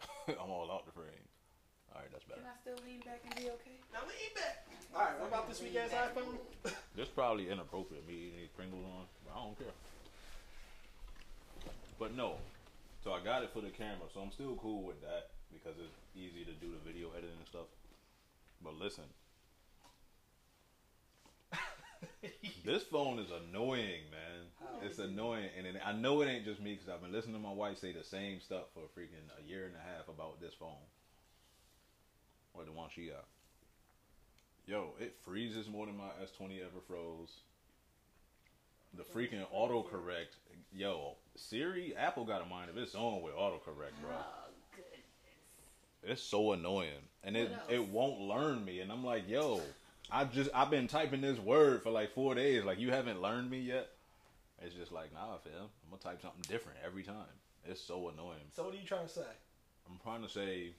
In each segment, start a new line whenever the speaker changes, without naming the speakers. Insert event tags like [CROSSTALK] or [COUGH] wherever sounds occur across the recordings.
[LAUGHS] I'm all out the frame. All right, that's better.
Can I still lean back and be okay?
Now lean back. All right, what about this week ass iPhone?
That's probably inappropriate. Me eating these Pringles on, but I don't care. But no, so I got it for the camera, so I'm still cool with that because it's easy to do the video editing and stuff. But listen, this phone is annoying, man. It's annoying, and it, I know it ain't just me because I've been listening to my wife say the same stuff for freaking a year and a half about this phone, or the one she got. Yo, it freezes more than my S20 ever froze. The freaking autocorrect. Yo, Siri, Apple got a mind of its own with autocorrect, bro.
Oh, goodness.
It's so annoying. And it,
What else?
it won't learn me. And I'm like, yo, I just, I've been typing this word for like four days. Like, you haven't learned me yet? It's just like, nah, fam. I'm going to type something different every time. It's so annoying.
So what are you trying to say?
I'm trying to say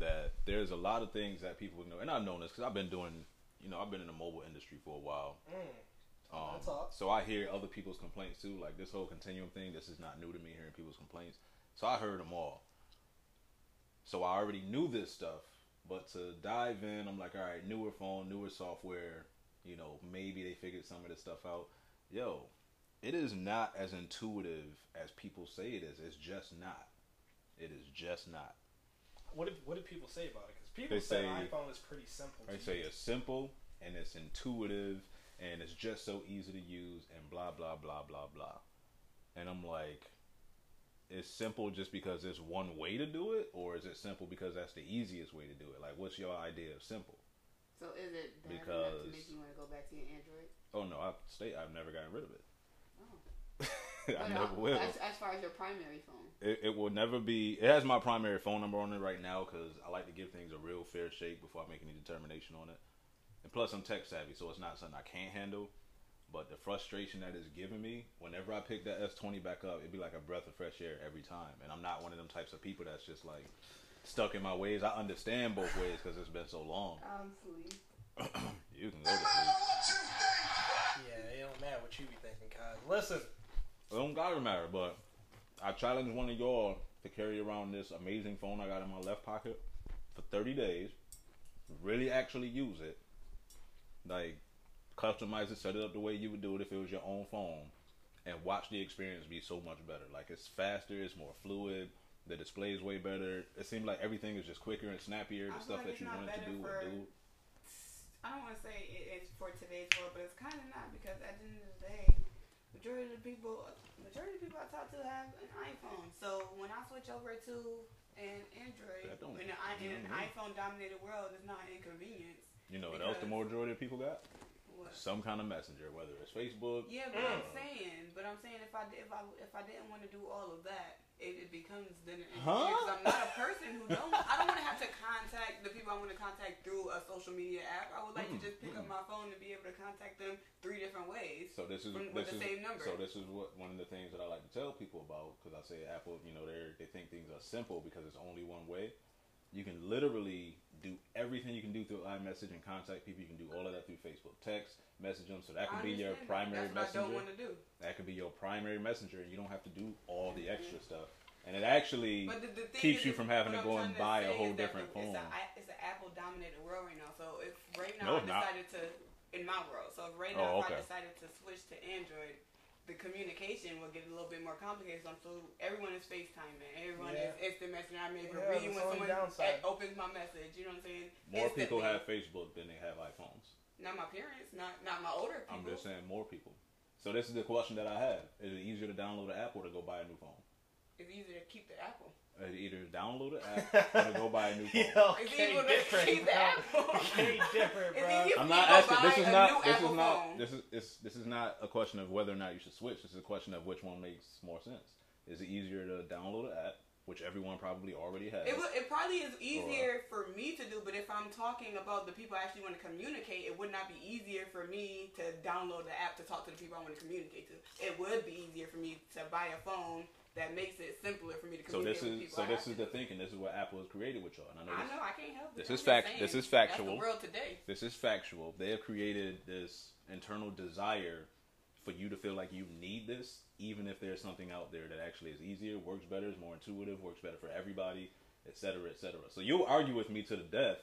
that there's a lot of things that people know, and I've known this because I've been doing, you know, I've been in the mobile industry for a while.
Mm.
Um,
That's all.
so I hear other people's complaints too, like this whole continuum thing. This is not new to me hearing people's complaints. So I heard them all. So I already knew this stuff, but to dive in, I'm like, all right, newer phone, newer software. You know, maybe they figured some of this stuff out. Yo, it is not as intuitive as people say it is. It's just not. It is just not.
What did what did people say about it? Because people
They
say
say-
iPhone is pretty simple.
I
to
say
use.
it's simple and it's intuitive and it's just so easy to use and blah blah blah blah blah. And I'm like, it's simple just because there's one way to do it, or is it simple because that's the easiest way to do it? Like, what's your idea of simple?
So is it bad enough to
Because-
make you want to go back to your Android?
Oh no, I stay. I've never gotten rid of it.
Oh.
[LAUGHS] I
But,
never
uh,
will.
As, as far as your primary phone.
it, it will never be. It has my primary phone number on it right now because I like to give things a real fair shake before I make any determination on it. And plus, I'm tech savvy, so it's not something I can't handle. But the frustration that it's giving me whenever I pick that S20 back up, it'd be like a breath of fresh air every time. And I'm not one of them types of people that's just like stuck in my ways. I understand both ways because it's been so long.
I'm sleep.
You can go to sleep.
Yeah, it don't matter what you be thinking, Kyle. Listen,
It don't gotta matter, but I challenge one of y'all to carry around this amazing phone I got in my left pocket for 30 days, really actually use it, like customize it, set it up the way you would do it if it was your own phone, and watch the experience be so much better. Like it's faster, it's more fluid, the display's way better. It seems like everything is just quicker and snappier.
I
The
feel
stuff
like
that
it's
you
not
wanted to
better
do
for-
would do.
I don't want to say it is for today's world, but it's kind of not because at the end of the day, majority of the people, majority of the people I talk to have an iPhone. So when I switch over to an Android,
That don't-
in, a, in an
I don't know.
iPhone dominated world, it's not an inconvenience.
You know what else the
Because-
majority of people got?
What?
Some kind of messenger, whether it's Facebook.
Yeah, but I'm
Mm.
saying, but I'm saying if I did- if I if I didn't want to do all of that, it, it becomes then an
Huh?
because I'm not a person who don't. I don't want to have to contact the people I want to contact through a social media app. I would like
Mm,
to just pick up my phone and be able to contact them three different ways.
So this is
With- with
this is
the same number.
so this is what one of the things that I like to tell people about because I say Apple, you know, they they think things are simple because it's only one way. You can literally do everything you can do through iMessage and contact people. You can do all of that through Facebook text, message them. So that
I
can be your
understand that.
primary
That's what I
messenger.
don't want to do.
that could be your primary messenger, and you don't have to do all the extra stuff. And it actually
But the, the thing
keeps
is,
you
is
from having
what
to
I'm
go
trying
and buy a
say
whole
is that
different
the- It's,
phone.
a, it's an Apple dominated world right now. So if right
No,
now I
it's not.
decided to in my world, so if right now
Oh,
if I
okay.
decided to switch to Android, the communication will get a little bit more complicated. So I'm still- everyone is FaceTiming, everyone
Yeah.
is instant messaging. I mean, if
Yeah,
you're reading
that's
when
the only
someone
downside.
at- opens my message, you know what I'm saying?
more people
Instantly.
have Facebook than they have iPhones.
not my parents, not not my older people.
I'm just saying more people. So this is the question that I have: Is it easier to download an app or to go buy a new phone?
It's easier to keep the Apple.
Uh, either download an app or to go buy
[LAUGHS]
[LAUGHS]
a new phone.
It's easier to keep the Apple.
Okay, different,
It's
bro.
easier
I'm
to
not
go
asking. This is
buy Oh, a
not.
new
This
Apple
is not.
phone.
This is it's, this is not a question of whether or not you should switch. This is a question of which one makes more sense. Is it easier to download an app, which everyone probably already has?
It, would, it probably
Oh,
is easier for me to do, but if I'm talking about the people I actually want to communicate, it would not be easier for me to download the app to talk to the people I want to communicate to. It would be easier for me to buy a phone that makes it simpler for me to
so
communicate
this
with
is
people.
so
I
this
have
is
to
the thinking. This is what Apple has created with y'all. And I
do.
know.
I
this-
know I can't help it.
this
I'm
is
just
fact-
saying,
this is
That's
factual.
the world today.
this is factual. They have created this internal desire for you to feel like you need this, even if there's something out there that actually is easier, works better, is more intuitive, works better for everybody, et cetera, et cetera. So you'll argue with me to the death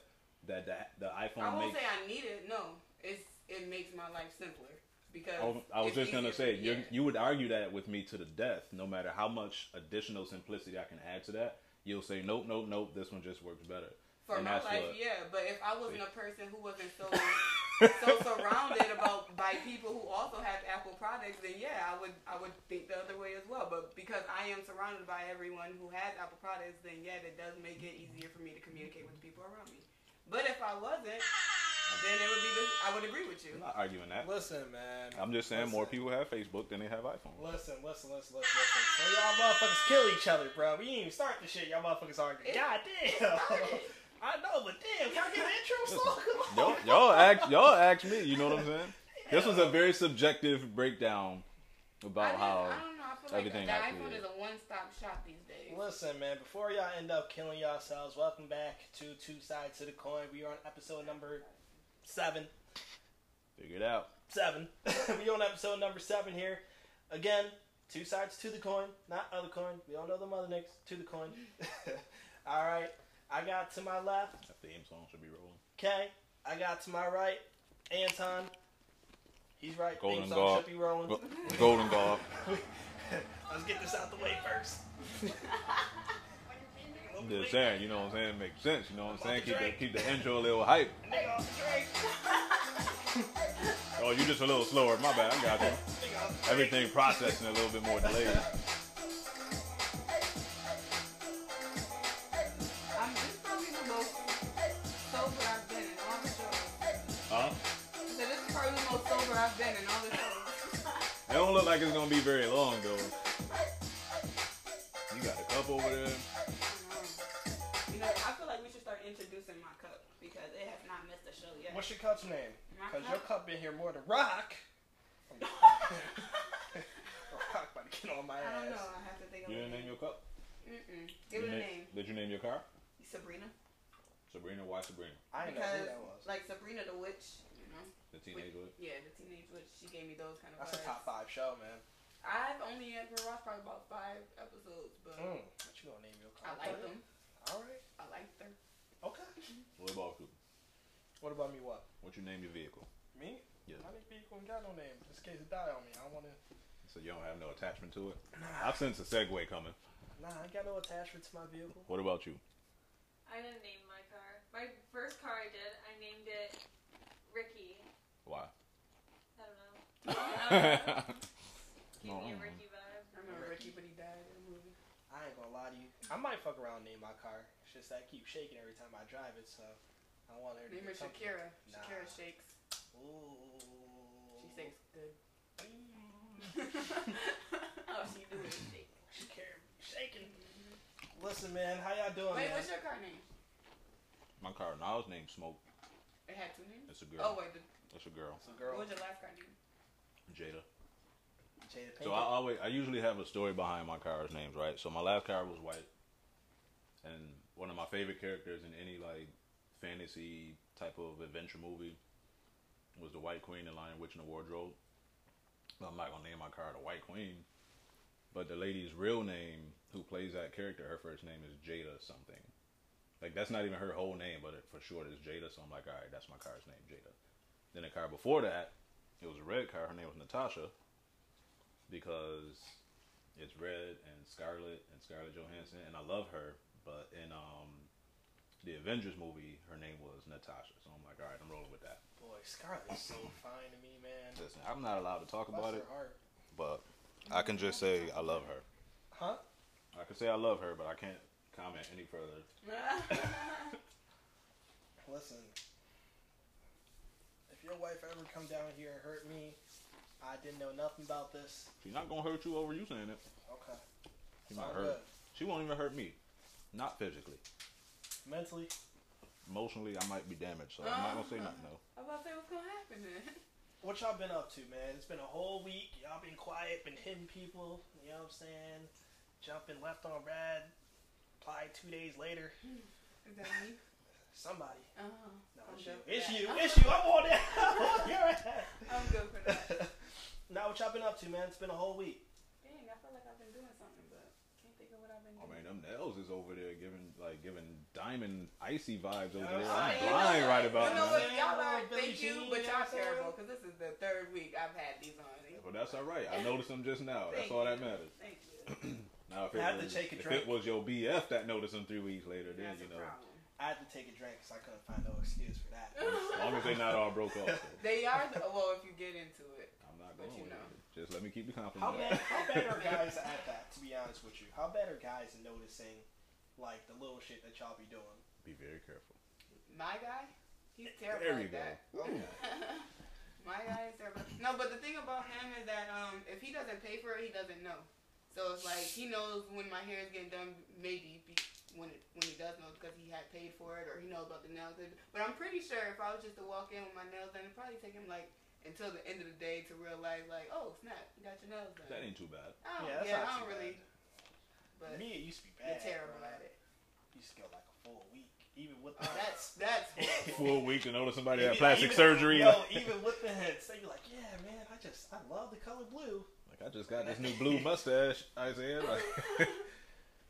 that the, the iPhone
I won't
makes.
say I need it. No, it's it makes my life simpler because
I was- Oh, I was
it's
just gonna say
easier-
you
yeah.
you would argue that with me to the death, no matter how much additional simplicity I can add to that. You'll say nope, nope, nope. This one just works better.
for
and
my
that's
life,
what-
yeah. But if I wasn't a person who wasn't so
[LAUGHS]
so surrounded about by people who also have Apple products, then yeah, I would I would think the other way as well. But because I am surrounded by everyone who has Apple products, then yeah, that does make it easier for me to communicate with the people around me. But if I wasn't, then it would be the, I would agree with you.
I'm not arguing that.
Listen, man.
I'm just saying more
Listen.
people have Facebook than they have iPhones.
Listen, listen, listen, listen, listen. So y'all motherfuckers kill each other, bro. We didn't even start the shit. Y'all motherfuckers
It-
arguing. God damn. [LAUGHS] I know, but damn, can I get an intro song? Come
Y'all, y'all
on.
ask y'all ask me. You know what I'm saying? This was a very subjective breakdown
I,
about
just-
how
I don't know. I feel
everything
like the
actually
iPhone
is.
is a one-stop shop these days.
Listen, man. Before y'all end up killing yourselves, welcome back to Two Sides to the Coin. We are on episode number seven.
figure it out.
seven. [LAUGHS] we on episode number seven here. Again, two sides to the coin, not other coin. We don't know the mother nicks. To the coin. [LAUGHS] All right. I got to my left,
That theme song should be rolling.
Kay. I got to my right, Anton. He's right.
Golden
Things on
God.
should be rolling.
Go- Golden Golf.
Let's get this out the way first.
I'm just saying, you know what I'm saying? Makes sense. You know what I'm saying? Keep the,
Drink.
keep the intro a little
[LAUGHS]
hype.
Nigga off the drink.
Oh, you just a little slower. My bad. I got you.
Nigga off the drink.
Everything processing a little bit more delayed.
I'm just probably the most sober I've been in all the shows.
Huh?
So this is probably the most sober I've been in all the shows.
It don't look like it's gonna be very long though. You got a cup over there.
Mm-hmm. You know, I feel like we should start introducing my cup because it has not missed a show yet.
What's your cup's name? Because
[LAUGHS]
your
Uh-huh.
cup been here more than rock. [LAUGHS] rock about to get on my
I
ass.
don't know. I have to think of
You
a
didn't name
name.
your cup.
Mm-mm.
You
Give it a
na-
name.
Did you name your car?
Sabrina.
Sabrina. Why Sabrina?
I didn't know who
Because
that was.
like Sabrina the witch, you know,
The teenage witch.
yeah, the teenage witch. She gave me those kind of.
That's a
vibes.
top five show, man.
I've only ever watched probably about five episodes, but
Mm. What you gonna name your
I
car?
like them.
All right.
I like
[LAUGHS]
them.
Okay.
What about you?
What about me? What?
What you name your vehicle?
Me?
Yeah.
My nigga vehicle ain't got no name. This case it die on me. I wanna.
So you don't have no attachment to it.
Nah.
I've sensed a segue coming.
Nah. I ain't got no attachment to my vehicle.
What about you?
I didn't name my car. My first car I did, I named it Ricky.
[LAUGHS]
Why? [LAUGHS]
I don't know. Gave
No, I
me a
don't know.
Ricky vibe.
I
[LAUGHS]
remember Ricky, but he died in the movie.
I ain't gonna lie to you. I might fuck around and name my car. It's just that I keep shaking every time I drive it, so I want her to.
Remember
get something.
Shakira?
Nah.
Shakira shakes.
Ooh.
She sings [LAUGHS] good.
Ooh.
oh, she do it. Shake.
[LAUGHS] Shakira shaking. Listen, man. How y'all
Oh,
doing,
Wait,
man?
what's your car name?
My car now is named Smoke.
It had two names.
It's a girl.
Oh wait, the,
It's a girl.
Some
what
girl.
was your last car [LAUGHS] name?
Jada.
Jada Pinkett.
So I always, I usually have a story behind my car's names, right? So my last car was white, and one of my favorite characters in any like fantasy type of adventure movie was the White Queen, the Lion Witch in the Wardrobe. Well, I'm not gonna name my car the White Queen, but the lady's real name who plays that character, her first name is Jada something. Like that's not even her whole name, but it, for sure it's Jada. So I'm like, all right, that's my car's name, Jada. Then the car before that, it was a red car. Her name was Natasha because it's red and scarlet and Scarlett Johansson, and I love her. But in um, the Avengers movie, her name was Natasha. So I'm like, all right, I'm rolling with that.
Boy, Scarlett's so fine to me, man.
Listen, I'm not allowed to talk
Bless
about
her
it,
heart.
but I can just say I love her.
Huh?
I can say I love her, but I can't comment any further.
Listen, if your wife ever come down here and hurt me, I didn't know nothing about this.
She's not gonna hurt you over you saying it.
Okay.
She
It's
might
all
hurt. She won't even hurt me, not physically.
good. Mentally,
Emotionally, I might be damaged, so I'm not gonna say nothing though.
I'm about to say what's gonna happen then.
what y'all been up to, man? It's been a whole week. Y'all been quiet, been hitting people. You know what I'm saying? Jumping left on red. Applied two days later.
Is that me?
Somebody.
Oh,
No,
I'm
it's you.
good for
It's
that.
you. It's you. I'm on it. [LAUGHS] I'm on
[LAUGHS]
your ass.
I'm good for that.
[LAUGHS] now, what y'all been up to, man? It's been a whole week.
Dang, I feel like I've been doing something, but can't think of what I've been
I
doing.
mean, Dang, Oh, them nails is over there giving like giving diamond icy vibes over
Oh,
Yeah,
there. I'm
I'm saying,
blind
you know,
right
what?
about
You know
now.
what? Y'all
Yeah,
are
Billie
thank you,
Jean,
but y'all
you know what I'm saying?
terrible because this is the third week I've had these on.
But that's all right. I noticed them just now. That's
Thank
all
you.
that matters.
Thank you.
Now, if, it
I had
was,
to take a
if it
drink.
was your BF that noticed them three weeks later, then you
That's a
know,
problem.
I had to take a drink because I couldn't find no excuse for that.
as long as they not all broke
[LAUGHS]
off. I'm
They are the, well if you get into it.
not
But
going.
you
with
know.
it. Just let me keep the
How
compliment.
bad, how bad [LAUGHS] are guys at that, to be honest with you? How bad are guys at noticing, like, the little shit that y'all be doing?
[LAUGHS] Be very careful.
My guy, he's terrible.
There you go.
at that. Oh.
Okay.
My guy is terrible. No, but the thing about him is that um, if he doesn't pay for it, he doesn't know. So it's like he knows when my hair is getting done, maybe be, when it, when he does know because he had paid for it or he knows about the nails. But I'm pretty sure if I was just to walk in with my nails done, it'd probably take him like until the end of the day to realize like, oh snap, you got your nails done.
That ain't too bad.
I don't,
Yeah,
yeah,
that's not
I
too
don't really. But
Bad. Me, it used to be bad.
you're terrible
bro.
at it.
used to go like a full week, even with the
Oh,
hints.
[LAUGHS]
that's that's horrible. [LAUGHS]
Full week to notice somebody had
Even-
plastic
even-
surgery. [LAUGHS]
No, even with the hints, they'd be like, "Yeah, man, I just I love the color blue."
Like I just got this new blue mustache,
[LAUGHS]
Isaiah. [LAUGHS] Like,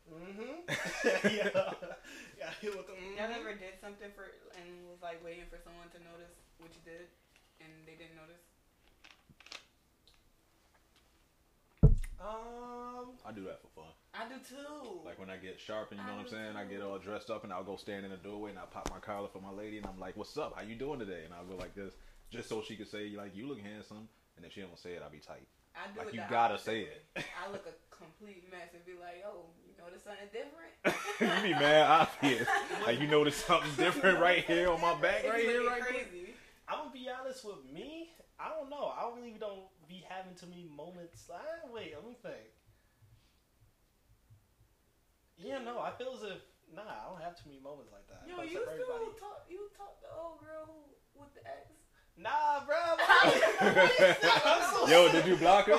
Mm-hmm. [LAUGHS] yeah, gotta hit with the.
Y'all
Mm-hmm.
ever did something for and was like waiting for someone to notice what you did and they didn't notice?
Um,
I do that for fun.
I do too.
Like when I get sharp and you know
I
what I'm
do
saying, I
too.
get all dressed up and I'll go stand in the doorway and I pop my collar for my lady and I'm like, "What's up? How you doing today?" And I'll go like this, just so she could say like, "You look handsome," and if she don't say it, I'll be tight. [LAUGHS]
I do
Like
it
you
the
gotta
opposite
say
way.
it.
I look a complete mess and be like, "Yo, you notice something different?"
[LAUGHS] you be mad
[LAUGHS]
obvious. Like you notice something different right here on my back,
It's
right here,
looking
right here.
crazy.
I'm gonna be honest with me. I don't know. I really don't be having too many moments. Ah, wait, let me think. Yeah, no, I feel as if nah, I don't have too many moments like that.
Yo,
Close
you
up
still talk? You talk the old girl who with the ex?
Nah, bro.
[LAUGHS]
[LAUGHS]
I'm
Yo, did you block her?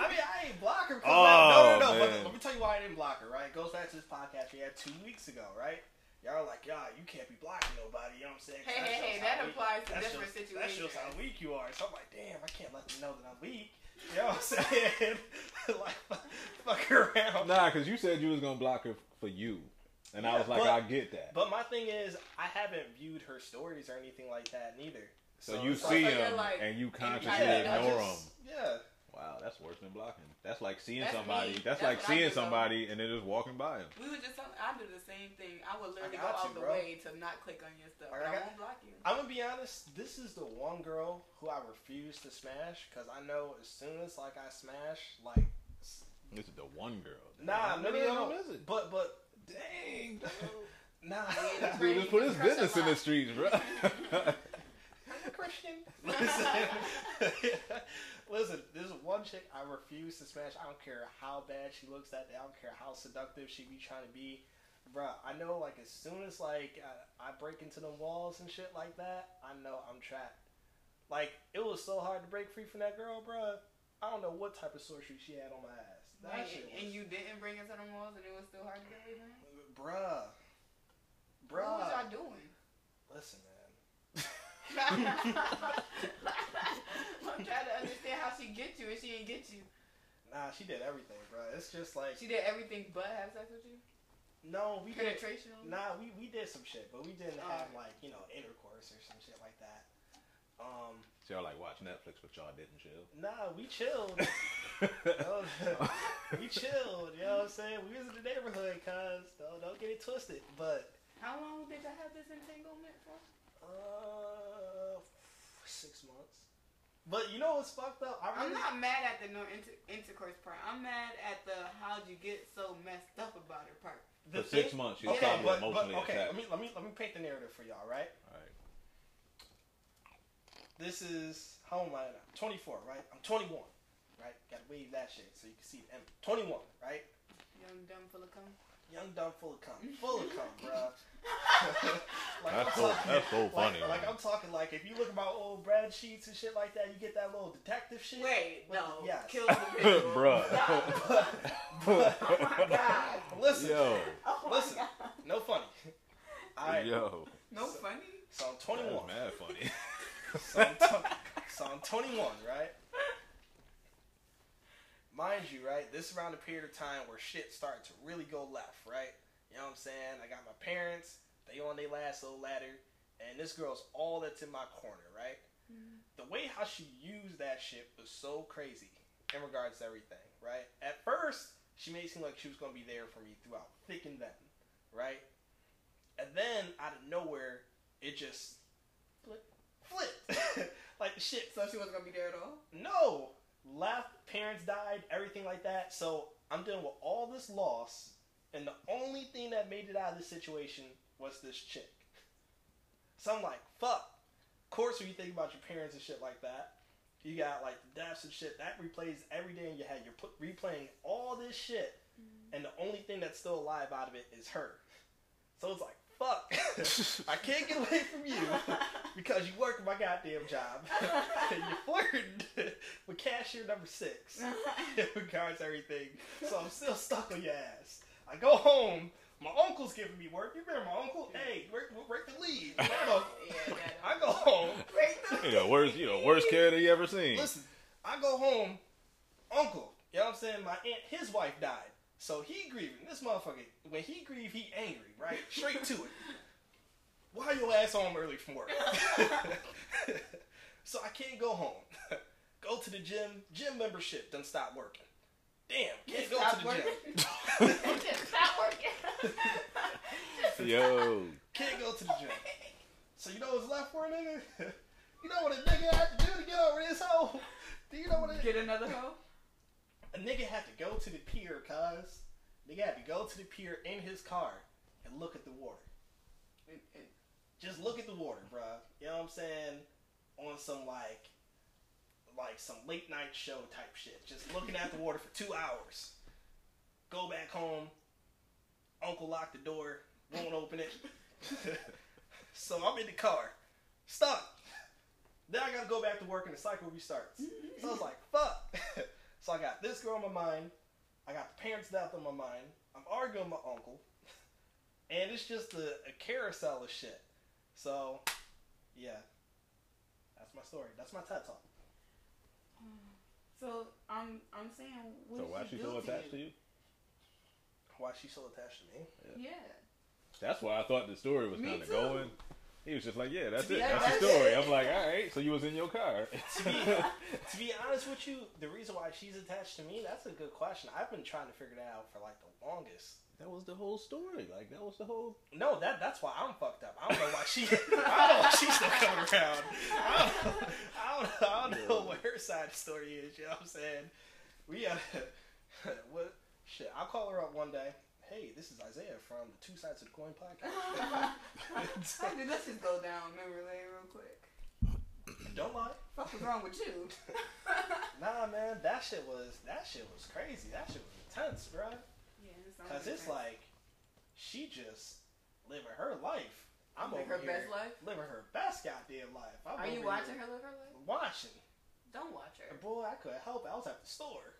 I mean, I ain't block her. 'cause
Oh,
I- no, no, no. but
man.
let me tell you why I didn't block her, right? It goes back to this podcast we had two weeks ago, right? Y'all are like, y'all, you can't be blocking nobody. You know what I'm saying? 'Cause
Hey,
that
hey, hey,
shows how
that
weak-
applies to
that
different
shows- That
situations.
shows how weak you are. So I'm like, damn, I can't let them know that I'm weak. You know what I'm saying? [LAUGHS] like, fuck- fuck around.
Nah, because you said you was gonna block her for you, and I
Yeah,
was like,
but-
"I get that."
But my thing is, I haven't viewed her stories or anything like that, neither.
So, you
it's
So
see
you're
them
like-
and you consciously
Yeah, I
ignore them.
just- Yeah.
Wow, that's worse than blocking. That's like seeing
That's
somebody.
me.
That's,
That's
like
what I do,
seeing
though.
somebody and then just walking by them.
We would just. tell- I do the same thing. I would literally go
got
out
you,
the
bro.
way to not click on your stuff.
I
but I
got-
won't block you.
I'm gonna be honest. This is the one girl who I refuse to smash because I know as soon as like I smash, like
This is the one girl.
nah,
Damn,
no,
what
no, no,
the hell
no.
is it?
But but
Dang, dog.
[LAUGHS] nah, [LAUGHS]
Yeah,
dude, just put his
Crush a
business in the
lot.
streets, bro.
[LAUGHS] Christian. Listen, listen. This is one chick I refuse to smash. I don't care how bad she looks that day. I don't care how seductive she be trying to be. Bruh, I know like as soon as like uh, I, I break into the walls and shit like that, I know I'm trapped. Like it was so hard to break free from that girl, bruh. I don't know what type of sorcery she had on my ass. That
Like,
shit was,
and you didn't bring it to the malls, and it was still hard to get away from. it?
bruh,
What was
bruh.
y'all
[LAUGHS]
doing? [LAUGHS]
Listen, man.
I'm trying to understand how she get you and she didn't get you.
Nah, she did everything, bruh. It's just like
She did everything but have sex with you.
no, we did
Penetration. on you?
Nah, we, we did some shit, but we didn't
Oh.
have like you know intercourse or some shit like that. Um,
so y'all like watch Netflix, but y'all didn't
nah, we chilled.
chill.
Oh,
[LAUGHS]
we chilled. You know what I'm saying? We was in the neighborhood, cause don't don't get it twisted. But
How long did y'all have this entanglement for?
uh, six months. But you know what's fucked up? I
I'm
really,
not mad at the no inter- intercourse part. I'm mad at the how'd you get so messed up about it part.
the
[LAUGHS] For six
thing-
months, she's
Okay,
probably
but, but
emotionally
okay.
attacked.
Let me let me let me paint the narrative for y'all, right?
Alright.
This is how old am I now? 24, right? I'm 21, right? Gotta wave that shit so you can see. I'm 21, right?
Young dumb full of cum.
Young dumb full of cum. Full of cum, bruh.
[LAUGHS]
like,
That's so- that's so funny,
Like, like
man.
I'm talking like if you look at my old Brad sheets and shit like that, you get that little detective shit. [LAUGHS]
Wait,
What
no.
the- yes. [LAUGHS]
Kill the visual.
Bruh.
Stop. Oh my god.
[LAUGHS]
Listen,
Yo,
[LAUGHS] Oh my
Listen.
God.
no funny. [LAUGHS] Alright.
yo,
No
So-
funny.
So I'm
that
21.
was mad funny.
So I'm, tw- so I'm 21, right? mind you, right? This is around the period of time where shit started to really go left, right? You know what I'm saying? I got my parents, they on their last little ladder, and this girl's all that's in my corner, right? The way how she used that shit was so crazy in regards to everything, right? At first, she made it seem like she was gonna be there for me throughout thick and thin, right? And then out of nowhere, it just flipped. flipped. [LAUGHS] like shit.
So she wasn't gonna be there at all.
No, left. Parents died. Everything like that. So I'm dealing with all this loss, and the only thing that made it out of this situation was this chick. So I'm like, fuck. Of course, when you think about your parents and shit like that, you got like deaths and shit that replays every day in your head. You're put, replaying all this shit, and the only thing that's still alive out of it is her. So it's like, fuck.
[LAUGHS]
[LAUGHS] I can't get away from
[LAUGHS]
you because you work my goddamn job. [LAUGHS] and you're flirting [LAUGHS] with cashier number six [LAUGHS]
[LAUGHS]
in regards to everything. So I'm still stuck on your ass. I go home. My uncle's giving me work. You remember my uncle? Hey, break, break the lead. [LAUGHS] My uncle.
Yeah, yeah,
I go home.
You the worst, you the worst character you ever seen.
Listen, I go home, uncle, you know what I'm saying? My aunt, his wife died. So he grieving. This motherfucker, when he grieve, he angry, right? Straight to it. Why your ass home early from work? [LAUGHS] so I can't go home. [LAUGHS] go to the gym. Gym membership done stop working. Damn, can't go to the gym.
Stop working.
Yo,
Can't go to the gym. So you know what's left for a nigga? [LAUGHS] You know what a nigga had to do to get over this hole? Do you know what a,
Get another hoe.
a nigga had to go to the pier, cuz? Nigga had to go to the pier in his car and look at the water.
And- and-
Just look at the water, bruh. You know what I'm saying? On some like like some late night show type shit. Just looking at the water for two hours. Go back home. Uncle locked the door, won't open it. [LAUGHS] so I'm in the car. Stuck. Then I gotta go back to work and the cycle restarts. So I was like, fuck. [LAUGHS] so I got this girl on my mind. I got the parents' death on my mind. I'm arguing with my uncle. And it's just a, a carousel of shit. So, yeah. That's my story. That's my TED talk.
So I'm I'm saying what
so
did
why
she
she
do
so attached to
you?
you?
Why she so
[LAUGHS]
attached to me?
Yeah.
That's why I thought the story was
Me
kind of
too.
going. He was just like, yeah, that's it.
Yeah,
that's the
that's
story.
it.
I'm like, all right. So you was in your car. [LAUGHS]
to be to be honest with you, the reason why she's attached to me, that's a good question. I've been trying to figure that out for like the longest.
that was the whole story. Like that was the
[LAUGHS]
whole.
No, that that's why I'm fucked up. I don't know why
[LAUGHS]
Oh, she. [LAUGHS] I don't know why she's still coming around. I don't, I don't, I don't know what her side of the story is. You know what I'm saying? We uh, [LAUGHS] what shit? I'll call her up one day. Hey, this is Isaiah from the Two Sides of the Coin
[LAUGHS]
podcast. [LAUGHS]
How did this just go down memory lane real quick?
don't lie.
Fuck was wrong with you?
Nah, man, that shit was that shit was crazy. That shit was intense, bruh.
yeah,
Cause it's like she just living her life. I'm
Like
over
her
here
best life?
living her best goddamn life. I'm
Are
over
you watching
here
her live her life?
Watching.
Don't watch her.
And boy, I couldn't help it. I was at the store.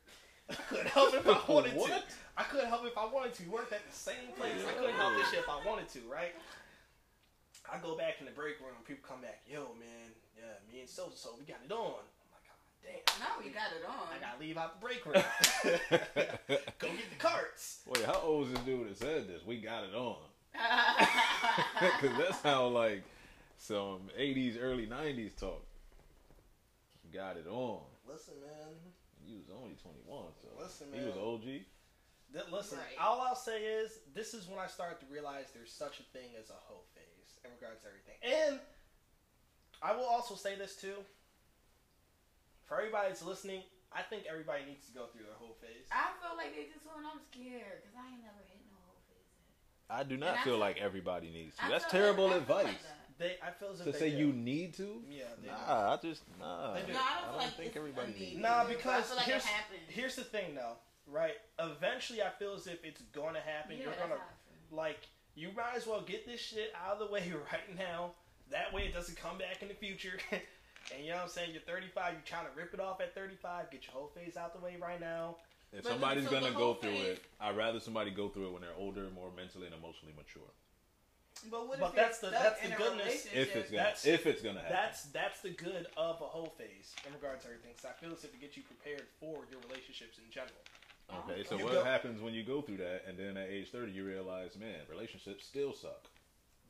[LAUGHS] I couldn't help it if
[LAUGHS]
I wanted to.
What?
I couldn't help it if I wanted to. We worked at the same place. I couldn't help this shit if I wanted to, right? I go back in the break room. People come back. Yo, man. Yeah, me and so and so, we got it on. I'm like, God damn.
No, we got it on.
[LAUGHS]
[LAUGHS]
I [LAUGHS] gotta leave out the break room. go get the carts.
Wait, how old is this dude that said this? We got it on. [LAUGHS] Because that's how like some '80s, early '90s talk. Got it on.
Listen, man.
He was only 21, so
Listen,
he was
man.
OG.
Th- listen,
Right.
all I'll say is this is when I started to realize there's such a thing as a hoe phase in regards to everything. And I will also say this too. For everybody that's listening, I think everybody needs to go through their hoe phase.
I feel like they just went, I'm scared because I ain't never hit no whole face.
I do
And
not
I
feel
feel-
like everybody needs to.
I
That's
feel like-
terrible
I feel
advice.
like that.
They, I feel as if
to
they
say
do.
you need to.
Yeah, they do.
Nah, I just nah.
They do.
no,
I
I don't, feel
don't
like
think
it's
everybody
a need.
needs-
Nah,
But
because
I feel like
here's-
it happened.
Here's the thing though, right? Eventually, I feel as if it's gonna happen.
yeah,
You're
that's
gonna
how I feel.
like you might as well get this shit out of the way [LAUGHS] right now. That way it doesn't come back in the future. [LAUGHS] and you know what I'm saying? You're 35. You're trying to rip it off at 35. Get your whole face out the way right now.
If
But then
somebody's
so the
gonna
whole
go through
thing-
it, I'd rather somebody go through it when they're older, more mentally and emotionally mature.
But what
But
if you're
that's the-
stuck
that's
in
the
a
If
goodness.
it's
relationship?
gonna,
That's-
if it's gonna happen,
That's that's the good of a whole phase in regards to everything. Because I feel as if it gets you prepared for your relationships in general.
Okay, so
You
what
go-
happens when you go through that, and then at age thirty, you realize, man, relationships still suck.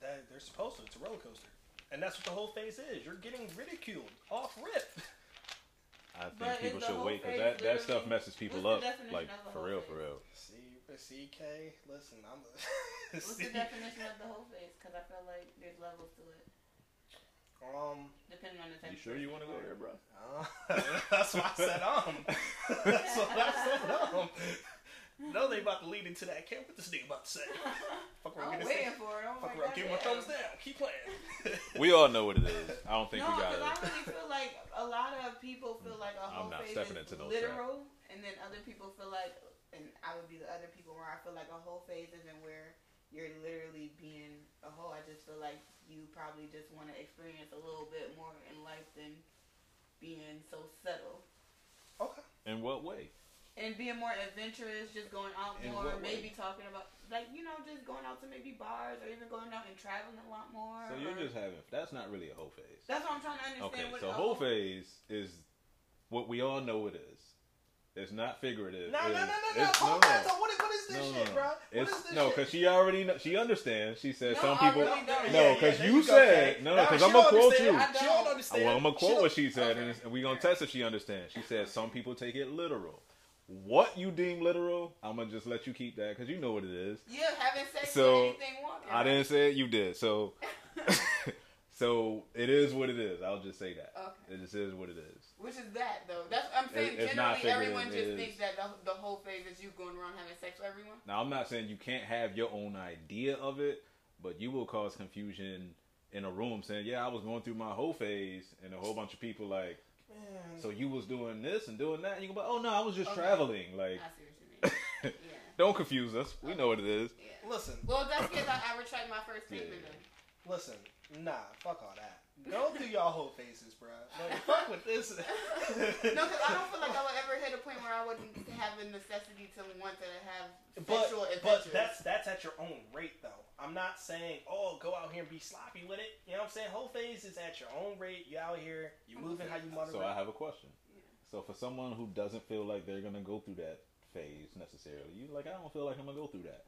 That they're supposed to. It's a roller coaster, and that's what the whole phase is. You're getting ridiculed off rip. [LAUGHS]
I think
But
people
is the
should
whole
wait because
phase
that, that stuff
literally-
messes people
what's
up,
the definition
like
of the
for
whole
real,
phase?
for real.
C, CK, listen, I'm. A [LAUGHS]
[LAUGHS]
What's the definition of the whole phase? Because I feel like there's levels to it,
Um,
depending on the type.
You
of
sure
person.
you want to go there, bro?
uh, [LAUGHS] that's why I said um. that's what I said um.
[LAUGHS]
No, they about to lead into that. I can't what this nigga about to say. Fuck around,
I'm
get this
waiting
thing-
for it. Oh
Fuck
my God.
around, give him a thumbs down. Keep playing.
[LAUGHS] We all know what it is. I don't think we
no,
got
because I
it.
really feel like a lot of people feel like a
I'm
whole
not
phase
stepping
is
into no
literal, and then other people feel like, and I would be the other people where I feel like a whole phase isn't where you're literally being a whole. I just feel like you probably just want to experience a little bit more in life than being so subtle.
okay.
In what way?
And being more adventurous, just going out
In
more,
what way?
maybe talking about, like, you know, just going out to maybe bars or even going out and traveling a lot more.
So you're
or-
just having. That's not really a whole phase.
That's what I'm trying to understand.
Okay,
what
so
a
whole phase is what we all know it is. It's not figurative.
No, no,
It-
no, no, no.
it's-
Hold on. So what is, what is this
no, no,
shit,
no.
bro? What is
It's-
this
no,
shit?
because she already know, she understands. She says
No,
some
I
people.
really don't.
no,
Yeah,
because
there
you
go,
said
Kay.
no,
Nah,
no, because
she
I'm gonna
don't
quote you.
understand.
you.
I
I
don't
don't.
understand.
Well, I'm gonna
She
quote
don't-
what she said,
Okay.
and, it's- and we're gonna test if she understands. She said some people take it literal. What you deem literal, I'm gonna just let you keep that because you know what it is.
Yeah, having sex
So,
with anything walking.
I didn't say it, you did. So, [LAUGHS] so it is what it is. I'll just say that
[LAUGHS] Okay.
it just is what it is.
Which is that though? That's I'm saying.
It- it's not
generally, everyone
figurative,
just
it
thinks
is.
that the, the whole phase is you going around having sex with everyone.
Now, I'm not saying you can't have your own idea of it, but you will cause confusion in a room saying, "Yeah, I was going through my whole phase," and a whole bunch of people like,
Man.
"So you was doing this and doing that," and you go, "Oh no, I was just
Okay.
traveling." Like, [LAUGHS]
I see what you mean. yeah,
don't confuse us. We know what it is.
yeah.
Listen,
Well, that's because I, I retract my first
Yeah.
statement. then.
listen. Nah, fuck all that. Go through y'all whole faces, bro. Like, fuck with
[LAUGHS]
this.
No, because I don't feel
[LAUGHS]
like I would ever hit a point where I wouldn't have a necessity to want to have
But,
sexual
but
adventures.
that's that's at your own rate though. I'm not saying oh go out here and be sloppy with it. You know what I'm saying? Whole phase is at your own rate. You out here, you moving how you want to.
So I have a question.
Yeah.
So for someone who doesn't feel like they're gonna go through that phase necessarily, you like I don't feel like I'm gonna go through that.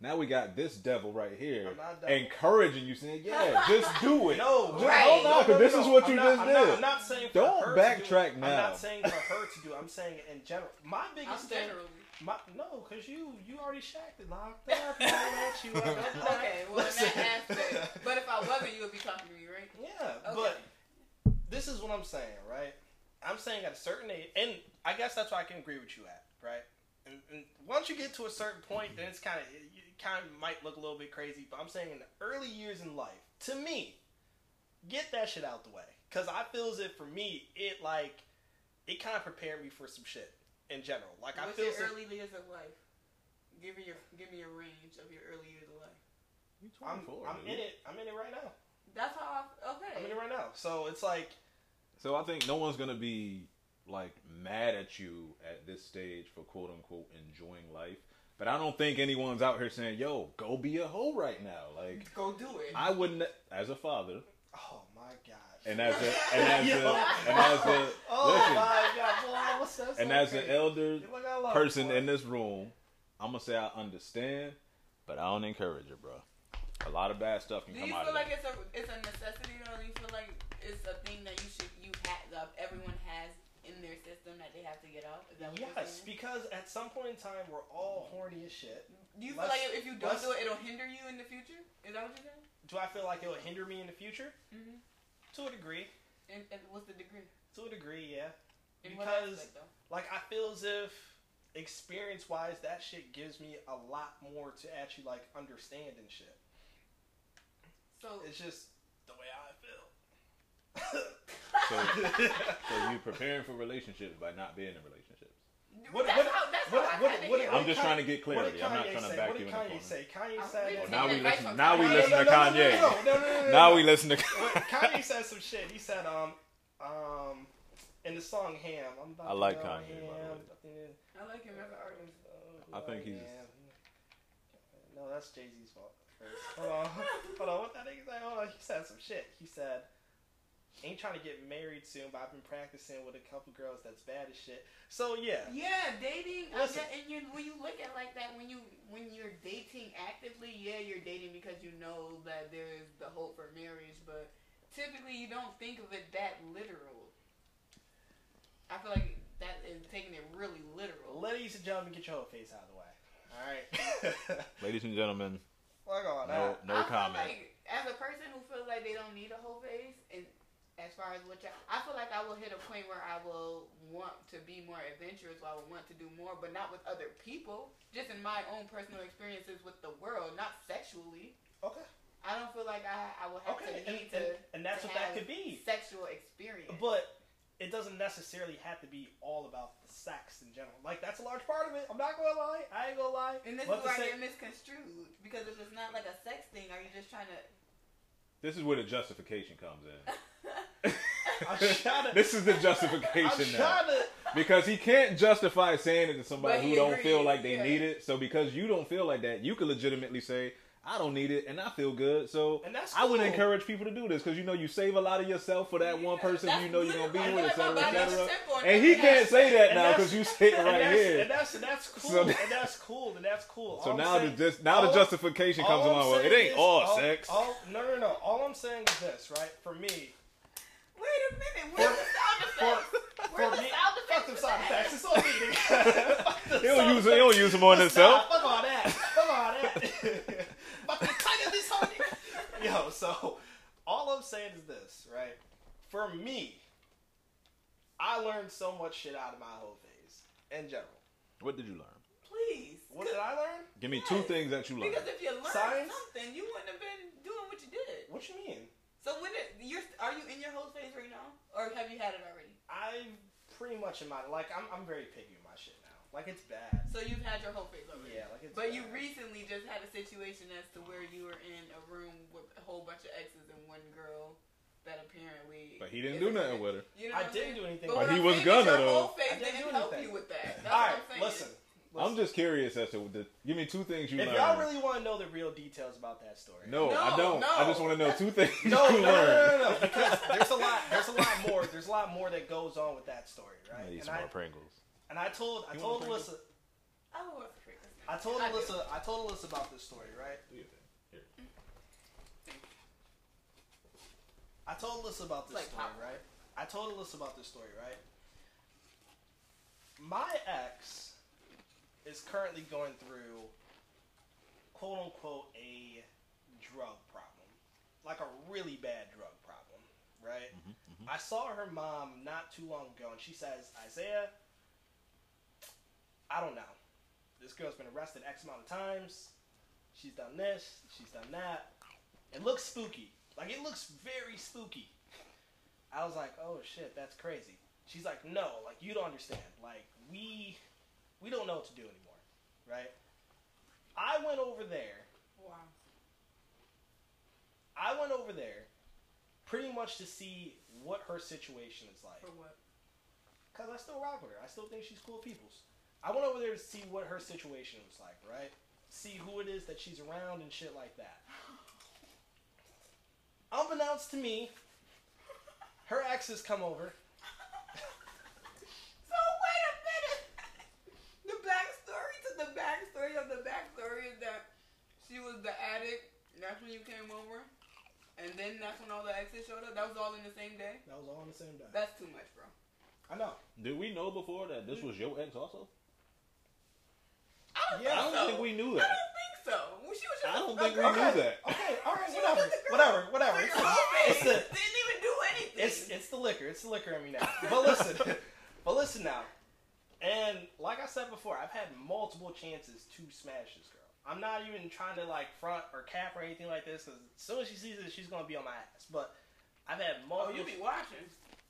Now we got this devil right here
I'm not a devil.
encouraging you, saying, "Yeah, just do it."
[LAUGHS] No,
just,
Right.
hold on, 'cause
no, no,
this
no.
is what
I'm
you
not-
just
I'm
did.
Not, I'm not saying for
Don't
her to do it.
backtrack
I'm
now.
not saying for her to do. it. I'm saying in general. My
I'm
biggest thing.
generally.
My, no, cause you you already shacked it, locked up,
[LAUGHS]
right at you. Like, don't do that.
Okay, well in
Listen.
that
[LAUGHS]
aspect. But if I wasn't, you would be talking to me, right?
Yeah,
Okay.
but this is what I'm saying, right? I'm saying at a certain age, and I guess that's why I can agree with you at, right? And, and once you get to a certain point, then it's kind of it, it kind of might look a little bit crazy, but I'm saying in the early years in life, to me, get that shit out the way, because I feel as if for me, it like it kind of prepared me for some shit in general. Like I
What's
feel
your
as if-
early years of life? Give me your give me your range of your early years of life.
You
I'm,
24,
I'm
dude.
in it. I'm in it right now.
That's how. I, okay.
I'm in it right now. So it's like
So I think no one's gonna be like mad at you at this stage for quote unquote enjoying life. But I don't think anyone's out here saying, "Yo, go be a hoe right now." Like
Go do it.
I wouldn't, as a father,
oh my god.
and as a, and as
[LAUGHS]
a, and as a,
Oh
listen,
my god, boy, what's that?
and as an elder person in
this,
this room, I'm gonna say I understand, but I don't encourage it, bro. A lot of bad stuff can
Do
come
you
out of
feel like
it.
it's a it's a necessity, or do you feel like it's a thing that you should you have that everyone has in their system that they have to get out? Is that what you're saying?
yes, because at some point in time we're all horny as shit.
Do you feel like
let's-
if you don't
let's-
do it, it'll hinder you in the future? Is that what you're saying?
Do I feel like it will hinder me in the future?
Mm-hmm.
To a degree,
And, and what's the degree?
to a degree, yeah.
In what
Because
aspect, though?
like I feel as if experience wise, that shit gives me a lot more to actually like understand and shit.
so
It's just the way I feel. [LAUGHS]
So, so you preparing for relationships by not being in relationships.
what-
that's
what-
how that's
what-
how
what-
I kinda
what-
hear
what-
I'm just
Kanye-
trying to get
What did
clarity. I'm not
Kanye
trying to
say?
back
What
you
did
in the corner.
Kanye say? Kanye
I'm
said.
Well,
really
that-
now we
Advice
listen.
from
Now we
Kanye.
listen to
No, no, no, no, no, no, no,
Kanye.
no,
Now
no.
we listen to
Wait, Kanye said some shit. He said, um, um, in the song Ham, I'm about
I like
to go
Kanye, by the
Ham.
way.
I like him as an artist.
Uh,
I think he's-
am. No, that's Jay Z's fault. face. [LAUGHS] Hold on,
[LAUGHS]
hold on. What that nigga said? Hold on. He said some shit. He said, "Ain't trying to get married soon, but I've been practicing with a couple girls that's bad as shit." So yeah,
Yeah, dating. I
Listen.
get- and you, when you look at it like that, when you when you're dating actively, yeah, you're dating because you know that there is the hope for marriage. But typically, you don't think of it that literal. I feel like that is taking it really literal.
ladies and gentlemen, get your whole face out of the way. All right.
[LAUGHS]
[LAUGHS]
Ladies and gentlemen,
Fuck on
no,
Oh, that.
no
I feel
comment.
Like, as a person who feels like they don't need a whole face, and as far as what y'all, I feel like I will hit a point where I will want to be more adventurous. I will want to do more, but not with other people. Just in my own personal experiences with the world, not sexually.
Okay.
I don't feel like I I will have
Okay.
to
And,
need
and,
to
and that's
to
what that
have
could be.
sexual experience.
But it doesn't necessarily have to be all about the sex in general. Like that's a large part of it. I'm not gonna lie. I ain't gonna lie.
and this is
But
where I
the
get
[LAUGHS]
misconstrued because if it's not like a sex thing, are you just trying
[LAUGHS]
to?
This is where the justification comes in. [LAUGHS]
I'm trying to-
this is the
[LAUGHS] I'm
justification now.
trying to.
Because he can't justify saying it to
But
somebody
he
who don't
agrees,
feel like they
yeah.
need it. So because you don't feel like that, you could legitimately say, I don't need it and I feel good. So
And that's.
I would
cool.
encourage people to do this because you know you save a lot of yourself for that one
Yeah,
person
that's
you know you're gonna be
literal. I
with,
feel
etc.,
like my body
etc.
is simple
And he
that's-
can't say that
And
now
that's-
because you sitting
[LAUGHS] And
right
that's,
here.
And that's and that's cool.
So-
and that's cool. And that's cool.
So
All I'm
now
saying-
the just now the
all-
justification comes
all I'm
along with it
saying
ain't
is-
all,
all-
sex.
all- no, no, no. All I'm saying is this, right? For me,
[LAUGHS] Wait a minute, where's the sound effects?
for
Where's the
me,
sound
fuck
effects?
them
for
sound
that?
effects.
[LAUGHS]
It's all me. nigga. Fuck them
They don't
sound
use
effects.
they don't use them on
Let's
themselves.
not- Fuck all that. Fuck all
[LAUGHS]
that. Fucking tight in this whole nigga. [LAUGHS] Yo, so all I'm saying is this, right? For me, I learned so much shit out of my whole phase in general.
What did you learn?
Please.
What did I learn?
Give me two
Yes.
things that you learned.
Because if you learned
Science?
something, you wouldn't have been doing what you did.
What you mean?
So when it, you're, are you in your whole phase right now, or have you had it already?
I'm pretty much in my like I'm I'm very picky with my shit now. Like it's bad.
So you've had your whole phase already.
Yeah, like it's
But you
bad.
recently just had a situation as to where you were in a room with a whole bunch of exes and one girl that apparently.
But he didn't do nothing with her.
You know what
I
I'm
didn't
saying?
do anything.
But
But
what
he
I'm
was
saying is
gonna,
your whole
though.
phase
I didn't
didn't,
do
help
anything.
you with that. That's
All
what
right,
I'm saying.
listen.
I'm
listen.
just curious as to the, give me two things you
If
learned.
y'all really want to know the real details about that story,
no, I
No,
don't. I
no.
just want to know two things
no,
[LAUGHS]
no,
you
no,
learned.
no, no, no, because there's a lot, there's a lot more, there's a lot more that goes on with that story, right?
I need
and,
some
I,
more Pringles.
and I told, I
You
told
want a
Alyssa,
I would want to create this now.
I told
I do.
Alyssa, I told Alyssa about this story, right?
Do your thing.
I told Alyssa about this
Like
story,
popcorn.
right? I told Alyssa about this story, right? My ex is currently going through quote unquote a drug problem. Like a really bad drug problem, right? I saw her mom not too long ago and she says, Isaiah, I don't know. This girl's been arrested X amount of times. She's done this, she's done that. It looks spooky. Like it looks very spooky. I was like, oh shit, that's crazy. She's like, no, like you don't understand. Like we we don't know what to do anymore. Right? I went over there.
Wow.
I went over there pretty much to see what her situation is like.
For what?
Cause I still rock with her. I still think she's cool peoples. I went over there to see what her situation was like, right? See who it is that she's around and shit
[LAUGHS]
like that. Unbeknownst to me, her ex has come over.
So wait a minute. [LAUGHS] The backstory to the backstory of the backstory is that she was the addict. and That's when you came over, and then that's when all the exes showed up. That was all in the same day.
That was all on the same day.
That's too much, bro.
I know.
Did we know before that this was your ex also?
I don't
Yeah,
I
think
don't
so.
think we knew
I
that.
don't think so. Well, she was just
I don't
a
think we [LAUGHS]
girl.
knew that.
[LAUGHS]
Okay, all right,
She was
whatever,
just a girl.
whatever, whatever.
Her
It's,
whole
it's,
face
the,
didn't even do anything.
it's it's the liquor. It's the liquor in me now. But listen, but listen now. And like I said before, I've had multiple chances to smash this girl. I'm not even trying to like front or cap or anything like this because as soon as she sees it, she's gonna be on my ass. But I've had
oh,
multiple.
you be watching.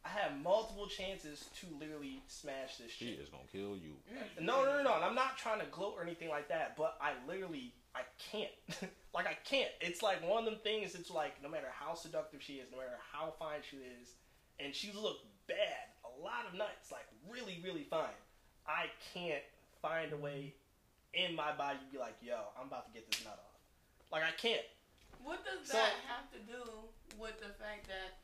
I had multiple chances to literally smash this
She
shit.
is gonna kill you.
No, no, no, no. And I'm not trying to gloat or anything like that, but I literally, I can't. [LAUGHS] like, I can't. It's like one of them things, it's like no matter how seductive she is, no matter how fine she is, and she looked bad a lot of nights, like really, really fine. I can't find a way in my body to be like, yo, I'm about to get this nut off. Like I can't.
What does
So-
that have to do with the fact that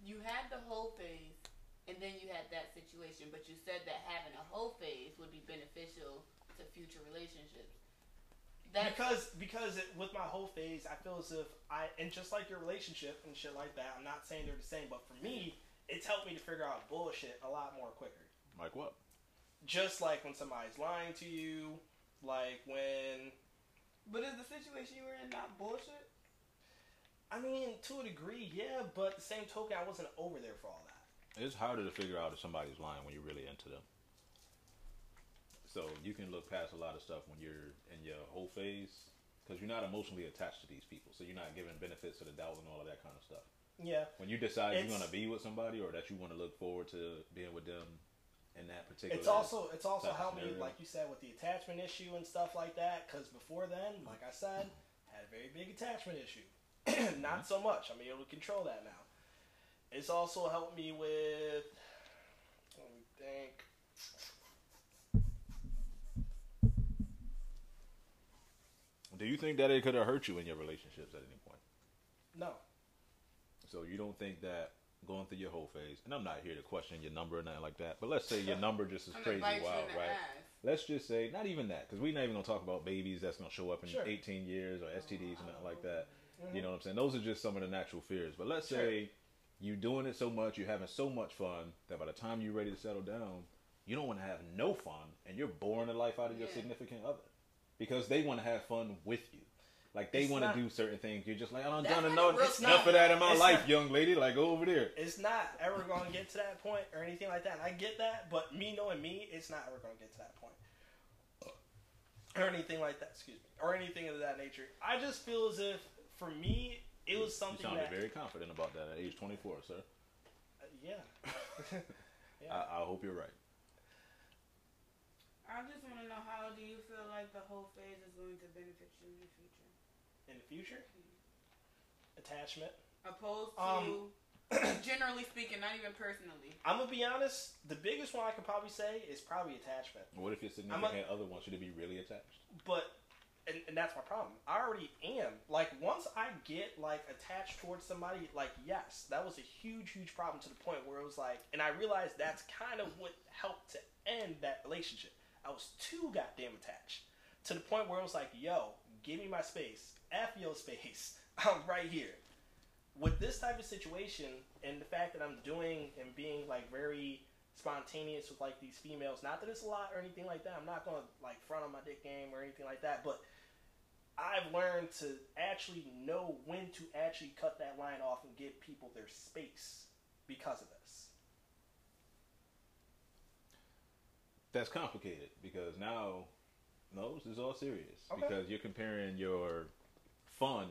you had the whole phase and then you had that situation, but you said that having a whole phase would be beneficial to future relationships? That
because because it, with my whole phase, I feel as if I and just like your relationship and shit like that. I'm not saying they're the same, but for me, it's helped me to figure out bullshit a lot more quicker.
Like what?
Just like when somebody's lying to you, like when
but is the situation you were in not bullshit?
I mean, to a degree, yeah, but the same token, I wasn't over there for all that.
It's harder to figure out if somebody's lying when you're really into them. So you can look past a lot of stuff when you're in your whole phase because you're not emotionally attached to these people. So you're not giving benefits of the doubt and all of that kind of stuff.
Yeah,
When you decide you're
It's-
going to be with somebody or that you want to look forward to being with them in that particular
it's also it's also
type
helped me,
scenario.
like you said, with the attachment issue and stuff like that. Because before then, like I said, I had a very big attachment issue. [CLEARS THROAT] Not so much. I'm able to control that now. It's also helped me with. Let me think.
Do you think that it could have hurt you in your relationships at any point?
No,
So you don't think that going through your whole phase, and I'm not here to question your number or nothing like that, but let's
[LAUGHS]
say your number just is
I'm gonna
crazy
bite you
wild,
in the
right?
ass.
Let's just say, not even that, because we're not even gonna talk about babies that's gonna show up in
Sure.
18 years or STDs and nothing like that. You
Mhm.
know what I'm saying? Those are just some of the natural fears. But let's
Sure.
say you doing it so much, you're having so much fun that by the time you're ready to settle down, you don't want to have no fun, and you're boring the life out of your
Yeah.
significant other because they want to have fun with you. Like they
It's
want
not-
to do certain things. You're just like, I don't
That's
done
not
enough,
real
enough
love.
of that in my
It's
life,
not-
young lady. Like go over there.
it's not ever going to get to that point or anything like that. And I get that, but me knowing me, it's not ever going to get to that point or anything like that. Excuse me, or anything of that nature. I just feel as if for me, it was something
You sounded
that
very confident about that at age 24, sir.
[LAUGHS] Uh, yeah, yeah.
I, I hope you're right.
I just want to know how do you feel like the whole phase is going to benefit you in the future?
in the future, attachment.
Opposed to,
Um,
[COUGHS] generally speaking, not even personally.
I'm gonna be honest. The biggest one I could probably say is probably attachment,
What if your significant other wants you to be really attached?
but. And, and that's my problem. I already am. Like once I get like attached towards somebody, like yes, that was a huge, huge problem to the point where it was like, and I realized that's kind of what helped to end that relationship. I was too goddamn attached to the point where it was like, yo, give me my space, f your space, [LAUGHS] I'm right here. with this type of situation and the fact that I'm doing and being like very spontaneous with like these females, not that it's a lot or anything like that. I'm not gonna like front on my dick game or anything like that, but I've learned to actually know when to actually cut that line off and give people their space because of this.
That's complicated because now, no, this is all serious
Okay.
because you're comparing your fun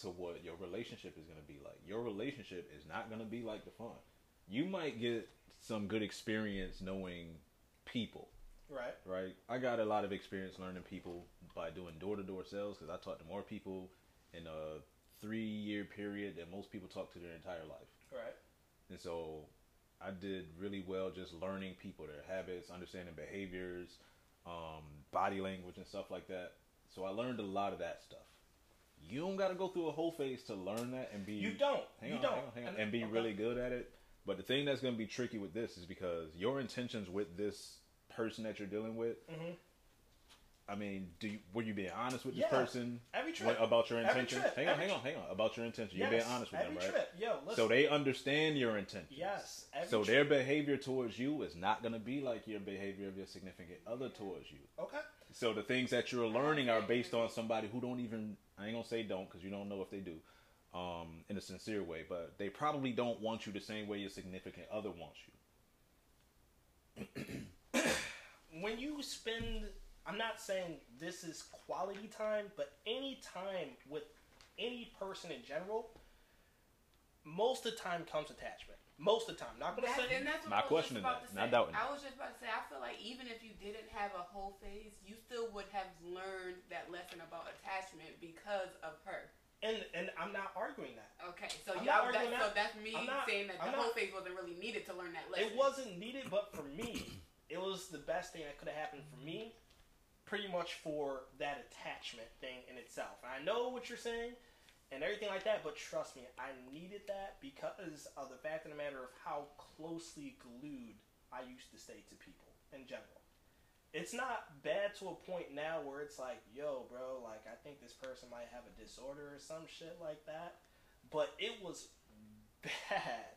to what your relationship is going to be like. Your relationship is not going to be like the fun. You might get some good experience knowing people,
Right.
right? I got a lot of experience learning people by doing door to door sales because I talked to more people in a three year period than most people talk to their entire life.
Right.
And so I did really well just learning people, their habits, understanding behaviors, um, body language, and stuff like that. So I learned a lot of that stuff. You don't got to go through a whole phase to learn that and be
You don't.
hang
you
on,
don't.
hang on, hang on, and be
okay.
really good at it. But the thing that's going to be tricky with this is because your intentions with this person that you're dealing with.
Mhm.
I mean, do you, were you being honest with this
Yeah.
person
every trip.
What- about your
Every
intentions?
trip.
Hang on,
Every
hang on, hang on. About your intentions,
yes,
uh, you're being honest with
every
them, right?
trip. Yo, listen.
So they understand your intentions.
Yes. Every
So
trip.
their behavior towards you is not going to be like your behavior of your significant other towards you.
Okay.
So the things that you're learning are based on somebody who don't even I ain't going to say don't cuz you don't know if they do um in a sincere way, but they probably don't want you the same way your significant other wants you.
when you spend i'm not saying this is quality time but any time with any person in general most of the time comes attachment most of the time not gonna
That,
say
and that's what
Not
I was just
questioning
about
that,
to
not
say.
doubting
I
that.
was just about to say, I feel like even if you didn't have a whole phase, you still would have learned that lesson about attachment because of her.
and and i'm not arguing that
Okay, so
I'm
you all
not
that,
arguing
so
that.
that's me
I'm not-
saying that
I'm
the whole
not-
phase wasn't really needed to learn that lesson.
it wasn't needed but for me it was the best thing that could have happened for me pretty much for that attachment thing in itself i I know what you're saying and everything like that, but trust me, I needed that because of the fact of the matter of how closely glued I used to stay to people in general. It's not bad to a point now where it's like, yo, bro, like I think this person might have a disorder or some shit like that. But it was bad.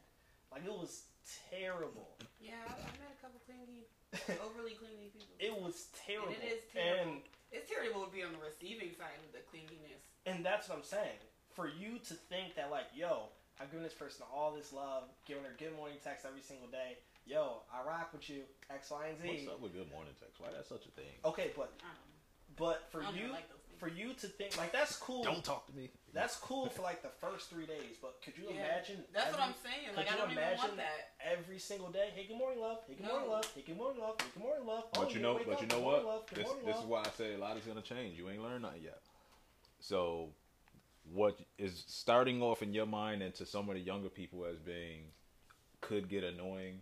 Like it was
[LAUGHS]
terrible.
Yeah, I- I've met a couple clingy,
it
overly clingy people.
was terrible.
And it is
And
terrible. it's terrible to be on the receiving side of the clinginess.
And that's what I'm saying. For you to think that, like, yo, I've given this person all this love, giving her good morning text every single day. Yo, I rock with you, X, Y, and Z.
What's up with good morning text? Why that's such a thing?
Okay, but
I don't know.
but for
I don't
you
like those things.
for you to think like that's cool.
Don't talk to me.
That's cool for like the first three days, but could you
Yeah.
imagine?
That's
every,
what I'm saying. Like
could
I
you
don't even want
imagine-
that.
Every single day, hey, good morning, love. Hey, good
No.
morning, love. Hey, good morning, love. Hey, good morning, love. Oh,
But you
yeah,
know,
wake
but
up.
you know
Good morning,
what?
love. Good
This
morning,
this
love.
is why I say a lot is gonna change. You ain't learned nothing yet. So, what is starting off in your mind and to some of the younger people as being could get annoying,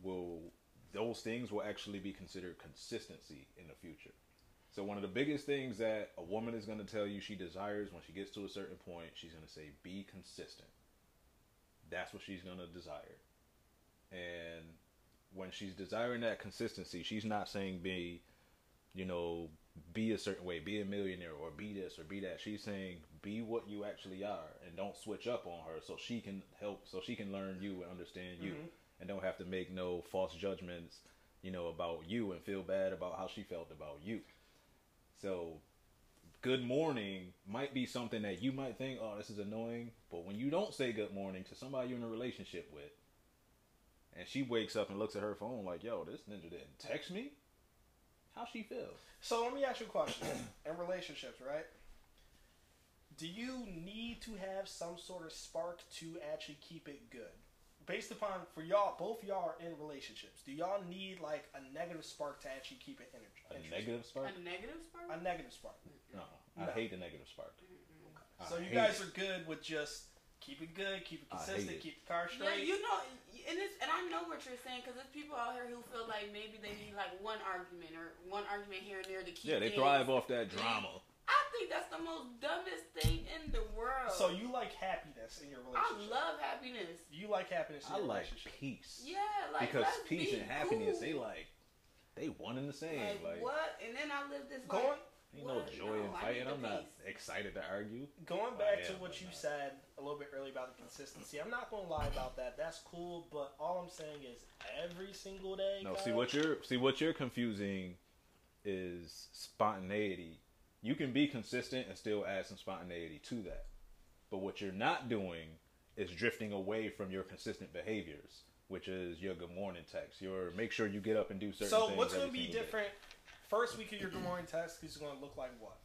will those things will actually be considered consistency in the future. So one of the biggest things that a woman is gonna tell you she desires when she gets to a certain point, she's gonna say, "Be consistent." That's what she's gonna desire, and when she's desiring that consistency, she's not saying be, you know, be a certain way, be a millionaire or be this or be that. She's saying be what you actually are and don't switch up on her so she can help, so she can learn you and understand you
Mhm.
and don't have to make no false judgments, you know, about you and feel bad about how she felt about you. So good morning might be something that you might think, oh, this is annoying. But when you don't say good morning to somebody you're in a relationship with, and she wakes up and looks at her phone like, yo, this ninja didn't text me. How she feel?
So let me ask you a question [CLEARS THROAT] in relationships, right? Do you need to have some sort of spark to actually keep it good? Based upon for y'all, both y'all are in relationships. Do y'all need like a negative spark to actually keep it energy?
A negative spark?
A negative spark.
A negative spark.
No, I
No.
hate the negative spark. I
so you
hate
guys
it.
are good with just keep it good, keep it
I hate
consistent,
it.
keep the car
Yeah,
straight.
you know, and it's, and I know what you're saying because there's people out here who feel like maybe they need like one argument or one argument here and there to keep.
Yeah, they
things.
thrive off that drama.
I think that's the most dumbest thing in the world.
so you like happiness in your
I
relationship.
love happiness.
you like happiness in
I
your
like
relationship.
peace.
Yeah, like
because
let's
peace
be
and happiness,
cool.
they like, they one and the same.
Like,
Like,
what? And then I live this
Going
life.
ain't no
What?
joy in
No, I
fighting.
need the
I'm not
peace.
excited to argue.
Going
I
back
am,
to what
I'm
you
not.
said a little bit earlier about the consistency, I'm not going to lie about that. That's cool, but all I'm saying is every single day.
No,
Kyle,
see what you're see what you're confusing is spontaneity. You can be consistent and still add some spontaneity to that. But what you're not doing is drifting away from your consistent behaviors, which is your good morning text, your make sure you get up and do certain
So
things.
what's
every
going to be
single day.
different? First week of your good morning test is going to look like what?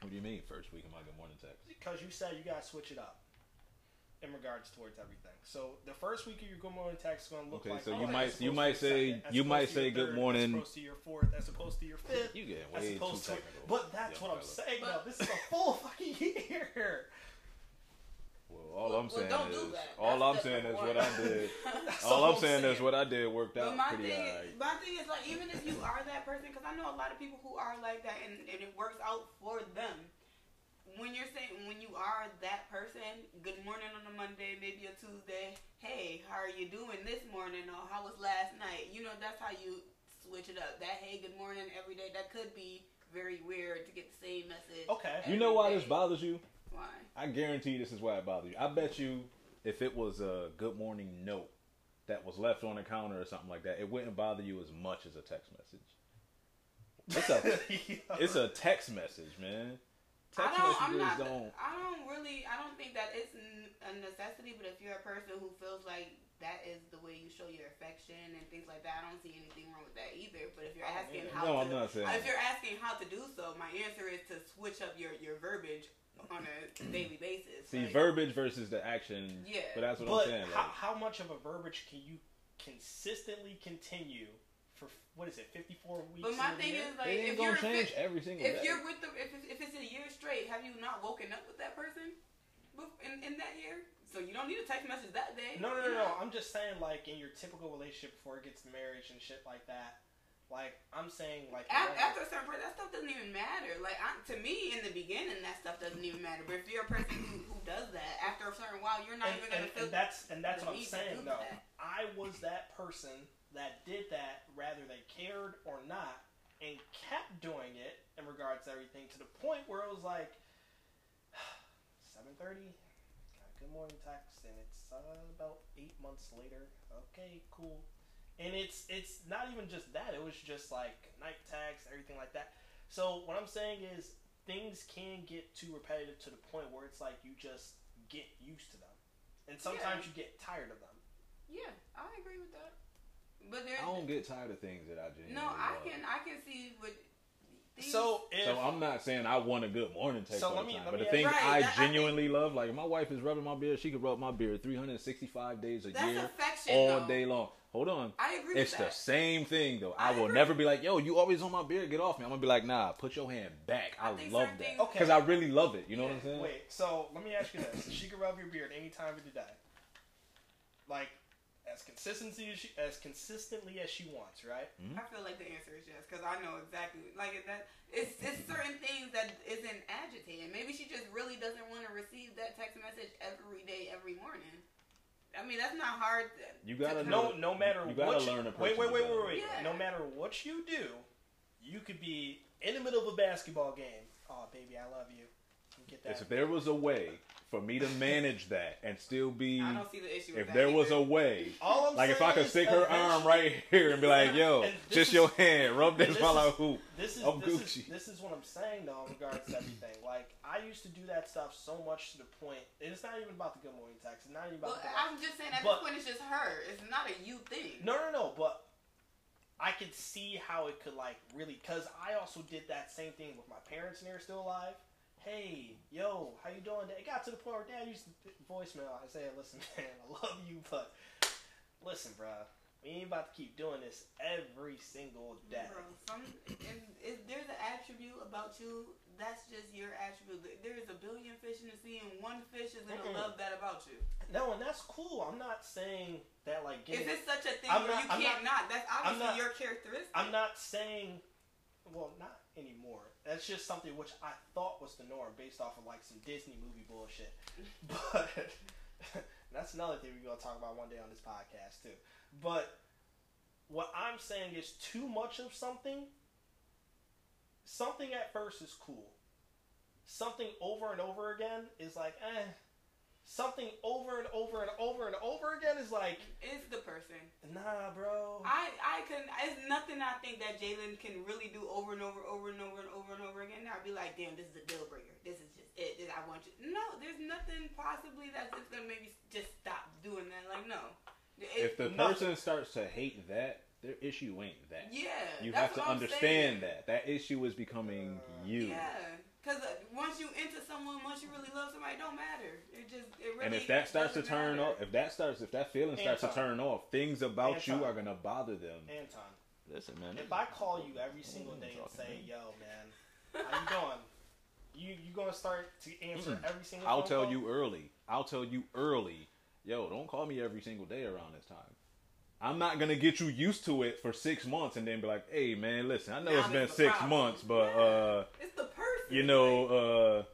What do you mean first week of my good morning text?
Because you said you got to switch it up in regards towards everything. So the first week of your good morning text is going to look
Okay,
like.
so
oh,
you
as
might-
opposed
you
to
might
your
say-
second, as
you
opposed
might
to your
say good
third,
morning.
as opposed to your fourth, as opposed to your fifth.
You getting
As
way too
opposed to,
technical.
but that's
young
what I'm
fella.
saying.
But-
though. this is a full fucking year.
Well, all
Well,
I'm
well,
saying
don't
is
do that.
all
That's
I'm saying
step
is
one.
what I
[LAUGHS]
did.
[LAUGHS] That's
all
all
I'm
I'm
saying, is
saying.
what I did worked
But
out
my
pretty
thing,
alright.
my thing is like, even if you are that person, because I know a lot of people who are like that, and, and it works out for them. When you're saying when you are that person, good morning on a Monday, maybe a Tuesday. Hey, how are you doing this morning? Or how was last night? You know, that's how you switch it up. That hey, good morning every day. That could be very weird to get the same message.
Okay.
You know why
every
this
day.
bothers you?
Why?
I guarantee this is why it bothers you. I bet you if it was a good morning note that was left on the counter or something like that, it wouldn't bother you as much as a text message. It's
[LAUGHS]
a it's a text message, man. Text
I don't. I'm
messages
not.
don't
I don't really. I don't think that it's n- a necessity. But if you're a person who feels like that is the way you show your affection and things like that, I don't see anything wrong with that either. But if you're
I don't
asking how,
either.
No,
to,
I'm not saying
If
that.
you're asking how to do so, my answer is to switch up your your verbiage on a daily basis.
see
Like,
verbiage versus the action.
Yeah.
But that's what I'm
but
saying. Like,
how, how much of a verbiage can you consistently continue for what is it, 54 weeks?
But my
in a
thing
year?
is like,
it
if
ain't
you're
gonna
a
change
fit-
every single
if
day.
you're with the if it's, if it's a year straight, have you not woken up with that person bef- in in that year? So you don't need a text message that day.
No, no,
you
no,
know?
no. I'm just saying, like, in your typical relationship before it gets to marriage and shit like that, Like I'm saying, like
After,
right-
after a certain point, that stuff doesn't even matter. Like I, to me, in the beginning, that stuff doesn't even matter. But if you're a person who, who does that, after a certain while, you're not
and,
even
and,
gonna feel.
and that's and that's
the
what I'm
need to
saying
do
though.
that.
I was that person that did that, whether they cared or not, and kept doing it in regards to everything to the point where it was like [SIGHS] seven thirty. Good morning, text, and it's uh, about eight months later. Okay, cool. And it's it's not even just that. It was just like night text, everything like that. So what I'm saying is things can get too repetitive to the point where it's like you just get used to them. And sometimes you get tired of them.
yeah, I agree with that. But there,
I don't get tired of things that I genuinely
no, I
love.
can, I can see what. these-
So if
So I'm not saying I want a good morning text
So
all
let
the
me-
time,
let
but the
me-
things
Right, that- I
I
think-
genuinely love, like if my wife is rubbing my beard, she could rub my beard 365 days a
that's
year,
affection
all
though.
day long. Hold on,
I agree
it's
with
the
that.
same thing though.
I
I, will
agree.
never be like, yo, you always on my beard, get off me. I'm gonna be like, nah, put your hand back. I,
I think
love
certain
that
things-
Okay.
because I really love it. You know what I'm saying?
wait, so let me ask you this: She can rub your beard any time of the day, like as consistency as she, as consistently as she wants, right?
I feel like the answer is yes because I know exactly like that. It's it's certain things that isn't agitating. Maybe she just really doesn't want to receive that text message every day, every morning. I mean, that's not hard. to-
You gotta
to-
No, no matter
You gotta
what.
learn
you,
the
wait, wait,
person you
wait, wait,
gotta
wait.
learn.
No matter what you do, you could be in the middle of a basketball game. Oh, baby, I love you. You Get that?
If there was a way for me to manage that and still be,
I don't see the issue. with
Mm. if
that
there was a
either.
way,
All I'm
like if I
saying
could
is
stick her arm right [LAUGHS] here and be like, yo,
And this
just
is-
your hand, rub
and
this
this
while I
is-
hoop.
This is
I'm
this
Gucci.
is this is what I'm saying though in regards to everything. Like I used to do that stuff so much to the point. And it's not even about the good morning text. It's not even about
Well,
the good
I'm just saying at
But-
this point, it's just her. It's not a you thing.
No, no, no. But I could see how it could like really, cause I also did that same thing with my parents, and they're still alive. Hey, yo, how you doing? It got to the point where Dad used to th- voicemail. I said, "Listen, [LAUGHS] man, I love you, but listen, bruh, we ain't about to keep doing this every single day."
Bro, some, if, if there's an attribute about you, that's just your attribute. There is a billion fish in the sea, and one fish is gonna
Mm-mm.
love that about you.
No, and that's cool. I'm not saying that like get
If
it.
it's such a thing
I'm
where
not-
you
I'm
can't not, that's obviously
not-
your characteristic.
I'm not saying, well, not anymore. That's just something which I thought was the norm based off of like some Disney movie bullshit. [LAUGHS] But [LAUGHS] that's another thing we're gonna talk about one day on this podcast too. But what I'm saying is too much of something. Something at first is cool. Something over and over again is like eh. Something over and over and over and over again is like
It's the person.
nah, bro.
I I can. It's nothing I think that Jalen can really do over and over, over and over and over and over again. I'd be like, damn, this is a deal breaker. This is just it. This- I want you. No, there's nothing possibly that's just gonna maybe just stop doing that. Like no.
If
It-
the person
nothing.
starts to hate that, their issue ain't that.
yeah,
You have
that's
to
what I'm
understand
saying.
that. That issue is becoming
Uh,
you.
Yeah, because once you into someone, once you really love somebody, it don't matter. It just it really.
and if that starts to
doesn't
turn
matter.
off, if that starts, if that feeling starts to
Anton.
turn off, things about you
Anton.
are gonna bother them.
Anton.
Listen, man.
If I call you every single day and say, "Yo, man, how you doing?" You you gonna start to answer
Mm-mm.
every single.
I'll
phone
tell
call?
you early. I'll tell you early. Yo, don't call me every single day around this time. I'm not gonna get you used to it for six months and then be like, "Hey, man, listen. I know
Now
it's been
it's a
six
problem."
months, but
Yeah.
uh,
[LAUGHS] it's the person,
you know,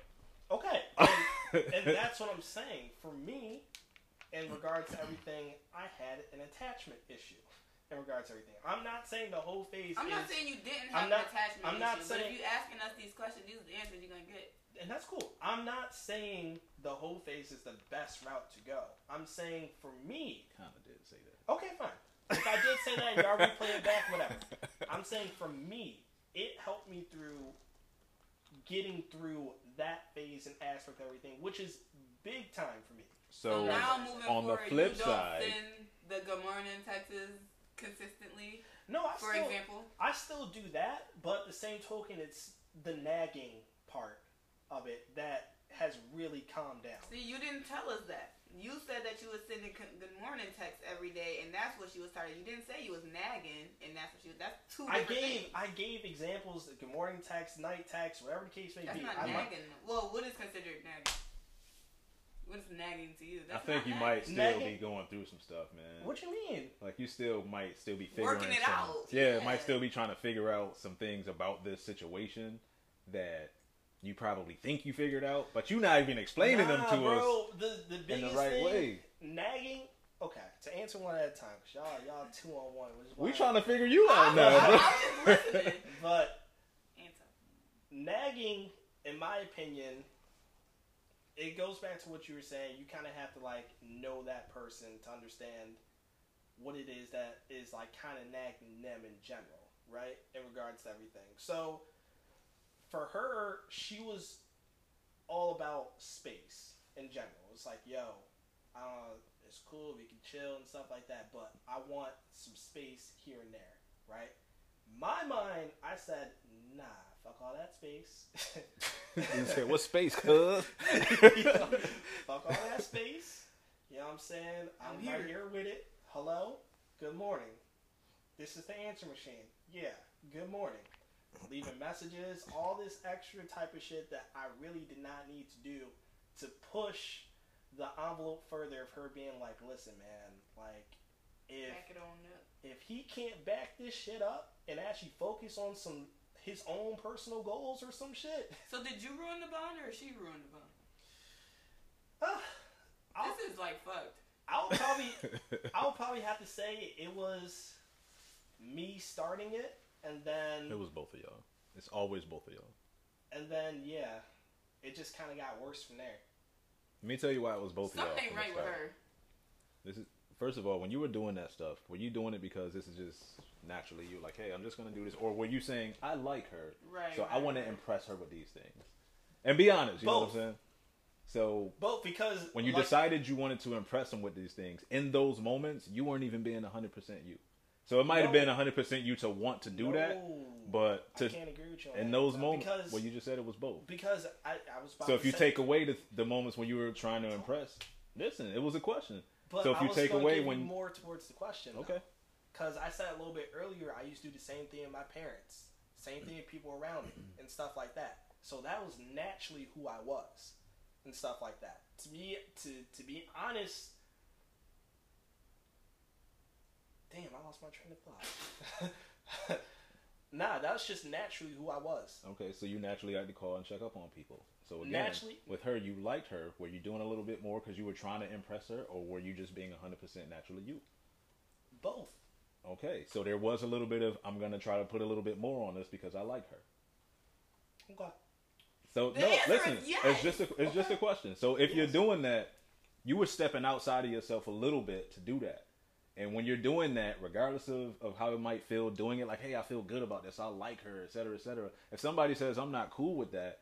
Okay,
[LAUGHS] uh,
and, and
[LAUGHS]
that's what I'm saying. For me, in regards to everything, I had an attachment issue. In regards to everything, I'm not saying the whole phase.
I'm not
is-
saying you didn't have
I'm not-
an attachment
I'm not
issue, but
saying-
if you asking us these questions, these are the answers you're gonna get.
and that's cool. I'm not saying the whole phase is the best route to go. I'm saying for me,
kind of did say that.
okay, fine. If I did say that, y'all replay it back, whatever. I'm saying for me, it helped me through getting through that phase and aspect of everything, which is big time for me.
[LAUGHS] So
So now moving
on the
forward,
flip
you don't
side-
send the good morning Texas consistently,
No, I
for
still
example.
I still do that, but at the same token, it's the nagging part of it that has really calmed down.
See, you didn't tell us that. You said that you was sending con- good morning texts every day, and that's what she was tired. of. You didn't say you was nagging, and that's what she was. That's two.
I
different
gave
things.
I gave examples: good morning text, night text, whatever the case may
That's
be.
not
I like-
nagging. well, what is considered nagging? What's nagging to you?
I
That's
think
not
you
nagging.
might still
Nugget.
be going through some stuff, man.
What you mean?
like you still might still be figuring
Working it
some-
out,
Yeah,
yeah.
might still be trying to figure out some things about this situation that you probably think you figured out, but you're not even explaining them
Nah,
to us
bro, The, the
in
biggest
the right
thing,
way.
nagging. Okay, to answer one at a time, cause y'all y'all two on one. Which is
We
why-
trying to figure you
I
out [LAUGHS]
was-
now,
I
bro.
was
[LAUGHS]
just listening.
But
Answer.
nagging, in my opinion, it goes back to what you were saying. You kind of have to like know that person to understand what it is that is like kind of nagging them in general, right? In regards to everything. So for her, she was all about space in general. It's like, yo, uh, it's cool, we can chill and stuff like that, but I want some space here and there, right? my mind, I said, nah, fuck all that space.
[LAUGHS]
[LAUGHS]
you said, "What space, cuz?"
fuck all that space. You know what I'm saying? I'm,
I'm
here.
here.
here with it. Hello? Good morning. This is the answer machine. Yeah, good morning. Leaving messages, all this extra type of shit that I really did not need to do to push the envelope further of her being like, listen, man, like, if
Back it on up.
if he can't back this shit up and actually focus on some his own personal goals or some shit, [SIGHS]
So did you ruin the bond or she ruined the bond?
ah, I'll,
This is like fucked.
I'll probably
[LAUGHS]
I'll probably have to say it was me starting it and
it
then
was both of y'all. It's always both of y'all.
and then yeah, it just kind of got worse from there.
Let me tell you why it was both of y'all.
Something
from
ain't
the
right with
start.
her.
This is first of all, when you were doing that stuff, were you doing it because this is just naturally you like, hey, I'm just gonna do this, or were you saying I like her,
Right.
so I
right,
want to
right.
impress her with these things? And be honest, you know what
Both.
I'm saying. So
Both because
when you
like-
decided you wanted to impress them with these things, in those moments, you weren't even being 100 percent you. So it might have
No.
been 100 percent you to want to do that,
No,
but
I
to
can't agree with you on
in
that,
those
bro,
moments,
because
well, you just said it was both.
because I, I was about
So
to
if you
say-
take away the, the moments when you were trying to impress, listen, it was a question.
but
so if
I
you
was
take
gonna
away
give you
when-
more towards the question, though.
Okay.
Because I said a little bit earlier, I used to do the same thing with my parents, same thing with people around me, and stuff like that. So that was naturally who I was, and stuff like that. To be to to be honest, damn, I lost my train of thought. [LAUGHS] nah, that was just naturally who I was.
Okay, so you naturally like to call and check up on people. So again,
Naturally-
with her, you liked her. Were you doing a little bit more because you were trying to impress her, or were you just being 100% naturally you?
Both.
Okay, so there was a little bit of I'm gonna try to put a little bit more on this because I like her.
Okay.
So
The
no,
answer
listen,
is yes.
it's just a, it's just a question. So if you're
Yes.
doing that, you were stepping outside of yourself a little bit to do that. And when you're doing that, regardless of, of how it might feel, doing it like, hey, I feel good about this, I like her, et cetera, et cetera. If somebody says I'm not cool with that,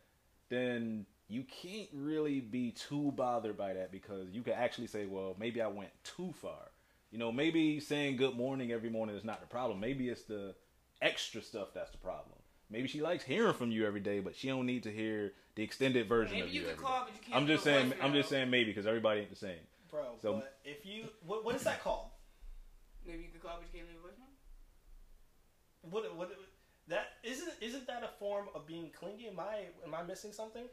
then you can't really be too bothered by that because you can actually say, well, maybe I went too far. You know, maybe saying good morning every morning is not the problem. Maybe it's the extra stuff that's the problem. Maybe she likes hearing from you every day, but she don't need to hear the extended version
Maybe
of
you
you.
could
every
call,
day.
but you can't.
I'm just
put a
saying. I'm
voicemail.
just saying maybe because everybody ain't the same.
Bro,
So-
but if you what what is that called?
Maybe you could call, but you can't leave a voicemail.
What what that isn't isn't that a form of being clingy? Am I am I missing something?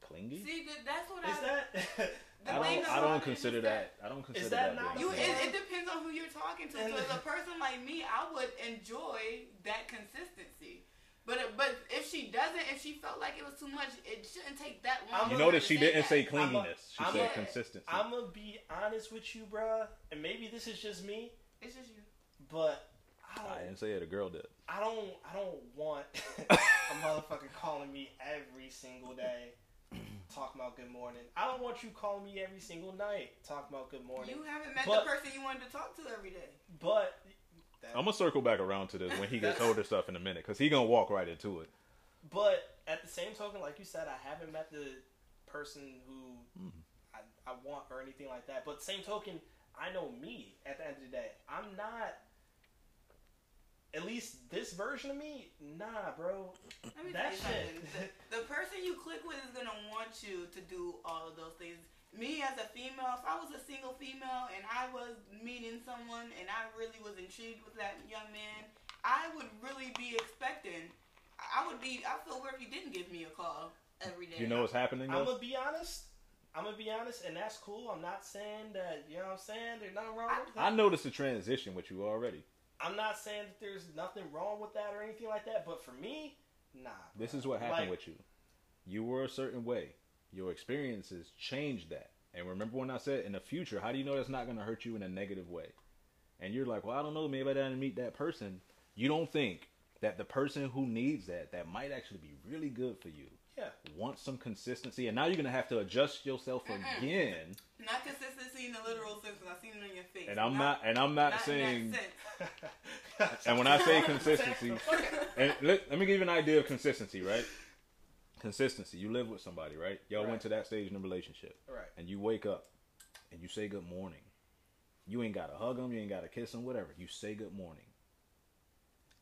Clingy.
See, good. That's what
Is
I.
[LAUGHS] that
the
I
thing
don't.
is
I
about it
don't
is
consider that. I don't consider
that
that.
not-
being
You, it,
clingy.
it depends on who you're talking to. So
And-
as a person like me, I would enjoy that consistency. But but if she doesn't, if she felt like it was too much, it shouldn't take that long.
I'm
You
for
gonna
her
notice
to
she didn't
that.
say
a-
clinginess. She
I'm
said
a-
consistency.
I'm gonna be honest with you, bruh, and maybe this is just me,
It's just you.
but
I
I don't,
didn't say it. A girl did.
I don't, I don't want [LAUGHS] a motherfucker calling me every single
[COUGHS]
day, talking about good morning. I don't want you calling me every single night, talking about good morning.
You haven't met
But-
the person you wanted to talk to every day.
But that,
I'm gonna circle back around to this when he gets older stuff in a minute, cause he gonna walk right into it.
But at the same token, like you said, I haven't met the person who
Hmm.
I, I want or anything like that. But same token, I know me at the end of the day. I'm not, at least this version of me, nah, bro.
Let me tell
That
you
shit.
something.
[LAUGHS]
The, the person you click with is gonna want you to do all of those things. Me as a female, if I was a single female and I was meeting someone and I really was intrigued with that young man, I would really be expecting. I I would be. I feel weird if you didn't give me a call every day.
You know what's happening.
I'm
Though?
gonna be honest. I'm gonna be honest, and that's cool. I'm not saying that you know what I'm saying. There's nothing wrong with that.
I noticed the transition with you already.
I'm not saying that there's nothing wrong with that or anything like that. But for me, nah.
This
bruh.
is what happened
Like,
with you. You were a certain way. Your experiences changed that. And remember when I said in the future, how do you know that's not going to hurt you in a negative way? And you're like, well, I don't know. Maybe I didn't meet that person. You don't think that the person who needs that, that might actually be really good for you,
Yeah.
wants some consistency. And now you're going to have to adjust yourself
Mm-mm.
again.
Not consistency in the literal sense, 'cause I've seen it on your face.
And I'm not, and I'm not,
not in
saying,
that
[LAUGHS]
sense.
and when I say
[LAUGHS]
consistency, and let, let me give you an idea of consistency, right? Consistency. You live with somebody, right? Y'all all
Right.
went to that stage in the relationship,
right.
and you wake up and you say good morning. You ain't gotta hug them, you ain't gotta kiss them, whatever. You say good morning.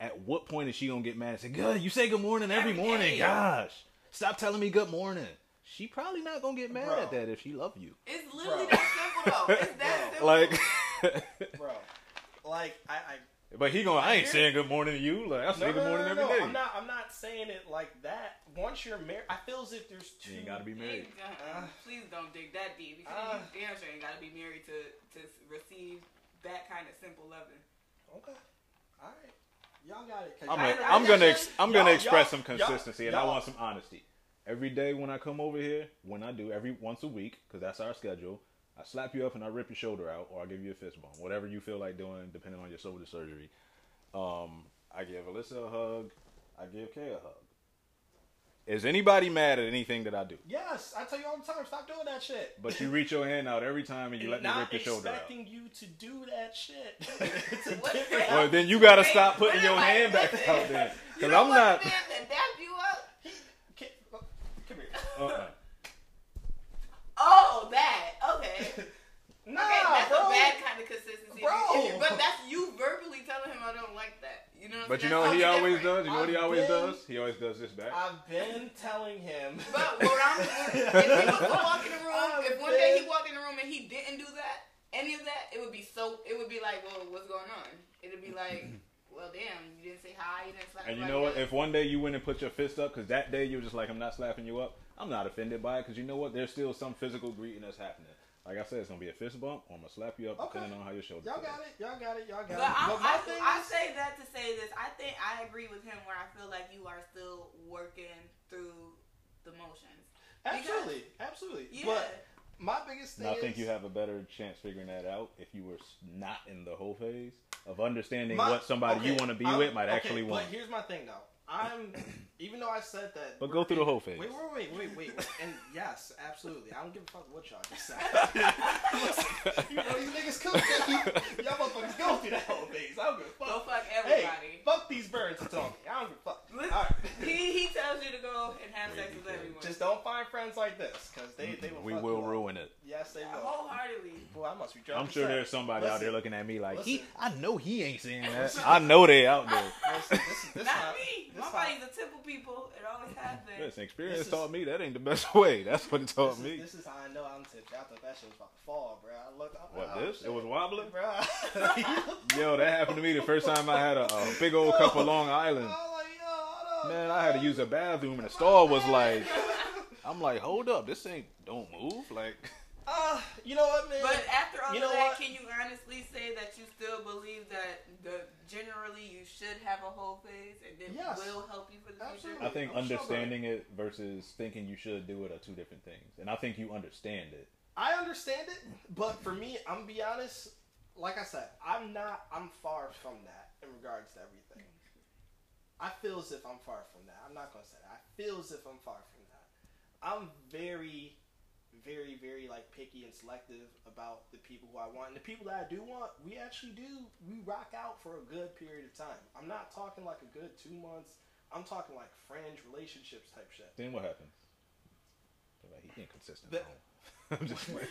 At what point is she gonna get mad and say, "God, you say good morning every,
Every
morning"?
day.
Gosh, stop telling me good morning. She probably not gonna get mad
Bro.
at that if she love you.
It's literally
Bro.
that simple, though. It's that simple.
Like,
bro. Like I, I
[LAUGHS] but he going, I ain't
Here-
saying good morning to you. Like I say
no,
good
no,
morning
no,
every
no,
day.
I'm not. I'm not saying it like that. Once you're married, I feel as if there's two.
You ain't gotta be married.
Uh, Please don't dig that deep because
Uh.
you damn sure ain't gotta be married to to receive that kind of simple loving.
Okay. All right. Y'all got it. 'cause
I'm,
y'all-
a,
I- I
I'm gonna
just-
ex- I'm gonna
y'all-
express some
y'all-
consistency, and I
y'all-
want some honesty. Every day when I come over here, when I do every once a week, because that's our schedule, I slap you up and I rip your shoulder out, or I give you a fist bump, whatever you feel like doing, depending on your shoulder surgery. Um, I give Alyssa a hug. I give Kay a hug. Is anybody mad at anything that I do?
Yes, I tell you all the time. Stop doing that shit.
But you reach your hand out every time and you let me
Not
rip your shoulder out.
expecting you to do
[LAUGHS]
that shit. it's [LAUGHS] a
What?
different.
Well, then you gotta
Wait,
stop putting
wait,
your
wait,
hand back
wait.
out there,
You
because
don't
I'm
want
not.
the man to dap you up.
Ki- Come here.
[LAUGHS]
Uh-uh.
Oh, that
[LAUGHS]
okay.
Nah,
Okay,
Ah,
that's
bro.
a bad kind of consistency.
Bro.
But that's you verbally telling him I don't like that. You know.
But you
That's
know what he
totally
always
different.
does? You know what he
I've
always
been-
does? He always does this back.
I've been telling him. [LAUGHS]
But what
[LAUGHS]
I'm, if he was to walk in the room,
Oh,
I've
if one day
been-
he walked in the room and he didn't do that, any of that, it would be so. It would be like, well, what's going on? It'd
[CLEARS THROAT]
be like, well, damn, you didn't say hi, you didn't slap.
And you
nobody
know what?
down.
If one day you went and put your fist up, because that day you were just like, I'm not slapping you up, I'm not offended by it, because you know what? There's still some physical greeting that's happening. Like I said, it's going to be a fist bump, or I'm going to slap you up,
Okay.
depending on how your shoulder
Y'all
feels.
got it. Y'all got it. Y'all got
But
it.
I'm,
But my
I,
thing
I
is-
say that to say this. I think I agree with him where I feel like you are still working through the motions.
absolutely, absolutely.
Yeah.
But [LAUGHS] my biggest thing.
And I think
is-
you have a better chance figuring that out if you were s- not in the whole phase of understanding
My-
what somebody you
okay,
want to be
I'm-
with might
okay,
actually want.
But here's my thing, though. I'm [COUGHS] even though I said that.
But go through the
[LAUGHS]
whole phase.
Wait, wait, wait,
[LAUGHS]
wait, wait, wait. And yes, absolutely. I don't give a fuck what y'all just said. you know, you niggas cook that. Y'all motherfuckers go through that whole phase. I don't give a
Go
fuck.
fuck
Hey,
everybody.
fuck these birds that's on me. I don't give a fuck. All right.
He he tells you to go and have sex with
Crazy.
everyone.
Just don't find friends like this, cause [LAUGHS] they they will.
we
fuck
will
you up.
ruin it.
Yes, they will.
wholeheartedly.
Boy, I must be drunk.
I'm sure there's somebody out there
Listen,
looking at me like, he,
listen.
I know he ain't saying that.
Listen.
I know they out there. [LAUGHS]
Listen, this is this
Not
how-
me.
this
My
how-
body's a temple people. It always has been.
Listen, experience
This is-
taught me that ain't the best [LAUGHS] way. That's what it taught
This
Oh, me.
is, this is how I know I'm tipped. I thought that shit was about to fall, bro. I looked. I'm
What
like, oh,
this? It
shit.
was wobbling.
bro.
[LAUGHS]
[LAUGHS] I
Yo, that happened to me the first time I had a, a big old cup of Long
was
Island.
like, yo, hold up.
Man, I had to use a bathroom, and the store was like,
[LAUGHS]
I'm like, hold up, this ain't don't move. Like,
Uh, you know what, man?
But after all
You know
of that,
what?
can you honestly say that you still believe that the generally you should have a whole phase and it
Yes.
will help you for the
Absolutely.
I
future?
think
I'm sure about
understanding it versus thinking you should do it are two different things, and I think you understand it.
I understand it, but for me, I'm gonna be honest. Like I said, I'm not. I'm far from that in regards to everything. I feel as if I'm far from that. I'm not gonna say that. I feel as if I'm far from that. I'm very, very, very like picky and selective about the people who I want. And the people that I do want, we actually do. We rock out for a good period of time. I'm not talking like a good two months. I'm talking like fringe relationships type shit.
Then what happens? They're Like, he inconsistent. I
But-
don't- [LAUGHS] I'm just
What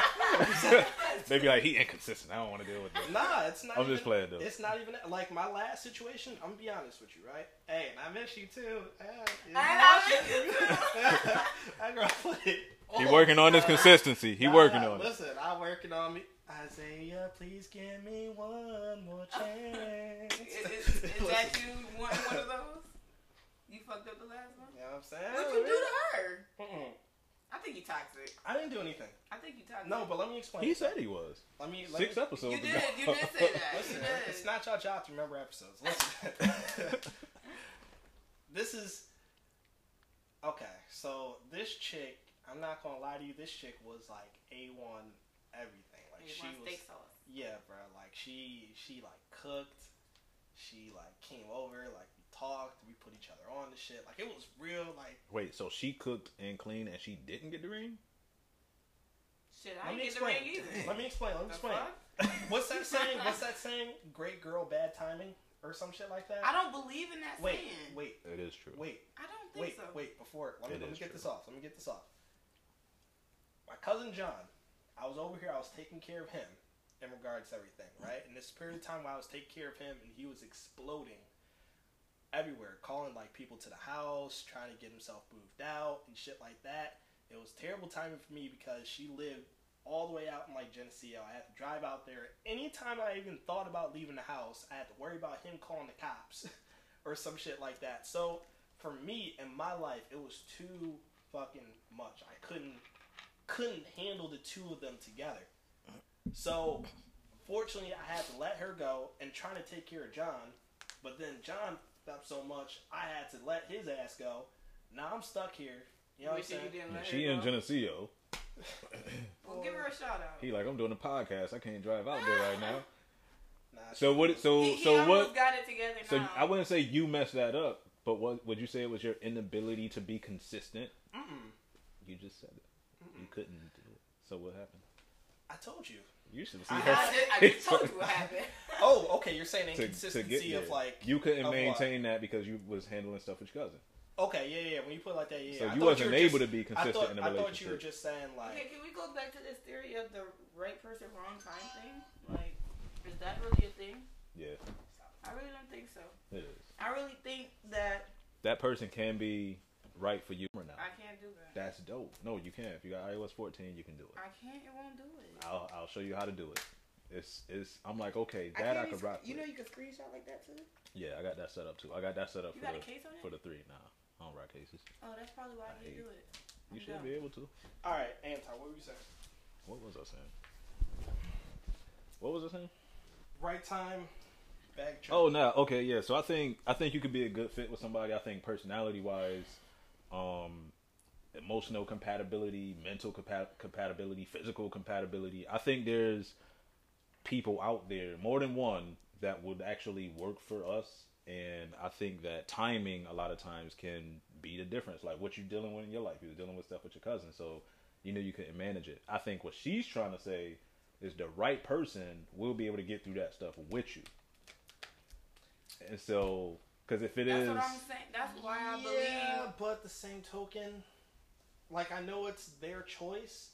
playing. [LAUGHS] they be like, he inconsistent. I don't want to deal with this.
Nah, it's not.
I'm
even,
just playing though.
It's not even like my last situation. I'm gonna be honest with you, right? Hey, and I miss you too.
And I miss you
too. [LAUGHS] I grew up with it.
He
all
working
the
on his
time.
consistency. He
Nah,
working
nah,
on it.
Listen, I working on me. Isaiah, please give me one more chance. [LAUGHS]
Is, is, is that
Listen,
you wanting one of those? You fucked up the last one?
know what I'm saying?
What'd you do to her?
Mm-mm.
I think think you toxic.
I didn't do anything.
I think you toxic.
No, but let me explain.
He said he was
Let me. Let
six
me,
episodes
you
ago.
did. You did say that.
Listen,
you
[LAUGHS]
did.
it's not your job to remember episodes. Listen. this is okay. So this chick, I'm not gonna lie to you. This chick was like a one everything. Like
You
she
want
was.
steak sauce.
Yeah, bro. Like she, she like cooked. She like came over. Like we talked. We put each other on the shit. Like it was real. Like
Wait, so she cooked and cleaned, and she didn't get the ring?
Shit, I didn't
let me
get the
explain.
ring either.
Let me explain. Let me
The
explain.
fuck?
What's
[LAUGHS]
that saying? What's that saying? Great girl, bad timing, or some shit like that.
I don't believe in that
wait,
saying.
wait,
It is true.
wait,
I don't think
wait,
so.
wait. Before let me,
It
let me
is
get
true.
this off. Let me get this off. My cousin John, I was over here. I was taking care of him in regards to everything, right? In this period of time, where I was taking care of him, and he was exploding everywhere, calling like people to the house, trying to get himself moved out and shit like that. It was terrible timing for me because she lived all the way out in like Geneseo. I had to drive out there. Anytime I even thought about leaving the house, I had to worry about him calling the cops [LAUGHS] or some shit like that. So for me in my life, it was too fucking much. I couldn't couldn't handle the two of them together. So fortunately, I had to let her go and trying to take care of John. But then John fucked up so much, I had to let his ass go. Now I'm stuck here. You know what I'm
Wish you
saying?
didn't let
She
her
in
go.
Geneseo. [CLEARS THROAT]
Well, give her a shout out.
He like, I'm doing a podcast. I can't drive out there right
[LAUGHS]
now.
[LAUGHS] Nah,
So
she-
what? So
he, he
so
almost
what?
got it together
So
now.
I wouldn't say you messed that up, but what would you say it was your inability to be consistent?
Mm-mm.
You just said it. You couldn't do it. So what happened?
I told you.
You should see
I
her.
I, did, I just told you what happened.
Oh, okay. You're saying
to- to
inconsistency
get
of
there.
like
you couldn't
of what?
maintain that because you was handling stuff with your cousin.
Okay, yeah, yeah. When you put it like that, yeah.
So
I
you
thought
wasn't
were
able
just-
to be
I
consistent
thought,
in a
I
relationship.
thought you were just saying
[LAUGHS] Okay,
like,
can we go back to this theory of the right person, wrong time thing? Like, is that really a thing?
Yeah,
I really don't think so.
it is.
I really think that
That person can be right for you right now.
I can't do that.
That's dope. No, you can. If you got iOS 14, you can do it.
I can't. It won't do it.
I'll I'll show you how to do it. It's it's. I'm like okay,
I
that I,
can't
could
even-
rock.
You
with.
know you can screenshot like that too.
yeah, I got that set up too. I got that set up
You
for
got
the
a case on
for
it?
the three. Nah, I don't rock cases.
Oh, that's probably why I didn't
I-
do it.
You
I'm
should
done.
be able to.
all right, Anton, what were you saying?
What was I saying? What was I saying?
Right time, back trip.
Oh no, okay, yeah. So I think I think you could be a good fit with somebody. I think personality wise, um, emotional compatibility, mental compa- compatibility, physical compatibility. I think there's people out there, more than one, that would actually work for us. And I think that timing a lot of times can be the difference. Like what you're dealing with in your life, you're dealing with stuff with your cousin, so you know you couldn't manage it. I think what she's trying to say is the right person will be able to get through that stuff with you. And so, because if it
That's
is,
what I'm saying. That's why I
yeah,
believe.
but at the same token, like I know it's their choice.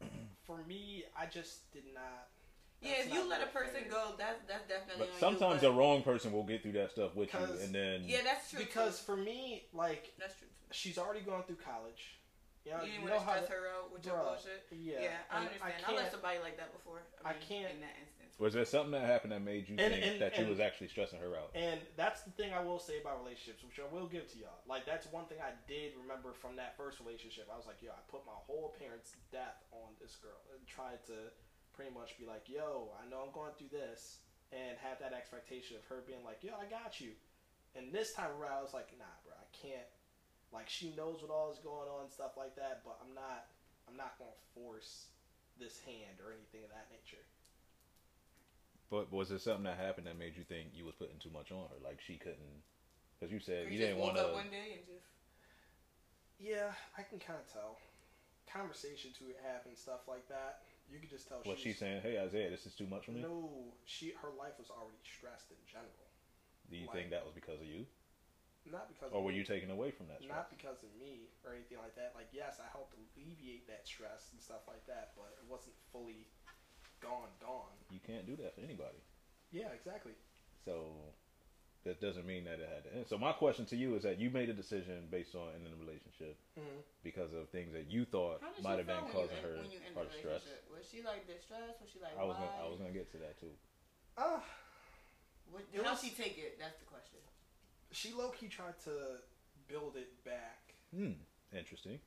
[CLEARS THROAT] For me, I just did not.
Yeah,
that's
if you
not
let a
really
person
fair.
go, that's that's definitely
but
on
sometimes
you.
the wrong person will get through that stuff with you,
'Cause-
and then
yeah, that's true.
because
too.
for me, like
that's true. Too.
she's already gone through college. You know,
you
you
didn't
know
want to
how
stress
the-
her out with your
Bruh,
bullshit.
Yeah,
Yeah, I
and
understand. I,
can't-
left somebody like that before.
I
I, mean,
can't-
in that instance.
was there something that happened that made you
And-
think
and-
that you
and-
was actually stressing her out?
And that's the thing I will say about relationships, which I will give to y'all. Like that's one thing I did remember from that first relationship. I was like, yo, I put my whole parents' death on this girl and tried to pretty much be like, yo, I know I'm going through this, and have that expectation of her being like, yo, I got you. And this time around, I was like, nah, bro, I can't. Like she knows what all is going on and stuff like that, but I'm not. I'm not gonna force this hand or anything of that nature.
But was there something that happened that made you think you was putting too much on her? Like she couldn't, because you said
Or
you,
just
didn't
woke
want to.
up one day and just.
Yeah, I can kind of tell. Conversations we have and stuff like that, you can just tell.
What she's saying, hey Isaiah, this is too much for me.
No, she her life was already stressed in general.
Do you think
like-
that was because of you,
Not because.
or
of
Oh, were
me,
you taken away from that? stress?
Not because of me or anything like that. Like yes, I helped alleviate that stress and stuff like that, but it wasn't fully gone. Gone.
You can't do that for anybody.
Yeah, exactly.
So that doesn't mean that it had to end. So my question to you is that you made a decision based on ending the relationship
Mhm.
because of things that you thought
How did
might
she
have been
feel when
causing
you,
her
when you end
her
the
stress.
relationship? Was she like distressed? Was she like
I was
why?
gonna, I was gonna get to that too.
Ah,
What,
It
how
was-
she take it? That's the question.
she low key tried to build it back.
Hmm, interesting.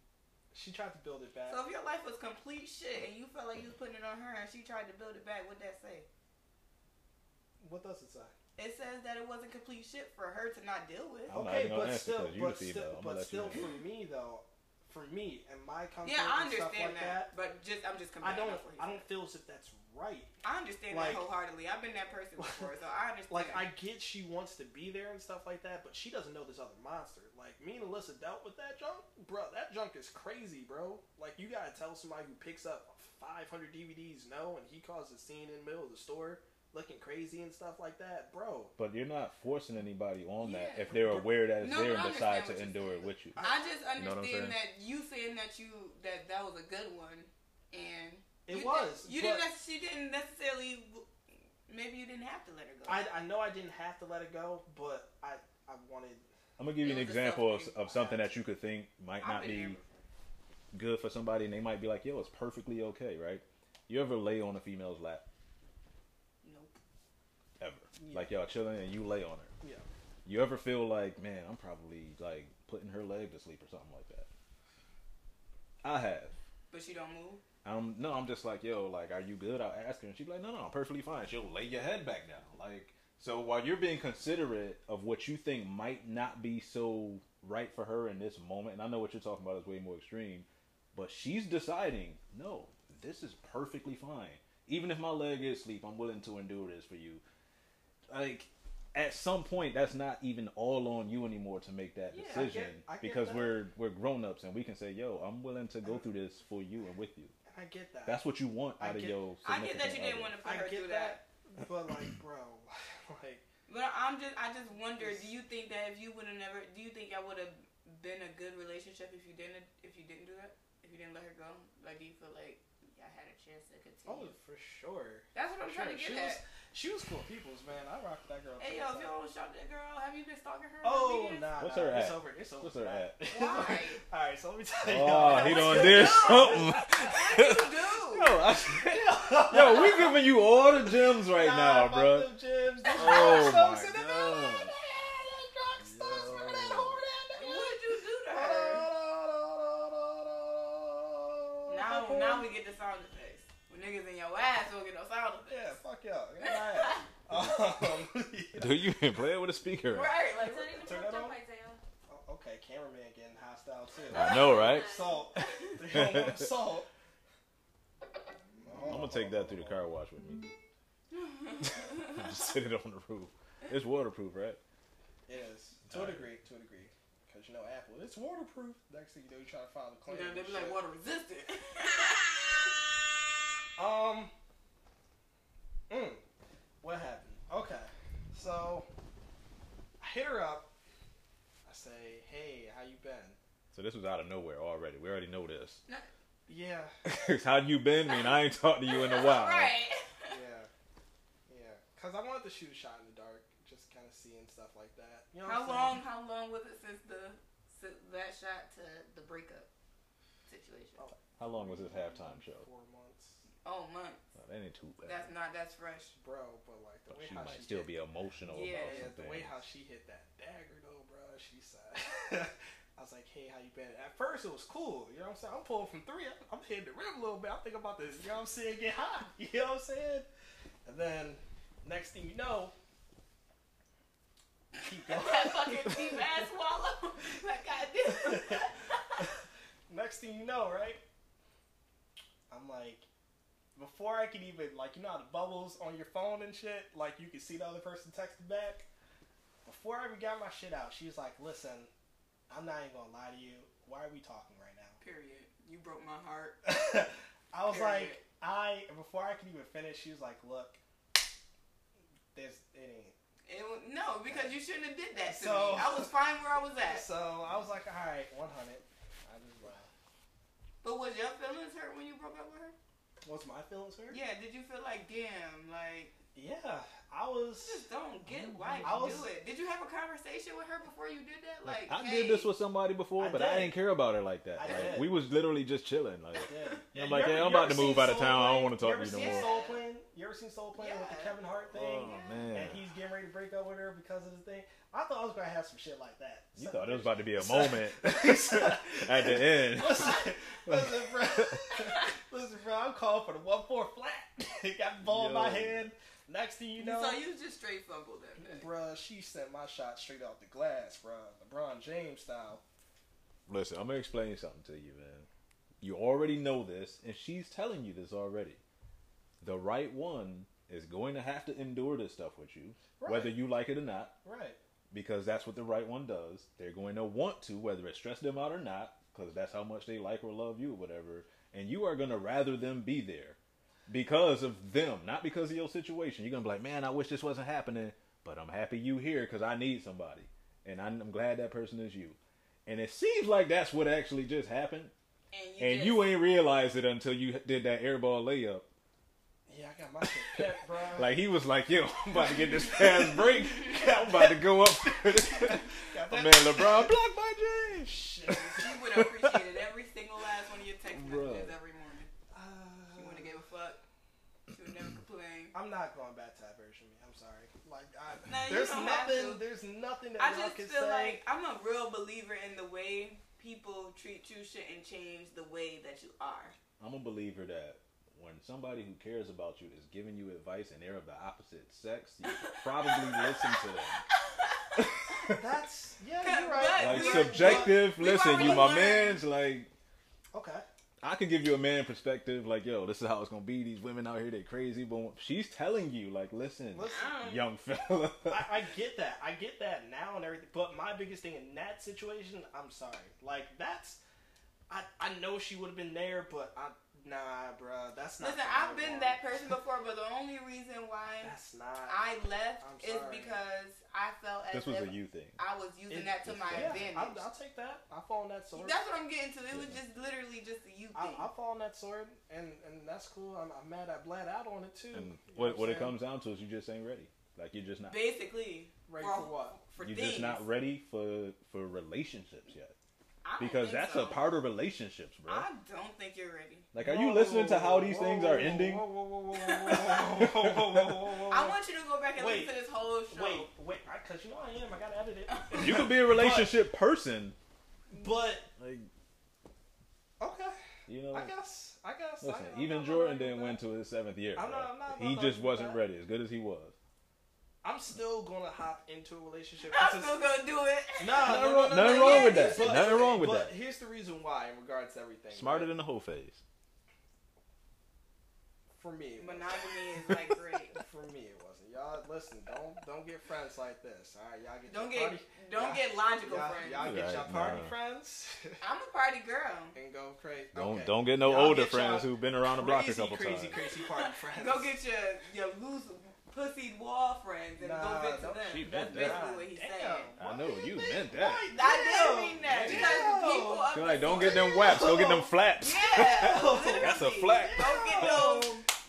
She tried to build it back.
So if your life was complete shit and you felt like you was putting it on her and she tried to build it back, what'd that say?
what does it say?
It says that it wasn't complete shit for her to not deal with.
I'm not
okay,
even gonna
but
answer
still,
'cause you
but
the
still,
female. I'ma
but
let you
still,
answer.
for me though, for me and my comfort
Yeah, I
and stuff
understand
like
that,
that,
but just I'm just
I
comparing.
don't,
that's what he
I
said.
don't feel as if that's right.
I understand
like-
that wholeheartedly. I've been that person
[LAUGHS]
before, so I understand.
Like, I get she wants to be there and stuff like that, but she doesn't know this other monster. Like, me and Alyssa dealt with that junk, bro. That junk is crazy, bro. Like, you gotta tell somebody who picks up 500 DVDs no, and he caused a scene in the middle of the store looking crazy and stuff like that, bro.
But you're not forcing anybody on that
Yeah.
if they're aware that it's
No,
there
I
and decide
understand
to
what you're
endure it
saying.
with you.
I just
You know what I'm
understand
saying?
that you saying that you that that was a good one, and
It
you
was.
Did, you
but
didn't. nec- She didn't necessarily. Maybe you didn't have to let her go.
I, I know I didn't have to let it go, but I, I wanted.
I'm gonna give you an
It was a
example of,
self-care.
of something that you could think might
I've
not
been
be
there
good for somebody, and they might be like, "Yo, it's perfectly okay, right?" You ever lay on a female's lap
before. Nope.
ever?
Yeah.
Like y'all chilling and you lay on her.
Yeah.
You ever feel like, man, I'm probably like putting her leg to sleep or something like that? I have.
But she don't move.
I'm no, I'm just like, yo, like, are you good? I'll ask her, and she'd be like, no, no, I'm perfectly fine. She'll lay your head back down, like. So while you're being considerate of what you think might not be so right for her in this moment, and I know what you're talking about is way more extreme, but she's deciding, no, this is perfectly fine. Even if my leg is asleep, I'm willing to endure this for you. Like, at some point, that's not even all on you anymore to make that
Yeah, I get-
decision
I get
because
that.
we're we're grown ups and we can say, yo, I'm willing to go through this for you and with you.
I get that.
That's what you want
I
out of
get-
your.
I get that you
significant
didn't
other.
want to put
I
her
get
through that.
but
[LAUGHS]
like, bro, like
But I'm just, I just wonder. Do you think that if you would have never, do you think y'all would have been a good relationship if you didn't, if you didn't do that, if you didn't let her go? Like, do you feel like y'all had a chance to
Oh,
continue?
for sure.
That's what I'm
Sure,
trying to
she
get
was
at.
she was cool people's man. I rocked that girl.
Hey
too.
yo, if you don't shout that girl, have you been stalking her?
oh
on the
nah,
weekends?
What's
nah,
her
it's
at?
over. [LAUGHS] It's over.
What's her
man.
at?
Why?
All right, so let me tell you.
Oh, he done
What's your
[LAUGHS]
did
job?
something.
What did you do?
Yo, I, [LAUGHS] yo, we giving you all the gems right
[LAUGHS] Nah,
now,
fuck
bro.
them gyms. Them
Oh
rock
my
stars in the middle.
god.
Rock stars,
Yo.
remember that whore down there?
What did you do to
Hold
her?
on, hold on, hold on, hold on, hold on.
Now,
Fuck
now
her.
we get the sound effects. When niggas in your ass, we'll get no sound
Yeah,
effects.
fuck y'all. Get
[LAUGHS]
my ass. Um, [LAUGHS] yeah.
Dude, you been playing with a speaker?
Right, like.
Turn it
Turn
up,
that on?
Isaiah.
Oh, Okay, cameraman getting hostile too.
I know, right?
Salt. [LAUGHS] They don't want salt.
I'm gonna take that through the car wash with me. [LAUGHS] Just sit it on the roof. It's waterproof, right?
Yes, to a degree, to a degree. Because you know, Apple, it's waterproof. Next thing you know, you're trying to file a
You
claim.
know, [LAUGHS]
and
they be like
shit.
water resistant.
Um. Mm, what happened? Okay, so I hit her up. I say, "Hey, how you been?"
So this was out of nowhere already. We already know this. [LAUGHS]
Yeah,
'Cause How you been? I mean, I ain't talked to you in a while.
Right.
yeah, yeah. Cause I wanted to shoot a shot in the dark, just kind of seeing stuff like that. You know what
How
I'm
long?
saying?
How long was it since the since that shot to the breakup situation?
Oh.
How long was this halftime show?
Four months,
Oh, month.
Oh, that ain't too bad.
That's not. That's fresh. [LAUGHS]
bro. But like the
But
way
she
how
might
she
still
hit-
be emotional about
Yeah,
Yeah,
something.
the way how she hit that dagger though, bro, she said. [LAUGHS] I was like, hey, how you been? At first, it was cool. You know what I'm saying? I'm pulling from three. I'm, I'm hitting the rim a little bit. I'm thinking about this. You know what I'm saying? Get hot. [LAUGHS] You know what I'm saying? And then, next thing you know, keep going.
[LAUGHS] that fucking deep ass swallow. [LAUGHS] like
[LAUGHS]
goddamn.
[LAUGHS] next thing you know, right? I'm like, before I could even like, you know how the bubbles on your phone and shit, like you could see the other person texting back. Before I even got my shit out, she was like, "Listen, I'm not even gonna lie to you. Why are we talking right now?"
Period. You broke my heart.
[LAUGHS] I was
Period.
like, "I." Before I could even finish, she was like, "Look, there's it ain't."
It, wa- no, because you shouldn't have did that to
So-
me. I was fine where I was at.
So I was like, "All right, 100." I just uh, laughed.
But was your feelings hurt when you broke up with her?
What's my feelings hurt?
Yeah. Did you feel like damn? Like
Yeah, I was.
I just don't get why you
I was-
do it. Did you have a conversation with her before you did that? Like
Like, I
hey,
did this with somebody before,
I
but I
did.
didn't care about her like that.
I
Like,
did.
we was literally just chilling. Like,
Yeah.
Yeah, I'm like, yeah, I'm about to move out of town. I don't wanna talk to
you no
ever seen
more.
Soul Plan? You ever seen Soul Plan with the
Yeah.
Kevin Hart thing?
oh
Yeah.
man,
And he's getting ready to break up with her because of the thing. I thought I was gonna have some shit like that.
You
Son
thought
of
it was about to
[LAUGHS]
be a
So-
moment
bitch.
at the
[LAUGHS]
end.
Listen, listen,
[LAUGHS]
bro. Listen, bro. I'm calling for the one four flat. [LAUGHS] Got the ball in my
Yo.
hand. Next thing you know,
so you just straight fumbled that day.
bruh, she sent my shot straight off the glass, bruh. LeBron James style.
Listen, I'm gonna explain something to you, man. You already know this, and she's telling you this already. The right one is going to have to endure this stuff with you,
Right.
whether you like it or not,
Right.
because that's what the right one does. They're going to want to, whether it stress them out or not, because that's how much they like or love you or whatever. And you are going to rather them be there because of them, not because of your situation. You're going to be like, man, I wish this wasn't happening, but I'm happy you here because I need somebody. And I'm I'm glad that person is you. And it seems like that's what actually just happened.
And you,
And
just,
you ain't realize it until you did that airball layup.
Yeah, I got my shit pepped, bruh.
Like he was like, yo, [LAUGHS] I'm about to get this fast break. [LAUGHS] I'm about to go up. [LAUGHS]
got
My
that
man LeBron blocked by James.
shit.
she would have appreciated every single last one of your text messages
Bruh.
every morning.
Uh,
She wouldn't give a fuck. She would never complain.
I'm not going back to that version. man. I'm sorry. Like, I,
No, you
there's
don't have
nothing.
to.
There's nothing that
I
y'all
just
can
feel
say.
like I'm a real believer in the way people treat you shouldn't change the way that you are.
I'm a believer that when somebody who cares about you is giving you advice and they're of the opposite sex, you should probably listen to them.
That's yeah,
Cut,
you're right.
but
Like
we-
You're right.
subjective,
we've
listen, you
already
my
learned.
man's like
Okay.
I can give you a man perspective, like, yo, this is how it's gonna be. These women out here, they crazy, but she's telling you, like, listen,
Listen,
Um,
young fella.
I, I get that. I get that now and everything. But my biggest thing in that situation, I'm sorry. Like that's, I I know she would have been there, but I nah, bruh. That's not.
Listen,
the
I've
right
been
one.
that person before, but the only reason why
That's not.
I left
I'm
is
sorry.
because I felt
[LAUGHS]
as
this was a
if
you thing.
I was using
It-
that to my
I
yeah,
advantage.
I, I'll take that. I fall on that sword.
That's what I'm getting to. It was
Yeah.
just literally just a you
I,
thing.
I fall on that sword, and and that's cool. I'm, I'm mad. I bled out on it too. You know
And what what
I'm
it
saying?
comes down to is you just ain't ready. Like you're just not
Basically,
Ready
for,
for what?
For
you're
things.
just not ready for for relationships yet.
I don't
Because
think
that's
so.
a part of relationships, bro.
I don't think you're ready.
like are you listening to how these
Whoa,
things are
whoa,
ending?
whoa, whoa, whoa, whoa, whoa, whoa, whoa, whoa, whoa, whoa,
I
whoa.
want you to go back and
Wait.
listen to this whole show.
Wait, wait, because you know I am. I gotta edit
[LAUGHS]
it.
You could be a relationship person.
but
Like,
okay,
you know,
I guess, I guess.
Uh, listen,
I, I'm
even
not
Jordan
arguing
didn't
with
win
that.
to his seventh year.
I'm
bro.
not- I'm not- I'm
he
not
just
arguing
wasn't
with that.
ready, as good as he was.
I'm still gonna hop into a relationship. This
[LAUGHS] I'm
is-
still gonna do it.
[LAUGHS] Nah,
Nothing
no, no,
wrong-
no,
nothing
no,
wrong
yeah,
with that.
but-
Nothing wrong with
but
that.
here's the reason why, in regards to everything.
Smarter
right?
than the whole phase.
for me. it wasn't.
Monogamy is like great.
For me, it wasn't. Y'all, listen. Don't don't get friends like this. All right, y'all get
Don't
your
get
party,
don't
Y'all-
get logical
y'all,
friends.
y'all get
Right,
your party
nah.
friends [LAUGHS]
I'm a party girl.
and go crazy.
Don't
okay.
don't get no
Y'all
older
get
friends
y'all
who've been around the block a
crazy,
couple
crazy,
times.
Crazy,
[LAUGHS]
party friends.
Go get your your loose pussy wall friends and
Nah,
go vent to
don't-
them.
she meant
That's basically
that.
what he's
Damn.
saying.
I know,
Why
you
is
meant
it-
that.
why-
I did mean that
Damn.
because the people up
You're like,
there-
don't get them whaps. Go
[LAUGHS]
get them flaps.
Yeah,
Oh.
[LAUGHS] literally.
That's a flex.
Don't get no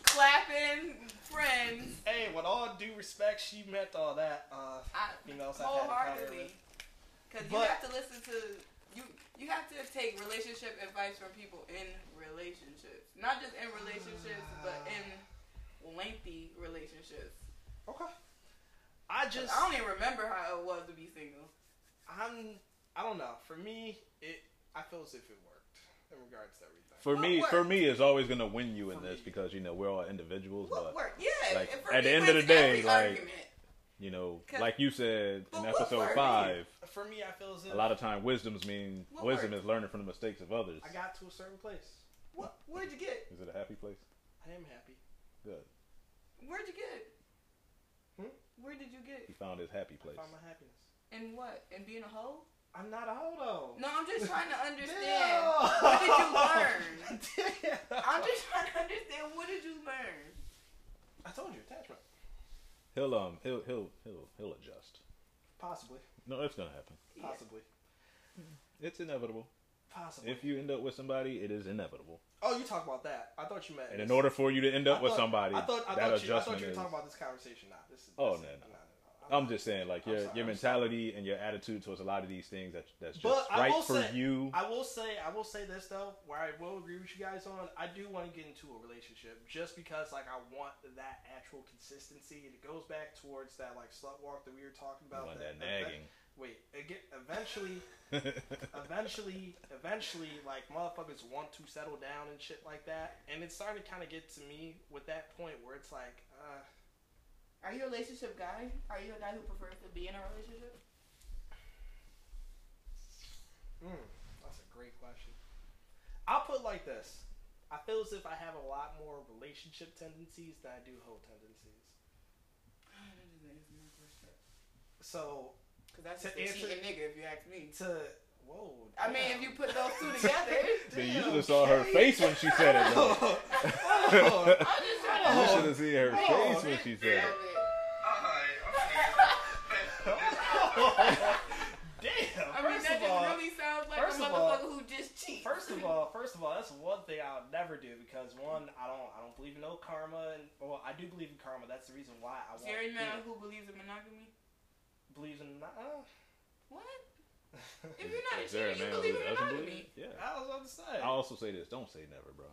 clapping friends.
[LAUGHS] Hey, with all due respect, she meant all that. Uh,
I,
females I've had encounter
wholeheartedly.
with.
Because you
But-
have to listen to you. You have to take relationship advice from people in relationships, not just in relationships, but in lengthy relationships.
Okay. I
'Cause
just,
I don't even remember how it was to be single.
I'm, I don't know. For me, it, I feel as if it worked in regards to everything.
For
What
me,
worked?
for me, it's always gonna win you in
For
this
me.
because you know we're all individuals,
What
but
worked? Yeah.
like,
and for
at
me,
the end of
it's
the day,
every
like-
argument.
you know,
'Cause-
like you said
But
in
what
episode
worked?
five,
For me, I feel as if
a lot of time wisdoms mean
What
wisdom
worked?
is learning from the mistakes of others.
I got to a certain place.
What? Where'd you get?
Is it a happy place?
I am happy.
Good.
Where'd you get it?
Hmm?
Where did you get
He
it?
found his happy place.
I find my happiness.
And what? And being a hoe?
I'm not a hoe though.
No, I'm just
[LAUGHS]
trying to understand.
Damn.
What did you learn?
[LAUGHS] Damn.
I'm just trying to understand. What did you learn?
I told you attachment.
He'll um he'll he'll he'll he'll adjust.
Possibly.
No, it's gonna happen.
Yeah.
Possibly.
It's inevitable.
Possibly.
If you end up with somebody, it is inevitable.
oh, you talk about that. I thought you meant.
And in order for you to end up
I
with
thought-
somebody,
I thought, I
that
thought you, I
adjustment
thought you were
is.
talking about this conversation. Nah, this is.
Oh,
this
no,
is-
no.
no, no, no.
I'm just saying, like
I'm
your
sorry,
your
I'm
mentality and your attitude towards a lot of these things that that's just
But I
right
will
for
say-
you.
I will say, I will say this though, where I will agree with you guys on, I do want to get into a relationship just because, like, I want that actual consistency, and it goes back towards that like slut walk that we were talking
I
about.
want
that-
that
that-
nagging.
Wait, again, eventually,
[LAUGHS]
eventually, eventually, like motherfuckers want to settle down and shit like that, and it's starting to kind of get to me with that point where it's like, uh,
Are you a relationship guy? Are you a guy who prefers to be in a relationship?
mm, that's a great question. I'll put it like this: I feel as if I have a lot more relationship tendencies than I do hoe tendencies. So
Because that's
To
just a
answer-
cheating nigga, if you ask me.
to whoa,
I mean, if you put [LAUGHS] those two together,
Then you
Damn,
should have saw her
Carrie.
face when she said [LAUGHS] it.
[LAUGHS]
though.
Oh, oh.
I'm just trying
You
to.
should have seen her
Oh,
face when she said it.
[LAUGHS]
[LAUGHS]
Damn.
I mean,
First
that
of
just
all,
really sounds like a
first of all-
motherfucker who just cheats.
first of all, first of all, that's one thing I'll never do because one, I don't, I don't believe in no karma, and well, I do believe in karma. That's the reason why I want.
Jerry man who believes in monogamy.
believes
[LAUGHS]
in. Uh,
What? If you're not a
Is there
cheater,
a
you
man
believe
who
in
doesn't believe it?
monogamy.
Yeah.
I was about to say.
I
[LAUGHS]
also say this: don't say never, bro.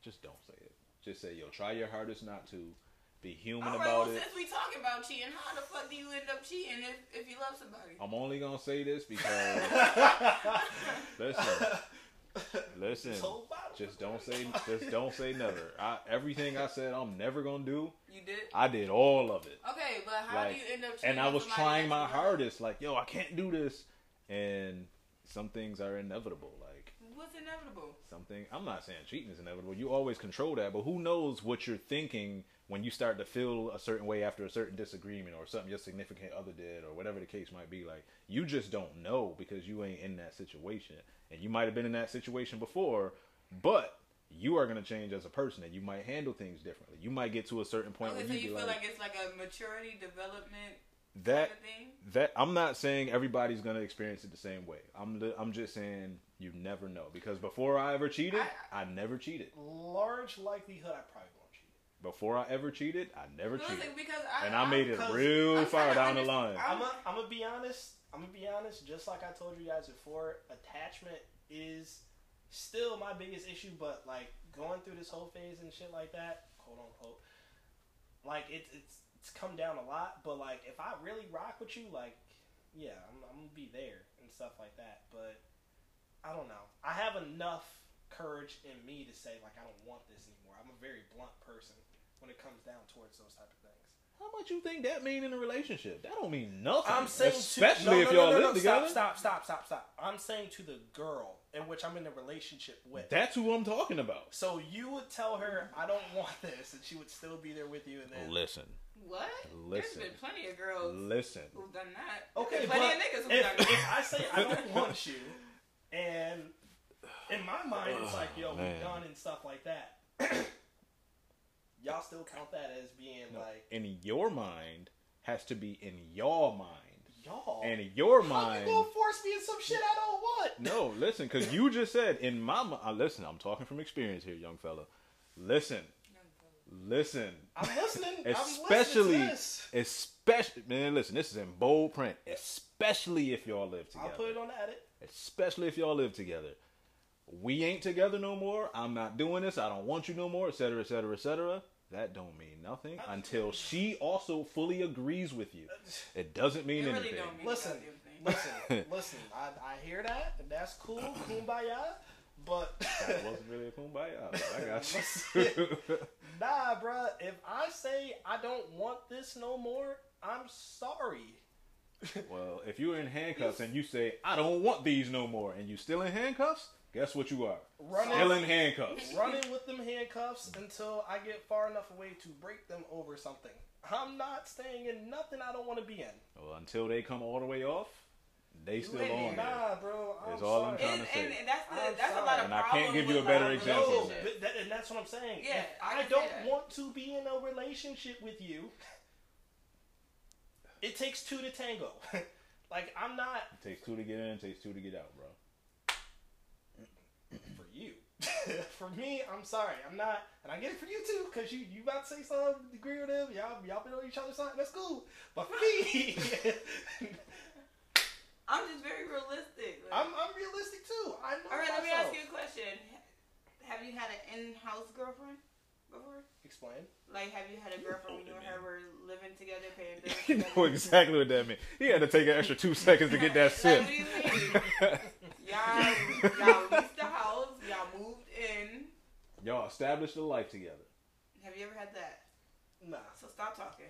Just don't say it. Just say, yo, try your hardest not to. Be human
All right,
about
well,
it.
since we talking about cheating, how the fuck do you end up cheating if, if you love somebody?
I'm only gonna say this because
[LAUGHS]
listen, listen.
This whole bottle-
Just don't say, just don't say never. I, everything I said I'm never gonna do,
You did?
I did all of it,
Okay, but how
Like,
do you end up cheating?
and I
on
was
somebody
trying my
that you love?
hardest. Like, yo, I can't do this, and some things are inevitable. Like
What's inevitable?
something, I'm not saying cheating is inevitable. You always control that, but who knows what you're thinking when you start to feel a certain way after a certain disagreement or something your significant other did or whatever the case might be. Like, you just don't know because you ain't in that situation, and you might have been in that situation before, but you are going to change as a person and you might handle things differently. You might get to a certain point
okay,
where
so
you
you
be
feel
like,
like, it's like a maturity development
that
kind of thing?
that I'm not saying everybody's going to experience it the same way. I'm li- I'm just saying you never know because before I ever cheated, I, never cheated.
Large likelihood, I probably won't cheat.
Before I ever cheated, I never
Well, it's
cheated.
like because I,
And I made it
because
real
I'm
far down
trying to
the line.
understand-
I'm gonna I'm gonna be honest. I'm gonna be honest. Just like I told you guys before, attachment is still my biggest issue. But like going through this whole phase and shit like that, quote unquote, like it's it's it's come down a lot. But like if I really rock with you, like yeah, I'm, I'm gonna be there and stuff like that. But I don't know. I have enough courage in me to say like I don't want this anymore. I'm a very blunt person when it comes down towards those type of things.
How much you think that mean in a relationship? That don't mean nothing.
I'm saying
especially
to, no,
if
no, no,
y'all
no,
live
no,
together.
Stop, stop, stop, stop, stop. I'm saying to the girl in which I'm in a relationship with.
That's who I'm talking about.
so you would tell her I don't want this, and she would still be there with you, and then
Listen,
What?
Listen.
There's been plenty of girls
listen.
who've done that.
okay,
There's
but
plenty of niggas who've
if,
done that.
if I say I don't want you, and in my mind it's like yo,
Man.
we're done and stuff like that. [CLEARS THROAT] Y'all still count that as being
No,
like
in your mind has to be in your mind.
y'all.
And your
how you
mind.
gonna force me in some shit I don't want?
No, listen, because you just said in my mind. listen, I'm talking from experience here, young fella. Listen, listen.
I'm
Especially,
listening. I'm listening to this.
especially man. Listen, this is in bold print. Especially if y'all live
I'll
together.
put it on the edit. [LAUGHS]
especially if y'all live together. We ain't together no more. I'm not doing this. I don't want you no more, etc., etc., etc. That don't mean nothing until she also fully agrees with you. It doesn't [LAUGHS]
It
mean
really
anything.
don't mean
Listen,
goddamn thing.
[LAUGHS]
listen, listen. I, I hear that, and that's cool, kumbaya. But
That wasn't really a kumbaya. but I got you.
[LAUGHS] nah, bruh, If I say I don't want this no more, I'm sorry.
well, if you're in handcuffs and you say, "I don't want these no more," and you still in handcuffs, guess what you are? Still
Running,
in handcuffs.
running with them handcuffs until I get far enough away to break them over something. I'm not staying in nothing I don't want to be in.
Well, until they come all the way off, they still
ain't
on there.
Nah, bro. I'm
It's all I'm
sorry.
trying to
and,
say.
and, and that's the,
I'm
that's
sorry.
a lot of
And I can't
problem
give you
with
a better
lot of
example.
No,
relationships.
but that, and that's what I'm saying.
Yeah,
if
I
I,
can say
don't
that.
want to be in a relationship with you, it takes two to tango. [LAUGHS] like I'm not
It
[LAUGHS]
takes two to get in, it takes two to get out, bro.
for you, [LAUGHS] for for me, I'm sorry, I'm not, and I get it for you too, cause you you about to say something, agree with them, y'all y'all been on each other's side, that's cool. But for me, [LAUGHS]
I'm just very realistic. Like,
I'm I'm realistic too. I know
all right,
myself.
let me ask you a question. Have you had an in-house girlfriend before?
Explain.
Like, have you had a
You
girlfriend when you
older
and
man.
her were living together,
[LAUGHS]
paying bills?
You know
together?
exactly what that means. He had to take an extra two seconds to get
[LAUGHS]
that sip.
Like, what do you mean? Y'all, y'all leased the house. Y'all moved in.
[LAUGHS] Y'all established a life together.
Have you ever had that?
Nah,
So stop talking.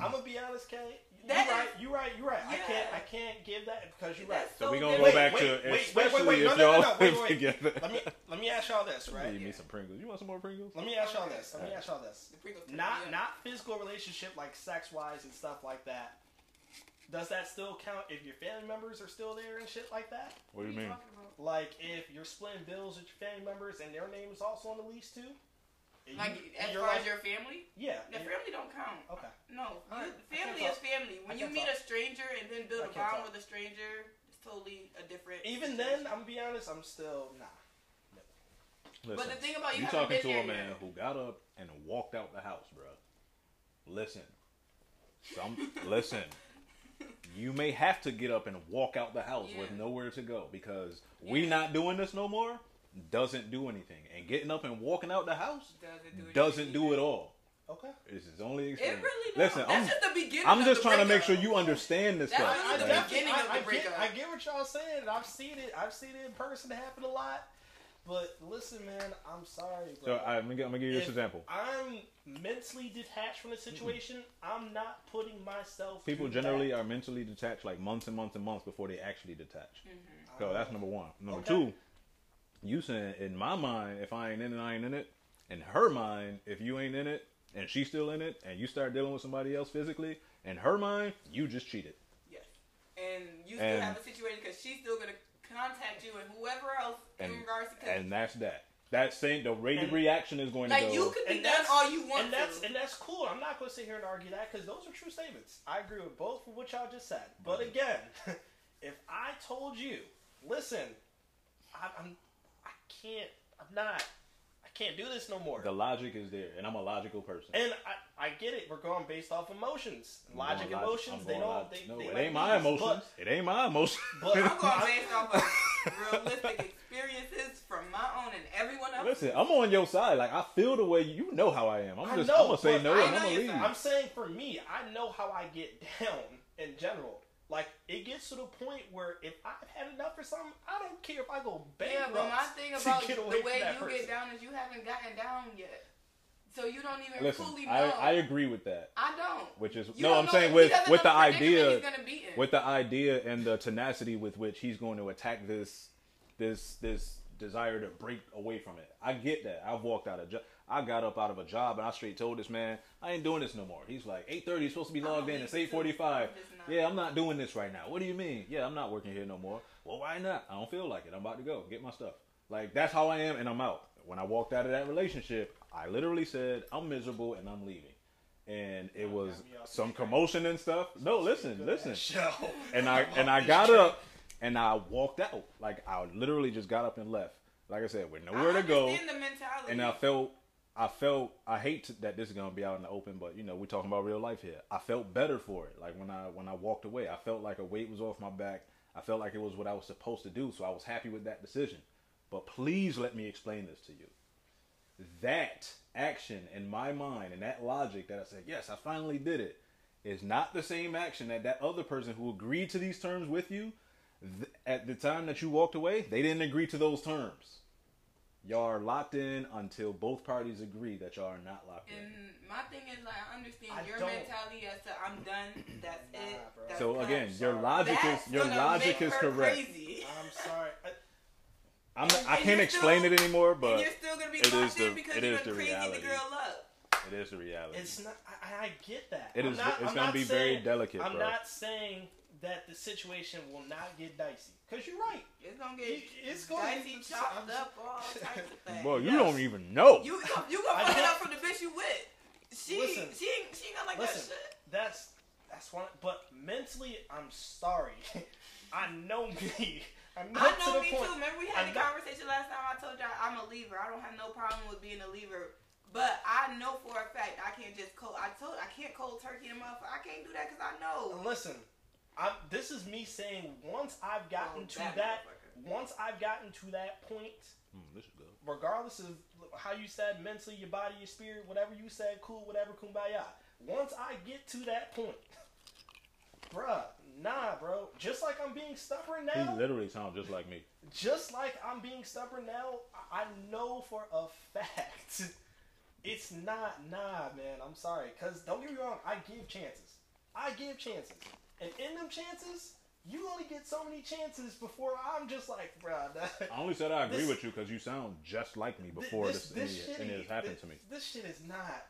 I'm gonna be honest, Kate. You
That
right,
is-
you right, you right. I
Yeah.
can't I can't give that because you're right.
That's
So we gonna
different.
go back
Wait,
to
wait, wait, wait,
especially
wait, no,
if
no, no,
y'all
no, wait,
[LAUGHS] live
wait.
together.
Let me let me ask y'all this,
[LAUGHS] You
right?
need some Pringles. You want some more Pringles?
Let me ask y'all this. Let me ask y'all this.
The E Pringles turned me
Not
up.
not physical relationship like sex wise and stuff like that. Does that still count if your family members are still there and shit like that?
What do you
are
mean?
talking about?
Like if you're splitting bills with your family members and their name is also on the lease too? And
Like
you-
as
you're
far
like-
as your family,
yeah.
the
you're-
family don't count.
Okay.
No,
All right,
you-
I can't
family is
talk.
family. When
I
you
can't
meet
talk.
a stranger and then
I
build a
can't
bond
talk.
with a stranger, it's totally a different.
Even then, I'm gonna be honest, I'm still nah.
Listen,
but the thing about you,
you
haven't
talking
been
to
there
a man
yet.
who got up and walked out the house, bro. Listen, some listen. You may have to get up and walk out the house with
Yeah.
nowhere to go because we
Yeah.
not doing this no more doesn't do anything. And getting up and walking out the house
doesn't do it.
doesn't do it all.
Okay.
This is only
It
experience.
really does.
Listen,
That's
I'm
just the beginning.
I'm
of
just
the
trying to make sure
breakup.
you understand this
That's
stuff.
really the beginning of the
I, I, get,
breakup.
I get what y'all saying. and I've seen it. I've seen it in person happen a lot. But listen, man, I'm sorry,
So
bro.
all right, I'm gonna, gi- I'm gonna give you this
If-
example.
I'm mentally detached from the situation. I'm not putting myself.
People
through
generally
that.
are mentally detached like months and months and months before they actually detach. So
Um,
that's number one. Number
Okay.
two, you saying in my mind, if I ain't in it, I ain't in it. In her mind, if you ain't in it and she's still in it, and you start dealing with somebody else physically, in her mind, you just cheated.
Yes. And you still
And-
have a situation because she's still gonna contact you and whoever else
And-
in regards to.
And that's that. That same the rate of
And-
reaction is going to
like
go.
you could be
And
done
that's-
all you want
and that's
to.
and that's cool. I'm not going to sit here and argue that because those are true statements. I agree with both of what y'all just said. But
Mm-hmm.
again, [LAUGHS] if I told you, listen, I, I'm, I can't, I'm not, I can't do this no more.
the logic is there, and I'm a logical person.
and I, I get it. We're going based off emotions,
I'm
logic,
going log-
emotions.
I'm
They
going
don't.
log-
they,
no,
they
it
don't
ain't my
do this,
emotions. It ain't my emotions.
But- [LAUGHS] but
I'm going based off of realistic experiences from my own and everyone
[LAUGHS]
else.
Listen, I'm on your side. Like I feel the way you know how I am.
I
I'm just
know,
I'm gonna say
but
no
I
and
know
I'm gonna
your
leave.
side.
I'm saying for me, I know how I get [LAUGHS] down in general. Like it gets to the point where if I've had enough or something, I don't care if I go
Yeah,
bankrupt.
but my thing
to
about
get
the
away from
way
that
you
person.
get down is you haven't gotten down yet, so you don't even
Listen,
fully know.
I, I agree with that.
I don't.
Which is
You
no,
don't
I'm
know-
saying
he
with
doesn't
with
know
the
predicament
idea,
he's gonna be in.
with the idea and the tenacity with which he's going to attack this this this desire to break away from it. I get that. I've walked out of job. I got up out of a job and I straight told this man, I ain't doing this no more. He's like, 8.30 is supposed to be
I don't
logged in.
need
It's
to.
8.45.
I'm just not.
Yeah, I'm not doing this right now. What do you mean? Yeah, I'm not working here no more. Well, why not? I don't feel like it. I'm about to go. Get my stuff. Like, that's how I am and I'm out. When I walked out of that relationship, I literally said, I'm miserable and I'm leaving. And it was
got me off
some
the track.
commotion and stuff. No, listen,
Good
listen
ass Show.
and I and I got up and I walked out. Like I literally just got up and left. Like I said, with nowhere
I
to go.
understand The mentality.
And I felt I felt I hate to, that this is gonna be out in the open, but you know we're talking about real life here. I felt better for it. Like when I when I walked away, I felt like a weight was off my back. I felt like it was what I was supposed to do, so I was happy with that decision. But please let me explain this to you. That action in my mind and that logic that I said, yes, I finally did it, is not the same action that that other person who agreed to these terms with you th- at the time that you walked away, they didn't agree to those terms. Y'all are locked in until both parties agree that y'all are not locked
And
in.
my thing is, like, I understand
I
your
don't.
mentality as to I'm done. That's
Nah,
it.
bro.
That's
So
done.
again,
sorry.
your logic
That's
is your
gonna
logic
make
is
her
correct. Uh,
Crazy.
I'm sorry. I,
I'm not, I
And
can't
you're
explain
still-
it anymore,
and
but
you're still gonna be
it is
locked in
the-
because
it
you're
is
gonna
the
crazy
reality.
the girl up.
it is the reality.
it's not. I, I get that.
It
I'm
is-
Not,
it's
I'm
gonna
not
be very
saying,
delicate,
I'm
bro.
not saying that the situation will not get dicey. Cause you're right.
It's gonna get
It- it's gonna
dicey,
get-
chopped
I'm-
up, all
[LAUGHS]
types of things.
Bro, you
Yes.
don't even know.
you you
I
gonna fuck it
don't-
up from the bitch you with. She
Listen.
she ain't she ain't gonna like
Listen,
that shit.
that's that's one. But mentally, I'm sorry. [LAUGHS] I know me. I'm
I
not
know
to the
me
point.
too. Remember we had
[LAUGHS] I'm
the
not-
conversation last last time I told y'all I'm a leaver. I don't have no problem with being a leaver. But I know for a fact I can't just cold. I told I can't cold turkey the motherfucker. I can't do that because I know.
Listen, I'm, this is me saying once I've gotten
Oh,
to
that
that,
motherfucker.
once I've gotten to that point,
Mm, this is good.
regardless of how you said mentally, your body, your spirit, whatever you said, cool, whatever, kumbaya. Once I get to that point, bruh, nah, bro. Just like I'm being stubborn now,
He literally sounds just like me.
just like I'm being stubborn now, I- I know for a fact [LAUGHS] it's not nah, man. I'm sorry, cause don't get me wrong, I give chances. I give chances, and in them chances, you only get so many chances before I'm just like, bruh. [LAUGHS] nah."
I only said I agree
This-
with you because you sound just like me
Th-
before this,
shit
any, any
ain't-
has happened
thi-
to me.
This shit is not,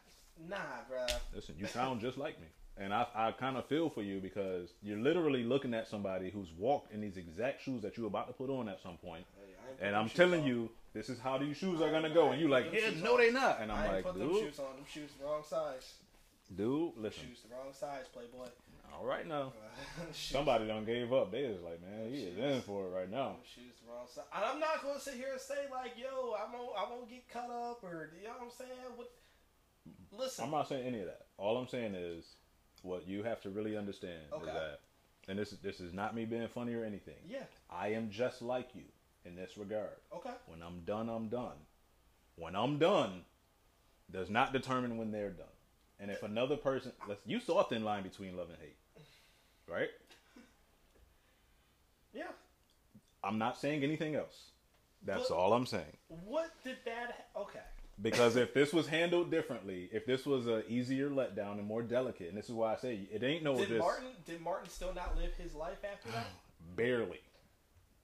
nah, bruh.
Listen, you sound just like me. And I, I kind of feel for you because you're literally looking at somebody who's walked in these exact shoes that you're about to put on at some point, And I'm telling you, this is how these shoes are gonna go. And you like, yeah, no, they not. And
I
I'm
ain't
like,
put them
dude,
shoes on. Them shoes the wrong size.
dude, listen.
Shoes the wrong size, Playboy. [LAUGHS]
All right now,
Bruh, shoes-
somebody done gave up. They is like, man, he is in for it right now.
Them Oh, shoes the wrong size. And I'm not gonna sit here and say like, yo, I won't, I won't get cut up or you know what I'm saying. What? Listen,
I'm not saying any of that. All I'm saying is, what you have to really understand
Okay.
is that, and this is this is not me being funny or anything.
yeah,
I am just like you in this regard.
okay,
When I'm done, I'm done. When I'm done, does not determine when they're done. And if another person, let's, you saw a thin line between love and hate, right?
yeah.
I'm not saying anything else. That's
But-
all I'm saying.
What did that? Ha- okay,
Because if this was handled differently, if this was a easier letdown and more delicate, and this is why I say it ain't no
did
just
Martin? Did Martin still not live his life after
[SIGHS]
that?
barely,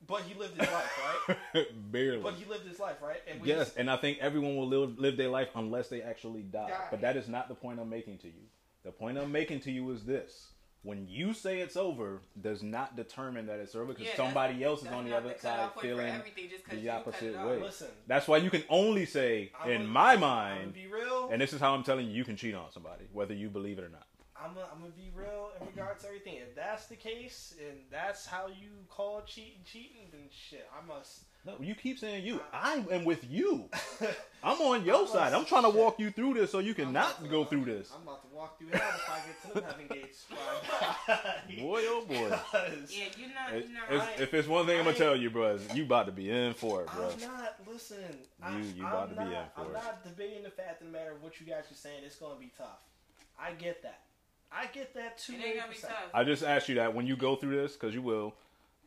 But he lived his life, right?
[LAUGHS] barely.
But he lived his life, right? And we
yes, and I think everyone will live live their life unless they actually die.
Die.
But that is not the point I'm making to you. The point I'm making to you is this: when you say it's over, does not determine that it's over because
Yeah, that's-
somebody else is
that's
on the
not
other
the
side
cutoff point for
feeling.
everything just 'cause
the
you cut it
opposite
off.
way.
Listen,
That's why you can only say,
I'm
in
gonna-
my
I'm gonna
mind,
be real.
And this is how I'm telling you, you can cheat on somebody, whether you believe it or not.
I'm gonna, I'm gonna be real in regards to everything. If that's the case, and that's how you call cheating cheating, then shit, I must. [LAUGHS]
No, you keep saying you. I am with you.
you
I'm on your
I'm
side. I'm
like,
trying to
shit.
walk you through this so you cannot go through this.
I'm about to walk through hell if I
[LAUGHS]
get to the heaven gates. bruh.
Boy, oh boy.
[LAUGHS] Because
Yeah, you're not.
It-
You're not
it's-
right.
if it's one thing I'm gonna
I-
tell you, bro, is you about to be in for it, bro.
I'm not. Listen, I,
You- you
I'm
about to be
not,
in
I'm
for it.
not debating the fact of the matter of what you guys are saying. It's gonna be tough. I get that. I get that too.
It ain't gonna be tough.
I just asked you that when you go through this, because you will.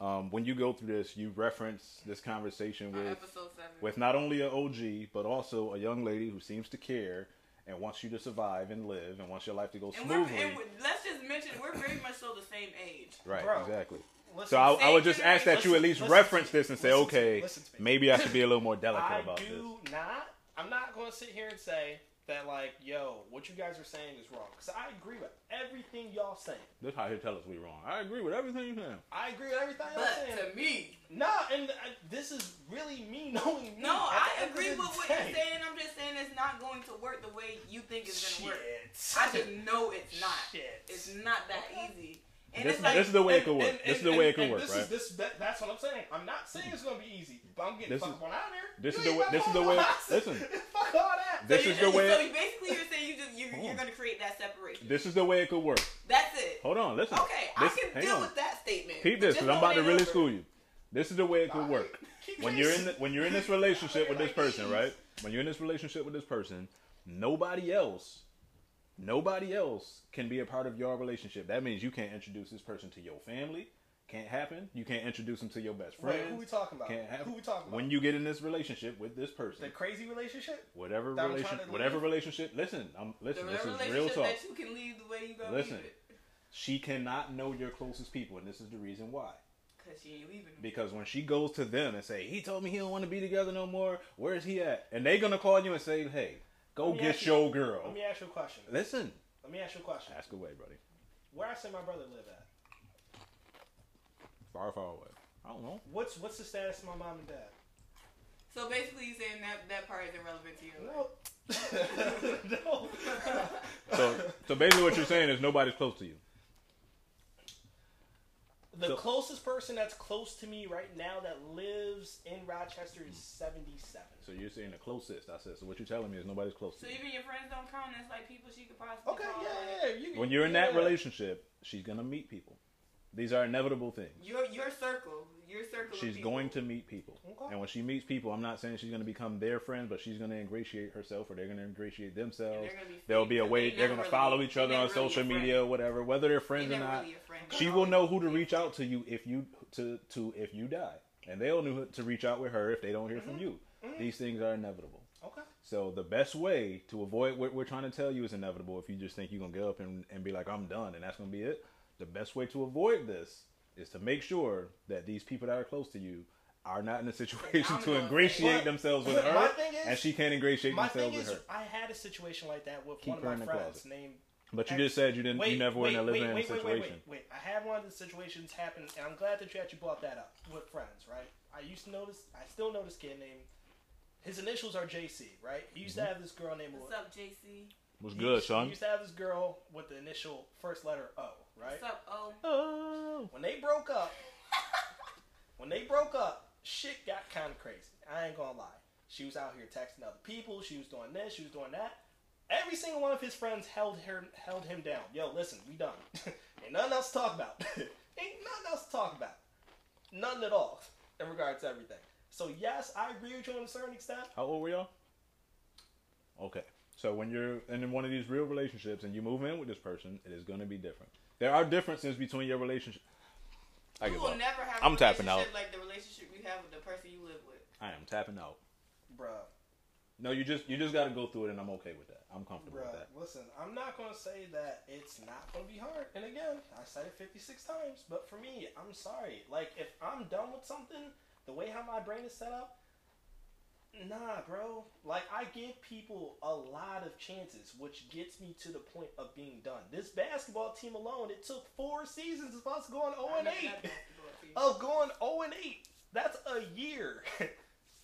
Um, when you go through this, you reference this conversation
On
with
episode seven.
with not only an OG but also a young lady who seems to care and wants you to survive and live and wants your life to go
and we're,
smoothly.
and we're, let's just mention we're very much so the same age.
right,
Bro.
exactly.
Listen,
So I, I
Same
would just ask that you at least
Listen-
reference this and say,
listen to me,
okay,
listen to me.
maybe I should be a little more delicate
I
about
do
this.
not. I'm not going to sit here and say that like, yo, what you guys are saying is wrong. Because I agree with everything y'all saying.
This how he tell us we wrong. I agree with everything you saying.
I agree with everything y'all
But
saying.
to me,
Nah, and I, this is really me [LAUGHS] knowing me.
no,
At
I
the end of
agree
the
with what
day.
you're saying. I'm just saying it's not going to work the way you think it's gonna work.
Shit.
I just know it's not.
Shit.
It's not that easy. And
This-
it's like,
this is the way it
And-
could work.
and-
this is
and-
the way
and-
it could
and
work,
this
right?
Is, this, that, that's what I'm saying. I'm not saying it's gonna be easy, but I'm getting
This
fucked
is-
on out there.
this
You
is the
ain't
way-
got
this is
no
the way-
[LAUGHS] license.
listen.
Fuck all that.
This
so
is
you-
the way.
So you basically, you're saying you just you,
Hold
you're
on.
going to create that separation.
this is the way it could work.
That's it.
Hold on, listen.
Okay,
This-
I can
hang
deal
on.
with that statement.
Keep
but
this,
just
because I'm about
know
to
it
really
over.
school you. This is the way it could work.
Keep
When
it
you're in
easy.
the, when you're in this relationship with this
Like,
person,
jeez.
right? When you're in this relationship with this person, nobody else, nobody else can be a part of your relationship. That means you can't introduce this person to your family. Can't happen. You can't introduce them to your best
Wait,
friend.
who we talking about?
Can't happen.
Who we talking about?
When you get in this relationship with this person,
the crazy relationship.
whatever
That I'm
relation,
trying to
whatever
leave.
relationship. Listen, I'm
The
listen. This is real
relationship
talk.
that you can leave the way you go.
Listen.
leave it.
She cannot know your closest people, and this is the reason why.
Because she ain't leaving them.
Because when she goes to them and say, "He told me he don't want to be together no more. Where is he at?" and they gonna call you and say, "Hey, go
Let me
get
ask you-
your girl."
Let me ask you a question.
Listen,
Let me ask you a question.
ask away, buddy.
Where I say my brother live at?
Far, far away. I don't know.
What's what's the status of my mom
[LAUGHS]
and dad?
So basically, you're saying that that part is irrelevant to you.
No. [LAUGHS] no.
So, so basically, what you're saying is nobody's close to you.
The
So-
closest person that's close to me right now that lives in Rochester is 77.
So you're saying the closest. I said. So what you're telling me is nobody's close
So
to you.
even your friends don't count as like people she could possibly
Okay,
call.
yeah,
like-
yeah, yeah. You,
When you're in that
yeah.
relationship, she's gonna meet people. These are inevitable things.
Your your circle, your circle. of
She's
people.
going to meet people.
Okay.
And when she meets people, I'm not saying she's going to become their friend, but she's going to ingratiate herself or they're going to ingratiate
And
themselves.
they're gonna be
There'll be a
friends.
way
They
they're
not
going to
really-
follow each
they
other
not
on
really
social
a friend.
media or whatever, whether they're friends
They
or
not
not.
really a friend.
She will know who to reach out to you if you to to if you die, and they'll know who to reach out with her if they don't hear
Mm-hmm.
from you.
Mhm.
These things are inevitable.
Okay.
So the best way to avoid what we're trying to tell you is inevitable. If you just think you're gonna get up and, and be like, I'm done, and that's gonna be it. The best way to avoid this is to make sure that these people that are close to you are not in a [LAUGHS] situation
I'm
to
gonna-
ingratiate
But- [LAUGHS]
themselves with
but my
her,
thing is-
and she can't ingratiate
My thing
themselves with
is,
her.
I had a situation like that with
Keep
one
her
of
in
my
the
friends
closet.
named.
But you just said you didn't, you never were in a living in
wait,
situation.
wait, wait, wait. I had one of the situations happen, and I'm glad that you actually brought that up with friends, right? I used to know this. I still know this kid named. His initials are JC, right? He used to have this girl named.
What's up, JC?
What's Mm-hmm.
he
good,
used- He
son?
used to have this girl with the initial first letter O, right?
What's up, O?
Oh,
When they broke up, when they broke up, shit got kind of crazy. I ain't gonna lie. She was out here texting other people. She was doing this. She was doing that. Every single one of his friends held her, held him down. Yo, listen, we done. [LAUGHS] ain't nothing else to talk about. [LAUGHS] ain't nothing else to talk about. Nothing at all in regards to everything. So yes, I agree with you on a certain extent.
how old were y'all? Okay. So when you're in one of these real relationships and you move in with this person, it is going to be different. There are differences between your relationship. I
you
give
will
up.
never have.
I'm
a
tapping
relationship Like the relationship you have with the person you live with.
I am tapping out.
Bruh,
No, you just you just got to go through it, and I'm okay with that. I'm comfortable with
bruh,
that.
listen, I'm not gonna say that it's not gonna be hard. And again, I said it 56 times, but for me, I'm sorry. Like, if I'm done with something, the way how my brain is set up, nah, bro. Like, I give people a lot of chances, which gets me to the point of being done. This basketball team alone, it took four seasons of us going
Oh,
0
I
and
never
8
had basketball team.
of going 0 and 8. That's a year [LAUGHS]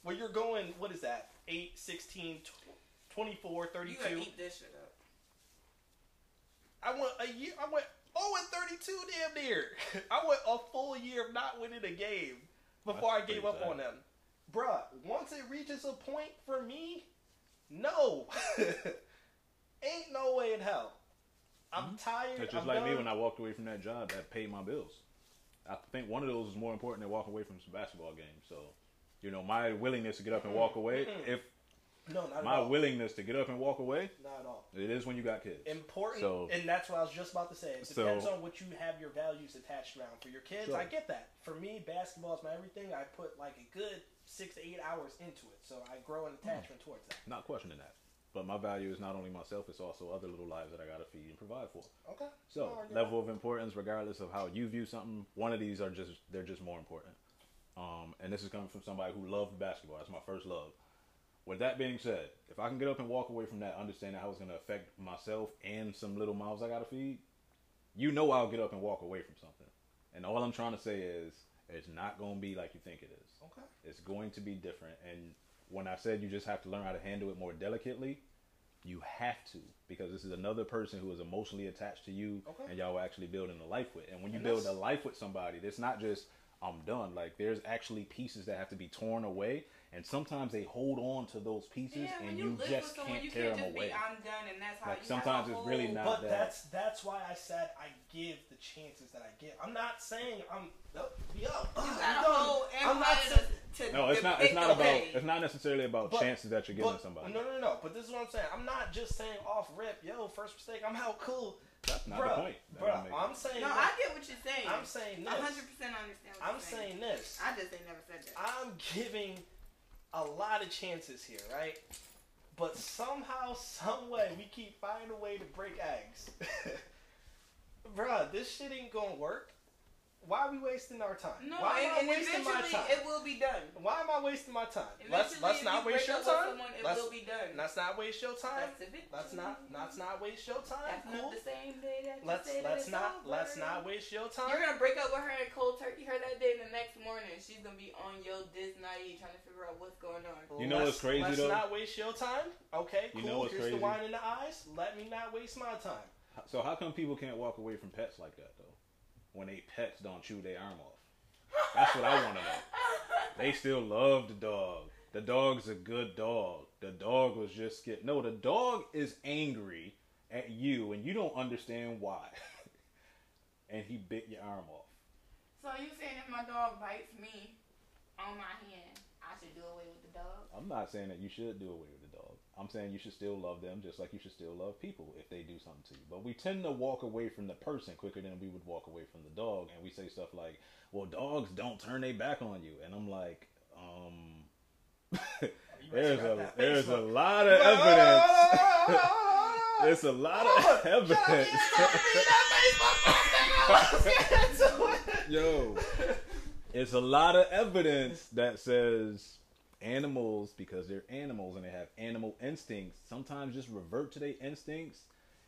where you're going, what is that, 8, 16, tw- 24,
You
32.
gotta eat this shit up.
I went a year. I went oh and thirty two damn near. [LAUGHS] I went a full year of not winning a game before
That's
I gave
pretty
up
sad.
on them, bruh. Once it reaches a point for me, no, [LAUGHS] ain't no way in hell. I'm tired.
It's Hmm? just
I'm
like me
done.
when I walked away from that job that paid my bills. I think one of those is more important than walking away from some basketball games. So, you know, my willingness to get up and walk away,
Mm-mm.
if
no, not at
my
all.
willingness to get up and walk away,
not at all.
it is when you got kids.
Important,
So-
and that's what I was just about to say. It
So-
depends on what you have your values attached around. For your kids,
Sure.
I get that. For me, basketball is my everything. I put like a good six to eight hours into it, so I grow an attachment towards that.
Not questioning that, but my value is not only myself; it's also other little lives that I gotta feed and provide for.
Okay.
So,
No, I get
level of importance, regardless of how you view something, one of these are just they're just more important. Um, and this is coming from somebody who loved basketball. That's my first love. With that being said, if I can get up and walk away from that, understanding how it's going to affect myself and some little mouths I got to feed, you know I'll get up and walk away from something. And all I'm trying to say is, it's not going to be like you think it is.
Okay.
It's going to be different. And when I said you just have to learn how to handle it more delicately, you have to because this is another person who is emotionally attached to you
Okay.
and y'all are actually building a life with. And when you
And
build a
that's-
life with somebody, it's not just I'm done. Like there's actually pieces that have to be torn away, and sometimes they hold on to those pieces
Yeah, when
and
you,
you
live with
just
someone,
can't
you
tear
can't
them
just
away.
be I'm done, and that's how.
Like,
you
sometimes
have a
it's really
whole-
not-
But
that.
that's that's why I said I give the chances that I get. I'm not saying I'm up, be up.
You got a
I'm done.
whole
I'm not
empire
saying-
to, to
No, it's not. It's
depict
not about.
away.
It's not necessarily about
But-
chances that you're giving
but-
somebody.
No, no, no. But this is what I'm saying. I'm not just saying off rip. Yo, first mistake. I'm out cool.
That's not
bruh,
the point. That don't
Bruh,
make
I'm
it.
saying.
No, I get what you're saying.
am saying
A
this.
hundred percent understand. What
I'm
you're
saying this.
I just ain't never said that.
I'm giving a lot of chances here, right? But somehow, some way, we keep finding a way to break eggs. [LAUGHS] Bruh, this shit ain't gonna work. Why are we wasting our time?
no,
Why
and, and
am I wasting my
eventually
time?
it will be done.
Why am I wasting my time?
Eventually,
Let's let's
if
not
you
waste
break up
your
with
time.
Someone, it
Let's
will be done.
let's not waste your time.
That's eventually.
Let's not let's not waste your time.
That's
Cool.
not the same day that you
Let's
say that
let's
it's
not
over.
let's not waste your
You're
time.
gonna break up with her and cold turkey her that day, and the next morning she's gonna be on your Disney trying to figure out what's going on.
You know
Let's-
what's crazy,
Let's
though?
not waste your time. Okay,
You
cool.
know what's
Here's
crazy?
the wine in the eyes. Let me not waste my time.
So how come people can't walk away from pets like that though? when they pets don't chew their arm off? That's what I want to know. They still love the dog. The dog's a good dog. The dog was just scared. No, the dog is angry at you, and you don't understand why. [LAUGHS] and he bit your arm off.
So you saying if my dog bites me on my hand, I should do away with the dog?
I'm not saying that you should do away with the dog. I'm saying you should still love them just like you should still love people if they do something to you. But we tend to walk away from the person quicker than we would walk away from the dog. And we say stuff like, well, dogs don't turn their back on you. And I'm like, um,
You
there's
scrap
a,
that
there's a
Facebook. "Oh,
lot of [LAUGHS] evidence.
There's
There's a lot
oh,
of evidence. [LAUGHS] [LAUGHS] Yo, it's a lot of evidence that says animals, because they're animals and they have animal instincts, sometimes just revert to their instincts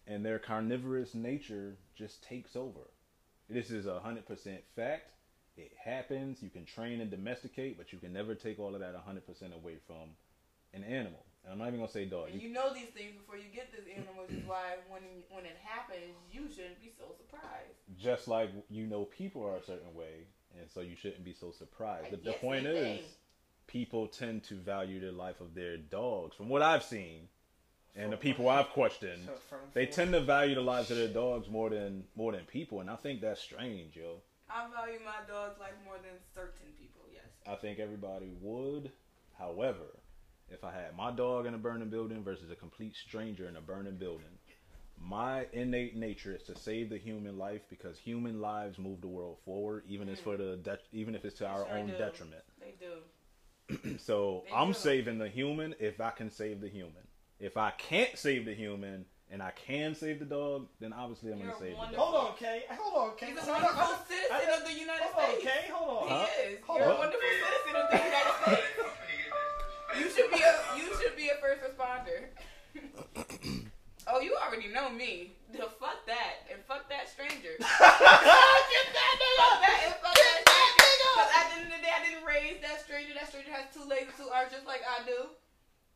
and their carnivorous nature just takes over. This is a 100% fact. It happens. You can train and domesticate, but you can never take all of that 100% away from an animal. And I'm not even going to say dog.
And you know these things before you get this animal, which is why when when it happens, you shouldn't be so surprised.
just like you know people are a certain way and so you shouldn't be so
Like,
surprised but the
Uh, yes,
point
they
is
think.
people tend to value the life of their dogs from what i've seen and the people i've questioned
So from-
they tend to value the lives of their dogs more than more than people and i think that's strange yo
I value my dog's life more than certain people. Yes.
i think everybody would however if i had my dog in a burning building versus a complete stranger in a burning building my innate nature is to save the human life because human lives move the world forward, even if it's for the det- even if it's to our
Mm. Sure
own
do.
detriment. [CLEARS THROAT]
They do.
So
They
I'm
do.
saving the human if I can save the human. If I can't save the human and I can save the dog, then obviously I'm going to
You're
save the
wonderful.
dog.
Hold on, Kay. Hold on, Kay.
He's a
Hold on,
wonderful citizen of the United
Hold on,
States.
Kay.
He
Hold on.
Huh?
is.
Hold
You're a
on.
wonderful citizen of the United States. You should be a you should be a first
[COUGHS]
responder. oh, you already know me. The fuck that and fuck that stranger.
Get
Fuck
that
that and fuck that stranger. Because at the end of the day, I didn't raise that stranger. That stranger has two legs and two arms, just like I do.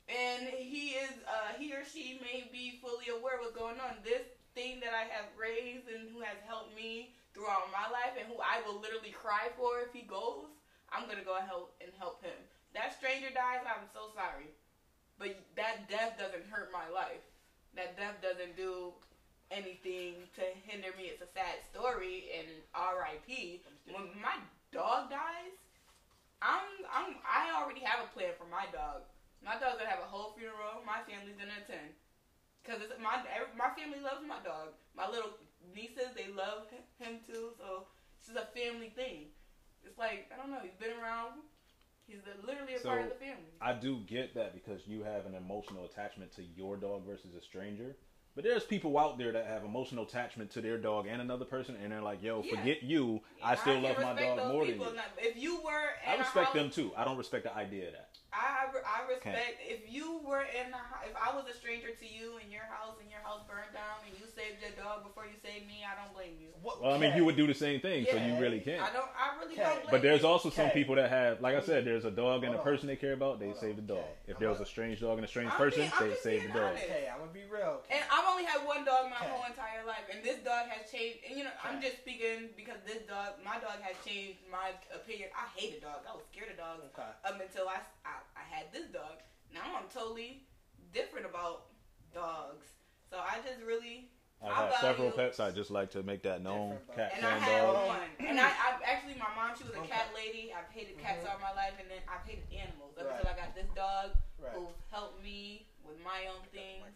And he is uh, he or she may be fully aware what's going on. This thing that I have raised and who has helped me throughout my life and who I will literally cry for if he goes, I'm gonna go and help and help him. That stranger dies, I'm so sorry. But that death doesn't hurt my life. That death doesn't do anything to hinder me. It's a sad story and R.I.P. When my dog dies, I'm I'm I already have a plan for my dog. My dog's gonna have a whole funeral. My family's gonna attend. Cause it's my every- my family loves my dog. My little nieces they love him- him too. So it's just a family thing. It's like I don't know. He's been around. He's literally a part of
So-
the family.
I do get that because you have an emotional attachment to your dog versus a stranger. But there's people out there that have emotional attachment to their dog and another person, and they're like, "Yo,
Yeah.
forget you. I still
can
love my
respect
dog
those
more than you."
people. Now, If you were, in
I respect
a
them too. I don't respect the idea of that.
I I respect if you were in the hou- if I was a stranger to you in your house and your house burned down and you saved your dog before you saved me, I don't blame you.
[LAUGHS] What-
Well, I mean, you
Kay.
would do the same thing, so you
Yeah.
really can't.
I don't. I really
Okay.
don't blame.
But there's
you.
also some
Okay.
people that have, like I said, there's a dog and a
Hold on.
person they care about. They
Hold
save the
on.
dog.
Okay.
If there was a
I'm
strange dog and a strange
I'm
person,
being- I'm
they
just
save the
being
dog.
honest.
Kay, I'm gonna be real.
And I've only had one dog my
Okay.
whole entire life, and this dog has changed. And you know, I'm
Okay.
just speaking because this dog, my dog has changed my opinion. I hated dogs. I was scared of dogs.
Okay.
up until I, I, I had this dog. Now I'm totally different about dogs. So I just really,
I've
I
had several
value-
pets. I'd just like to make that known.
Different
Cats
and
and,
I had
dogs.
dog.
one. And I, I actually, my mom, she was a
Okay. Mm-hmm.
cat lady. I've hated cats all my life, and then I've hated animals up
Right.
until I got this dog
Right.
who helped me with my own things.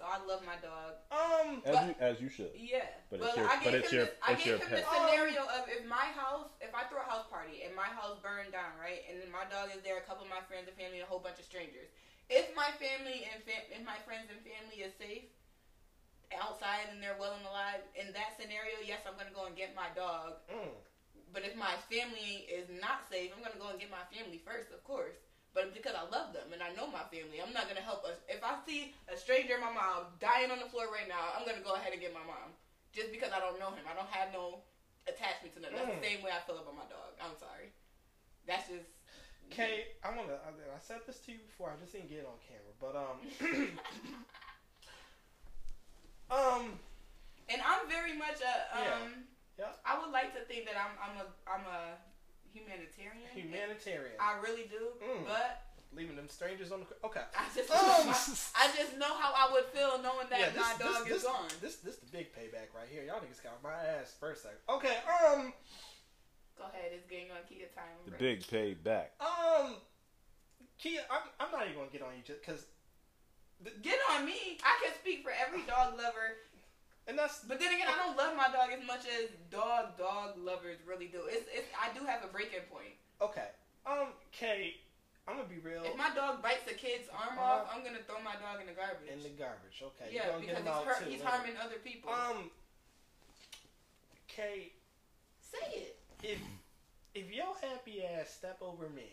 So I love my dog.
Um.
As you, as you should.
Yeah,
But it's your-
I gave
but it's
him
your-
this, I
it's
gave
your
him
pet.
the scenario of if my house, if I throw a house party and my house burned down, right, and then my dog is there, a couple of my friends and family, and a whole bunch of strangers. If my family and fam- if my friends and family is safe outside and they're well and alive, in that scenario, yes, I'm gonna go and get my dog.
mm.
But if my family is not safe, I'm gonna go and get my family first, of course. But because I love them and I know my family, I'm not gonna help us. If I see a stranger, my mom dying on the floor right now, I'm gonna go ahead and get my mom, just because I don't know him. I don't have no attachment to them. That's the
Mm.
same way I feel about my dog. I'm sorry. That's just. [COUGHS]
Kay, I wanna. I, I said this to you before. I just didn't get it on camera, but um. [COUGHS] um.
and I'm very much a um. I would like to think that I'm I'm a I'm a humanitarian.
Humanitarian.
I really do,
Mm.
but
Leaving them strangers on the. cr-
[LAUGHS]
Okay.
I just
[LAUGHS] Um,
I just know how I would feel knowing Oh, that
yeah, this,
my
this,
dog
this,
is gone.
This, this, the big payback right here. Y'all niggas got my ass first. Like, okay, um,
Go ahead, it's getting on key of time.
The
bro.
big payback.
um, Kia, I'm, I'm not even gonna get on you just because,
Get on me. I can speak for every dog lover,
and that's
but then again, I don't love my dog as much as dog dog lovers really do. It's, it's I do have a breaking point.
okay. Um, Kay, I'm gonna be real
If my dog bites a kid's arm
Uh-huh.
off, I'm gonna throw my dog in the garbage.
in the garbage. Okay,
yeah,
you
because
gonna
he's,
get them out
hurt,
too.
he's
later.
harming other people.
Um, Kay,
Say it.
if if your happy ass step over me,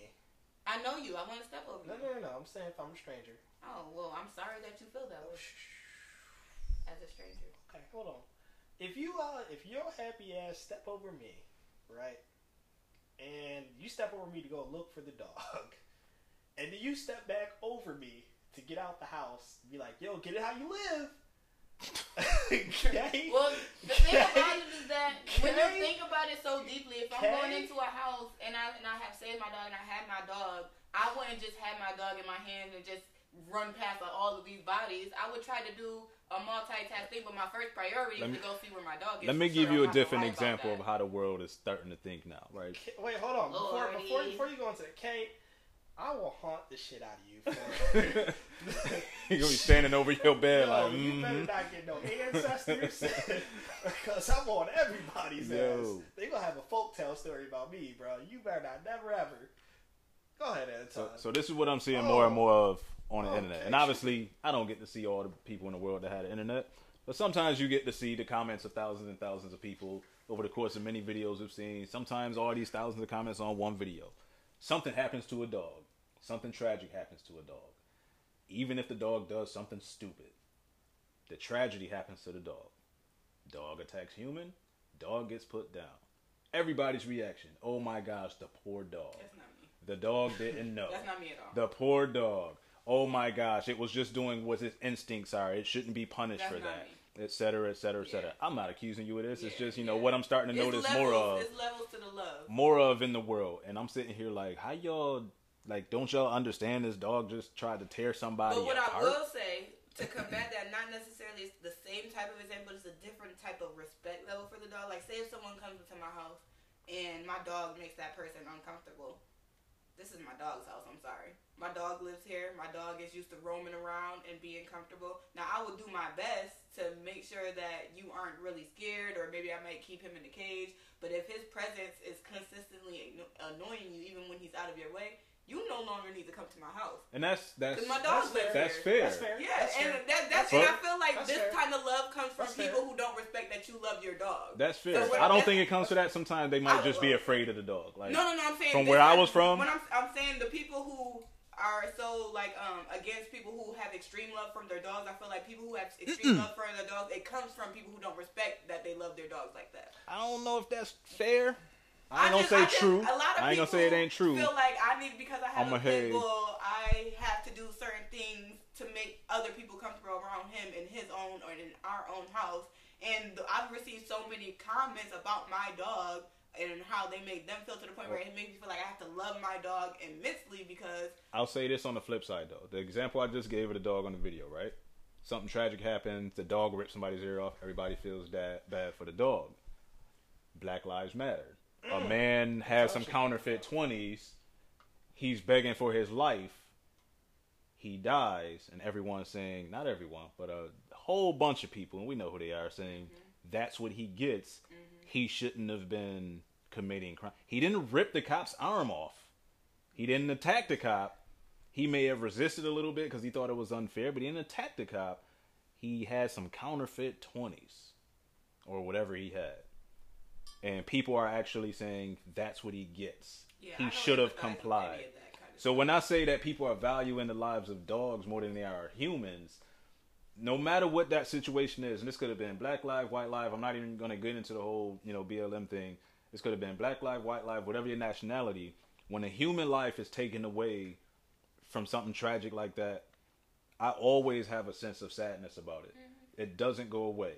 I know you. I want to step over
no,
you.
no, no, no, I'm saying if I'm a stranger.
Oh well, I'm sorry that you feel that
Oh,
way as a stranger.
Okay, hold on. If you uh, if your happy ass step over me, right, and you step over me to go look for the dog, [LAUGHS] and then you step back over me to get out the house, be like, "Yo, get it how you live." [LAUGHS] okay.
[LAUGHS]
Well, the thing
Okay.
about it is that when you
Okay.
think about it so deeply, if I'm
Okay.
going into a house and I and I have saved my dog and I had my dog, I wouldn't just have my dog in my hand and just run past like, all of these bodies. I would try to do a multitask thing, but my first priority
Let
is
me-
to go see where my dog is.
Let me
so
give
I
you
don't
a
have to
different
worry about
example of
that.
how the world is starting to think now, right? [LAUGHS]
[LAUGHS] K- Wait, hold on. Before,
Lordy.
before, before you go into the Kate, I will haunt the shit out of you. For,
[LAUGHS]
[LAUGHS]
You're gonna be standing over your bed
no,
like,
you better
mm
not get no ancestors [LAUGHS] because I'm on everybody's
Yo.
ass. They gonna have a folktale story about me, bro. You better not, never ever. Go ahead,
so,
Anton.
so this is what I'm seeing more and more of on the
Oh,
internet.
okay.
And obviously, I don't get to see all the people in the world that had the internet, but sometimes you get to see the comments of thousands and thousands of people over the course of many videos we've seen. Sometimes all these thousands of comments on one video. Something happens to a dog. Something tragic happens to a dog. Even if the dog does something stupid, the tragedy happens to the dog. Dog attacks human. Dog gets put down. Everybody's reaction. Oh my gosh, the poor dog.
That's not me.
The dog didn't know.
That's not me at all.
The poor dog. Oh my gosh, it was just doing what its instincts are. It shouldn't be punished
That's
for
not
that. Et cetera, et cetera, et cetera. I'm not accusing you of this. It's
Yeah,
just, you know,
yeah.
what I'm starting to
It's
notice
levels,
more of.
It's levels to the love.
More of in the world. And I'm sitting here like, how y'all, like, don't y'all understand this dog just tried to tear somebody
But what
apart?
I will say to combat that, not necessarily it's the same type of example, it's a different type of respect level for the dog. Like, say if someone comes into my house and my dog makes that person uncomfortable. This is my dog's house. I'm sorry. My dog lives here. My dog is used to roaming around and being comfortable. Now I will do my best to make sure that you aren't really scared, or maybe I might keep him in the cage. But if his presence is consistently anno- annoying you, even when he's out of your way, you no longer need to come to my house.
and that's, that's,
Cause my dog
that's
lives
fair.
here.
that's fair.
That's fair.
Yeah,
that's
and
fair.
that, that's
But-
and I feel like
That's
this
fair.
kind of love comes from
That's fair.
people who don't respect that you love your dog.
That's fair.
So what-
I don't
that's-
think it comes to that. Sometimes they might
I
just be
will.
afraid of the dog. Like,
no, no, no. I'm saying
From
this-
where I was from?
When I'm, I'm saying the people who are so like um against people who have extreme love from their dogs, I feel like people who have extreme love for their dogs, it comes from people who don't respect that they love their dogs like that.
I don't know if that's fair. I ain't gonna say
just-
true.
A lot of
I ain't gonna
people
say it ain't true.
Feel like I need because I have
I'm
a
a hey.
pit bull, I have to do certain things to make other people comfortable around him in his own or in our own house. And th- I've received so many comments about my dog and how they make them feel to the point where it makes me feel like I have to love my dog immensely because
I'll say this on the flip side though. The example I just gave of the dog on the video, right? Something tragic happens. The dog rips somebody's ear off. Everybody feels da- bad for the dog. Black Lives Matter. A man has some
Gotcha.
counterfeit twenties. He's begging for his life. He dies, and everyone's saying, not everyone, but a whole bunch of people, and we know who they are, saying
Mm-hmm.
that's what he gets. He shouldn't have been committing crime. He didn't rip the cop's arm off. He didn't attack the cop. He may have resisted a little bit because he thought it was unfair, but he didn't attack the cop. He had some counterfeit 20s or whatever he had. And people are actually saying that's what he gets.
yeah, I
he
don't
should have
empathize with any
complied.
of that kind
So
of stuff.
when I say that people are valuing the lives of dogs more than they are humans, no matter what that situation is, and this could have been black life, white life. I'm not even going to get into the whole you know BLM thing. This could have been black life, white life, whatever your nationality. When a human life is taken away from something tragic like that, I always have a sense of sadness about it. It doesn't go away.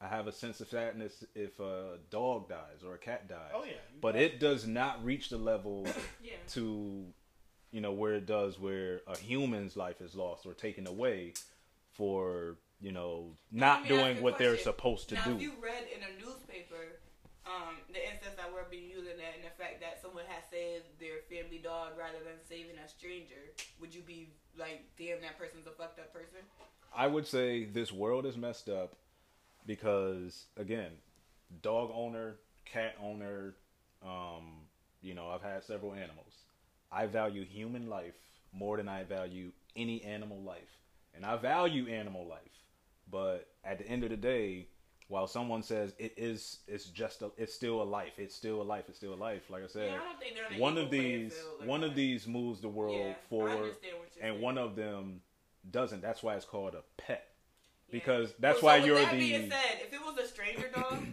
I have a sense of sadness if a dog dies or a cat dies.
Oh yeah.
But it does not reach the level
Yeah.
to you know where it does where a human's life is lost or taken away for you know not
me ask
doing
you a
what they're
question.
supposed to
now,
do
if you read in a newspaper, um, the instance that we're be using that, and the fact that someone has saved their family dog rather than saving a stranger, would you be like, damn, that person's a fucked up person?
I would say this world is messed up because again, dog owner, cat owner, um, you know, I've had several animals. I value human life more than I value any animal life. And I value animal life. But at the end of the day, while someone says it is it's just a it's still a life, it's still a life, it's still a life, like I said,
Yeah, I don't think they're on an
one of
equal playing
these
field like
one of
that.
these moves the world
Yeah, I
forward
understand what you're
and
saying.
one of them doesn't. That's why it's called a pet.
Yeah.
Because that's
So
why
with
you're
that
the
Being said, if it was a stranger dog,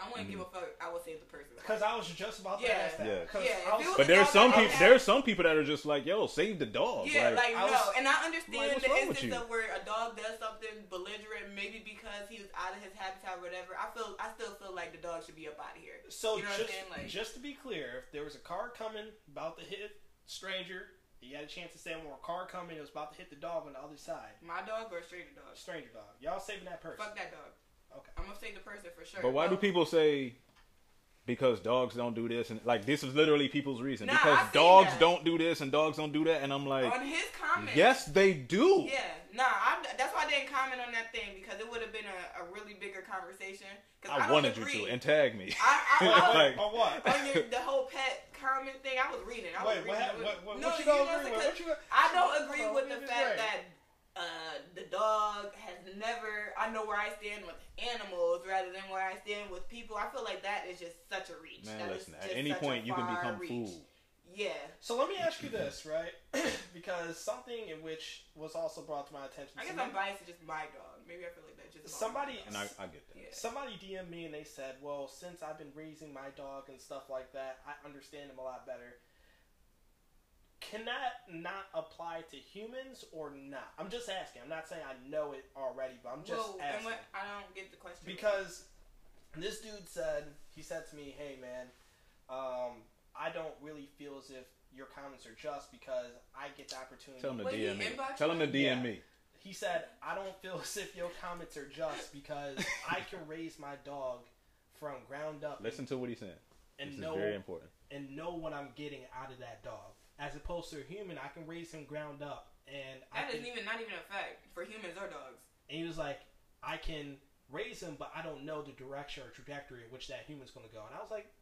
I wouldn't
Mhm.
give a fuck. I would save the person.
Because I was just about to
Yeah.
ask that.
Yeah.
'Cause
Yeah, if
I
it was
was,
But
the
there's
dog
some
that
people
had-
there's some people that are just like, yo, save the dog.
Yeah, like,
I
no,
was-
and I
like,
understand
what's
the
wrong with
instance
you?
of where a dog does something belligerent, maybe because he was out of his habitat or whatever. I feel, I still feel like the dog should be up out of here.
so
You know what I'm
just
saying? Like-
just to be clear, if there was a car coming about to hit stranger, you had a chance to stand more. A car coming, it was about to hit the dog on the other side.
My dog or a stranger dog?
Stranger dog. Y'all saving that person.
Fuck that dog.
Okay.
I'm gonna save the person for sure.
but why do
Well,
people say because dogs don't do this and like this is literally people's reason.
Nah,
because
I seen
dogs
that.
don't do this and dogs don't do that and I'm like
on his comments?
Yes they do.
Yeah, nah. I, that's why I didn't comment on that thing because it would have been a, a really bigger conversation. 'Cause
I,
don't
wanted you
agree.
to and tag me.
I,
[LAUGHS]
I, I was
Like-
on what?
on your, the whole pet comment thing, I was reading. I was
Wait, what,
reading. I
hap-
was-
what, what,
no,
what you
you
don't
know,
agree with?
because
What you,
I don't agree
Hold on,
with
let
the
me
fact
just
that uh, the dog has never. I know where I stand with animals rather than where I stand with people. I feel like that is just such a reach.
Man,
That is
listen, at
just
any
such a
point you can
far
become
reach.
fool.
Yeah,
So let me ask you this, right? [CLEARS THROAT] because something in which was also brought to my attention.
I guess I'm
somebody,
biased to just my dog. Maybe I feel like that just about
Somebody-
my dog.
And I, I get that.
Yeah.
somebody DM'd me and they said, "Well, since I've been raising my dog and stuff like that, I understand him a lot better." Can that not apply to humans or not? I'm just asking. I'm not saying I know it already, but I'm just
Whoa, and
asking.
what, I don't get the question
because this dude said he said to me, "Hey man, um, I don't really feel as if your comments are just because I get the opportunity."
Tell him to
What, he
DM me.
inboxed
Tell him to
you?
DM me.
He said, "I don't feel as if your comments are just because I can raise my dog from ground up
Listen to what he's saying.
and,
this
know
is very important.
and know what I'm getting out of that dog, as opposed to a human. I can raise him ground up, and
that
I can,
isn't even not even a fact for humans or dogs.
and he was like, I can raise him, but I don't know the direction or trajectory in which that human's going to go. And I was like,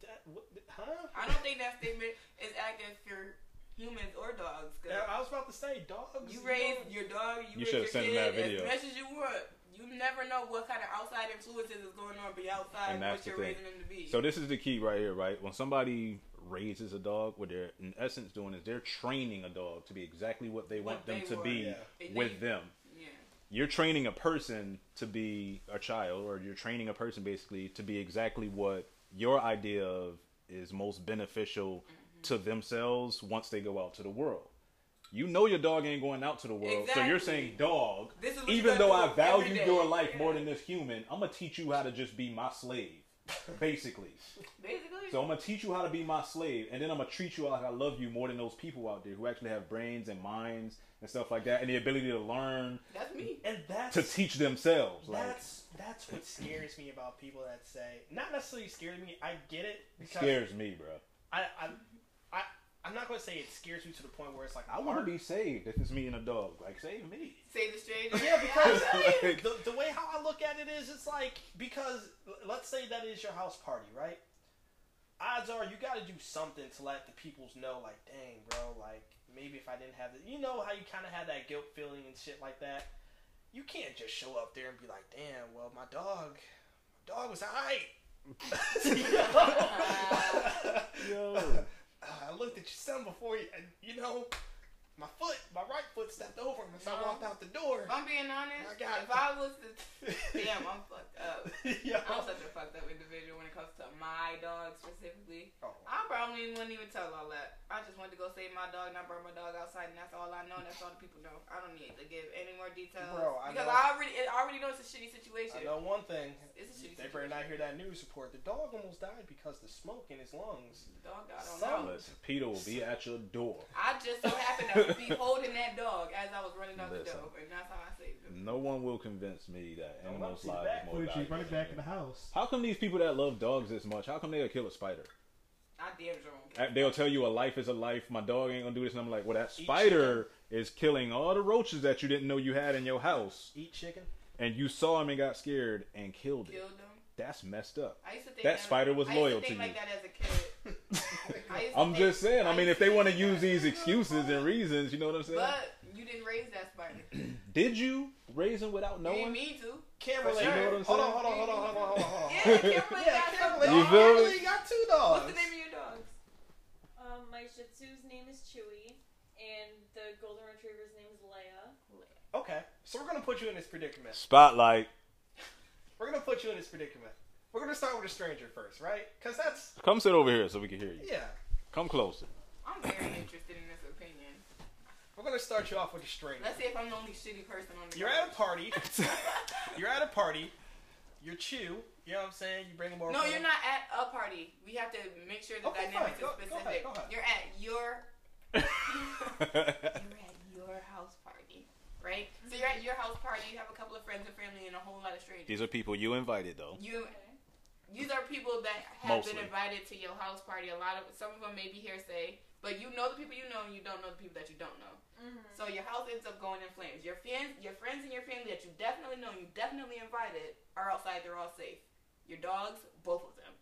that, what, huh?
I
[LAUGHS]
don't think that statement is active for humans or dogs. Cause
Yeah, I was about to say dogs.
you raise
don't-
your dog,
You
you, raise your
should've sent him that
kid
video.
as much as you want. You never know what kind of outside influences is going on be outside
And
what
that's the
you're
thing.
raising them to be.
So this is the key right here, right? When somebody raises a dog, what they're in essence doing is they're training a dog to be exactly what they
What
want them
they
to
were.
be
Yeah.
And
with
they-
them.
yeah.
You're training a person to be a child, or you're training a person basically to be exactly what your idea of is most beneficial
Mm-hmm.
to themselves once they go out to the world. You know your dog ain't going out to the world, so you're
Exactly.
saying dog.
This is what you
Even
gotta
though
do
I
every
value
day.
your life
Yeah.
more than this human, I'm gonna teach you how to just be my
[LAUGHS]
slave, basically.
Basically.
So I'm gonna teach you how to be my slave, and then I'm gonna treat you like I love you more than those people out there who actually have brains and minds and stuff like that, and the ability to learn
that's me.
and that's
to teach themselves. Like
that's that's what scares me about people that say not necessarily scares me. I get it
it
because
scares me, bro.
I, I I I'm not going to say it scares me to the point where it's like
I want to be saved if it's me and a dog. Like save me.
Save the stranger.
Yeah, [LAUGHS] because
Like-
the, the way how I look at it is, it's like because l- let's say that is your house party, right? Odds are you got to do something to let the peoples know, like, dang, bro, like maybe if I didn't have the, you know how you kind of have that guilt feeling and shit like that. You can't just show up there and be like, damn, well, my dog, my dog was alright. [LAUGHS]
Yo.
Uh, I looked at your son before you, and you know, my foot, my right foot stepped over him as I walked out the
[LAUGHS]
door.
If I'm being honest,
I got
if I was to, [LAUGHS] damn, I'm fucked up.
[LAUGHS] Yo.
I'm such a fucked up individual when it comes to my dog specifically.
Oh.
I probably wouldn't even tell all that. I just wanted to go save my dog and I brought my dog outside and that's all I know and that's all the people know. I don't need to give any more details.
Bro, I
because
know-
I already I already know it's a shitty situation.
I know one thing.
It's a shitty
They bring out here that news report. The dog almost died because the smoke in his lungs.
The dog died on
Some-
the road.
[LAUGHS] Listen, Peter will be at your door.
I just so happened
[LAUGHS]
to be holding that dog as I was running out the
Listen.
door and that's how I saved him.
No one will convince me that
Don't
animals'
let me see
lives
that
is
Put
more
you
valuable.
right
than
back in the house.
humans. How come these people that love dogs this much? How come they'll kill a spider?
I damn sure won't
Uh, They'll tell you a life is a life. My dog ain't gonna do this, and I'm like, well, that spider is killing all the roaches that you didn't know you had in your house,
Eat chicken.
and you saw him and got scared and killed it.
kill them.
That's messed
[LAUGHS]
up.
I used to think
That spider was
I used
loyal
to, think
to
like
you.
that as a kid. I used to
I'm
think-
just saying. I mean,
used
if they want to
think
use
that.
these excuses and reasons, you know what I'm saying?
[LAUGHS] But you didn't raise that spider. You
Did you raise him without
didn't
knowing? [LAUGHS]
mean to.
Camera
You know what
lady.
I'm
Hold on,
saying?
hold on, hold on, hold on, hold on, hold on.
[LAUGHS] Yeah, Kimberly
Yeah,
got
Camera
some
lady.
You
dogs.
feel
Camera
me?
lady got two dogs.
What's the name of your dogs?
Um, my Shih Tzu's name is Chewy, and the Golden Retriever's name is Leia.
Okay, so we're gonna put you in this predicament.
Spotlight.
We're gonna put you in this predicament. We're gonna start with a stranger first, right? Cause that's
Come sit over here so we can hear you.
yeah.
Come [LAUGHS] closer.
I'm very interested in this opinion.
We're gonna start you off with a stranger.
Let's see if I'm the only shitty person on the
You're
couch. [LAUGHS]
at a party. You're at a party. You're chew. You know what I'm saying? You bring them over.
[LAUGHS] No, you're not at a party. We have to make sure the
Okay,
dynamics
fine. Go-
is
go
specific.
ahead, go ahead.
You're at your you're at your house party, right? So you're at your house party. You have a couple of friends and family and a whole lot of strangers.
These are people you invited, though.
You
Okay.
these are people that have
Mostly.
been invited to your house party. A lot of some of them may be hearsay, but you know the people you know, and you don't know the people that you don't know.
Mm-hmm.
So your house ends up going in flames. Your fans, your friends, and your family that you definitely know, and you definitely invited, are outside. They're all safe. Your dogs, both of them,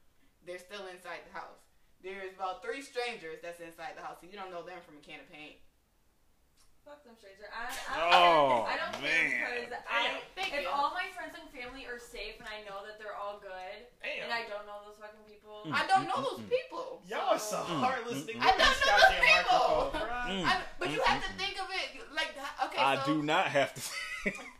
they're still inside the house. There's about three strangers that's inside the house, and you don't know them from a can of paint.
Fuck them stranger. I, I,
Oh,
I don't care
man.
because I,
Thank you.
if all my friends and family are safe and I know that they're all good and I don't know those fucking people.
Mm.
I don't know those
Mm-mm-mm.
people.
Y'all are so
Mm,
hard listening.
mm,
I
to
don't
this
know
goddamn
the people.
microphone,
Mm.
bruh.
I, but you have to
Mm-mm-mm.
think of it like Uh, okay.
I do
so
not
[LAUGHS]
have to.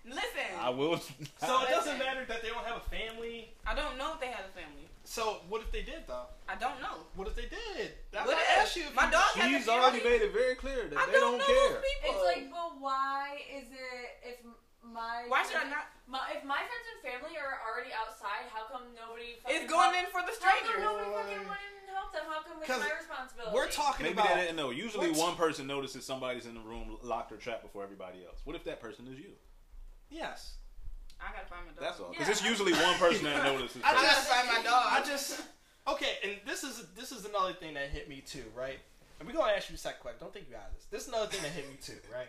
Listen,
I will. [LAUGHS]
So it doesn't
Listen.
matter that they don't have a family.
I don't know if they had a family.
So what if they did though?
I don't know.
What if they did? That's
What
what
if-
I asked you. If
my
you-
dog has
She's
a
already
family.
made it very clear that
I
they
don't,
don't,
know
care.
those people.
It's like, but why is it if my
why should I not?
My, if my friends and family are already outside, how come nobody? fucking
It's going in
helped-
for the
How come
strangers.
nobody fucking went and helped them? How come it's
'Cause
my responsibility?
We're talking
Maybe
about.
they didn't know. Usually, one
What?
person notices somebody's in the room locked or trapped before everybody else. What if that person is you?
Yes.
I gotta find my dog.
That's all. Because
Yeah.
it's usually one person that notices.
[LAUGHS] I
I
something.
gotta
just-
find my dog.
I just okay, and this is this is another thing that hit me too, right? And we're gonna ask you a second question. Don't think you out of this. This is another thing that hit me too, right?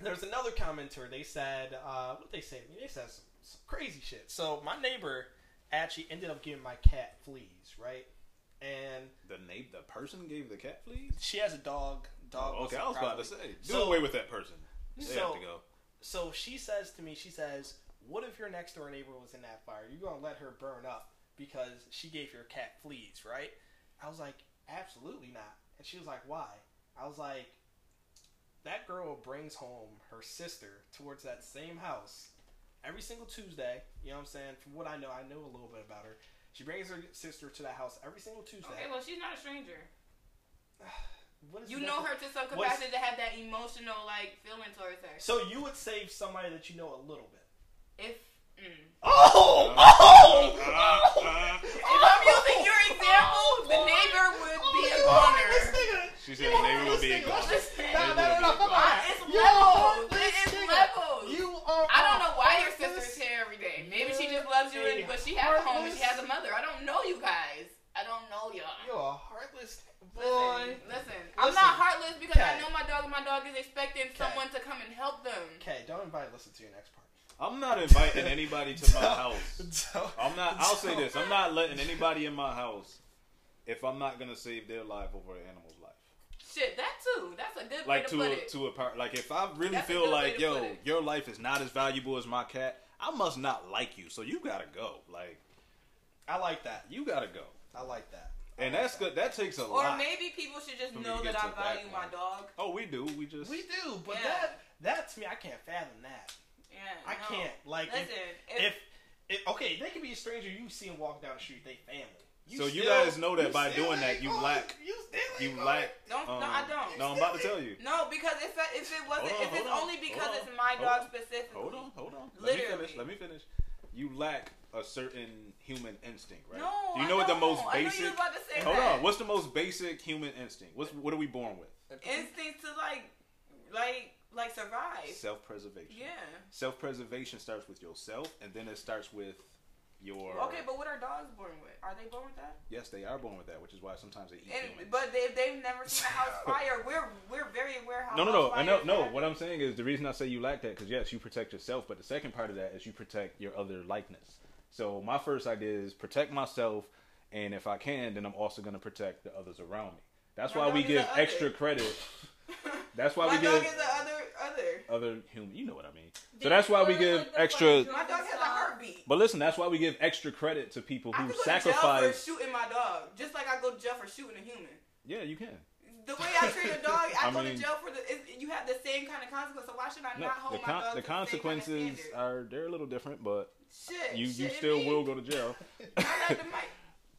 There's another commenter. They said, uh, what they say? to me? They said some, some crazy shit. So my neighbor actually ended up giving my cat fleas, right? And
the name, the person gave the cat fleas.
she has a dog. Dog.
Oh, okay, I was about to say, do
So-
away with that person. They have
So-
to go.
So she says to me, she says, "What if your next door neighbor was in that fire? You're gonna let her burn up because she gave your cat fleas, right?" I was like, "Absolutely not." And she was like, "Why?" I was like, "That girl brings home her sister towards that same house every single Tuesday. You know what I'm saying? From what I know, I know a little bit about her. She brings her sister to that house every single Tuesday.
Okay, well, she's not a stranger.
What is
You
that-
know her to some
What's-
capacity to have that emotional like feeling towards her.
So you would save somebody that you know a little bit.
If mm.
Oh!
oh,
if I'm using your example, the
Oh!
neighbor would be a goner.
She said the neighbor would be a goner.
No, no, no, no, come on.
I- It's
Yo,
levels.
this
It is
nigga,
levels.
You are.
I don't know why your
heartless.
sister's here every day. Maybe she just loves you, and, but she has a home and she has a mother. I don't know you guys. I don't know y'all.
You are a heartless boy.
Listen, listen, I'm
Listen.
not heartless because I
Okay.
know my dog and my dog is expecting
Okay.
someone to come and help them.
Okay, don't invite. Listen to your next part.
I'm not inviting anybody to
[LAUGHS]
my house.
Don't-
I'm not. I'll say this. I'm not letting anybody in my house if I'm not gonna save their life over an animal's life.
Shit, that too. That's a good
Like
way to,
to
put
a,
it.
to a par- like if I really
That's a
feel
good way
like
to put
yo,
it.
your life is not as valuable as my cat, I must not like you. So you gotta go. Like
I like that.
you gotta go.
I like that.
And that's good. That takes a
Or
lot.
maybe people should just
For me
know
to get
that I
to that
value my
point.
dog.
oh, we do. We just.
We do, but
Yeah.
that that to me, I can't fathom that.
Yeah,
I
no.
can't like if-
Listen, if,
if, if okay, they could be a stranger you see them walk down the street, they family.
So you
still-
guys know that by
still
doing
ain't
that, you
going-
lack-
You still ain't
you
going.
lack.
don't, no,
um,
I don't.
No, I'm about to tell you.
No, because if I- if it wasn't,
Hold on,
if
hold
it's
on,
only because
hold on,
it's my
hold
dog
on,
specifically.
Hold on, hold on. Let me finish.
Literally.
Let me finish. You lack a certain human instinct, right?
No,
Do you
I
know what the
don't.
most
I knew you
basic?
was about to say
Hold
that.
on. What's the most basic human instinct? What's what are we born with?
Instincts to like, like, like survive.
Self-preservation.
Yeah.
Self-preservation starts with yourself, and then it starts with your.
Okay, but what are dogs born with? Are they born with that?
yes, they are born with that, which is why sometimes they eat humans.
And, but they, they've never seen
[LAUGHS]
a house fire. We're we're very aware how
No, no,
house
no, I
fires
know, no.
happen. [LAUGHS]
What I'm saying is the reason I say you lack that because yes, you protect yourself, but the second part of that is you protect your other likeness. So my first idea is protect myself, and if I can, then I'm also going to protect the others around me. That's
My
why we
dog is
give
the other.
extra credit. That's why
my
we
dog
give
is the other other.
other human. You know what I mean. So
Did
that's
you
why we
learn,
give
like, the
extra.
funny
My dog has a heartbeat.
But listen, that's why we give extra credit to people
I
who
could go to jail for
sacrifice.
shooting my dog, just like I go to jail for shooting a human.
Yeah, you can.
The way I treat
[LAUGHS]
a dog, I,
I
go
mean-
to jail for the. It, you have the same kind of consequence. So why should I
No,
not hold
the,
my
con-
dog
the
to the same kind of
consequences
standard?
are they're a little different, but
Shit,
you you
shit,
still
me.
will go to jail.
I like the mic.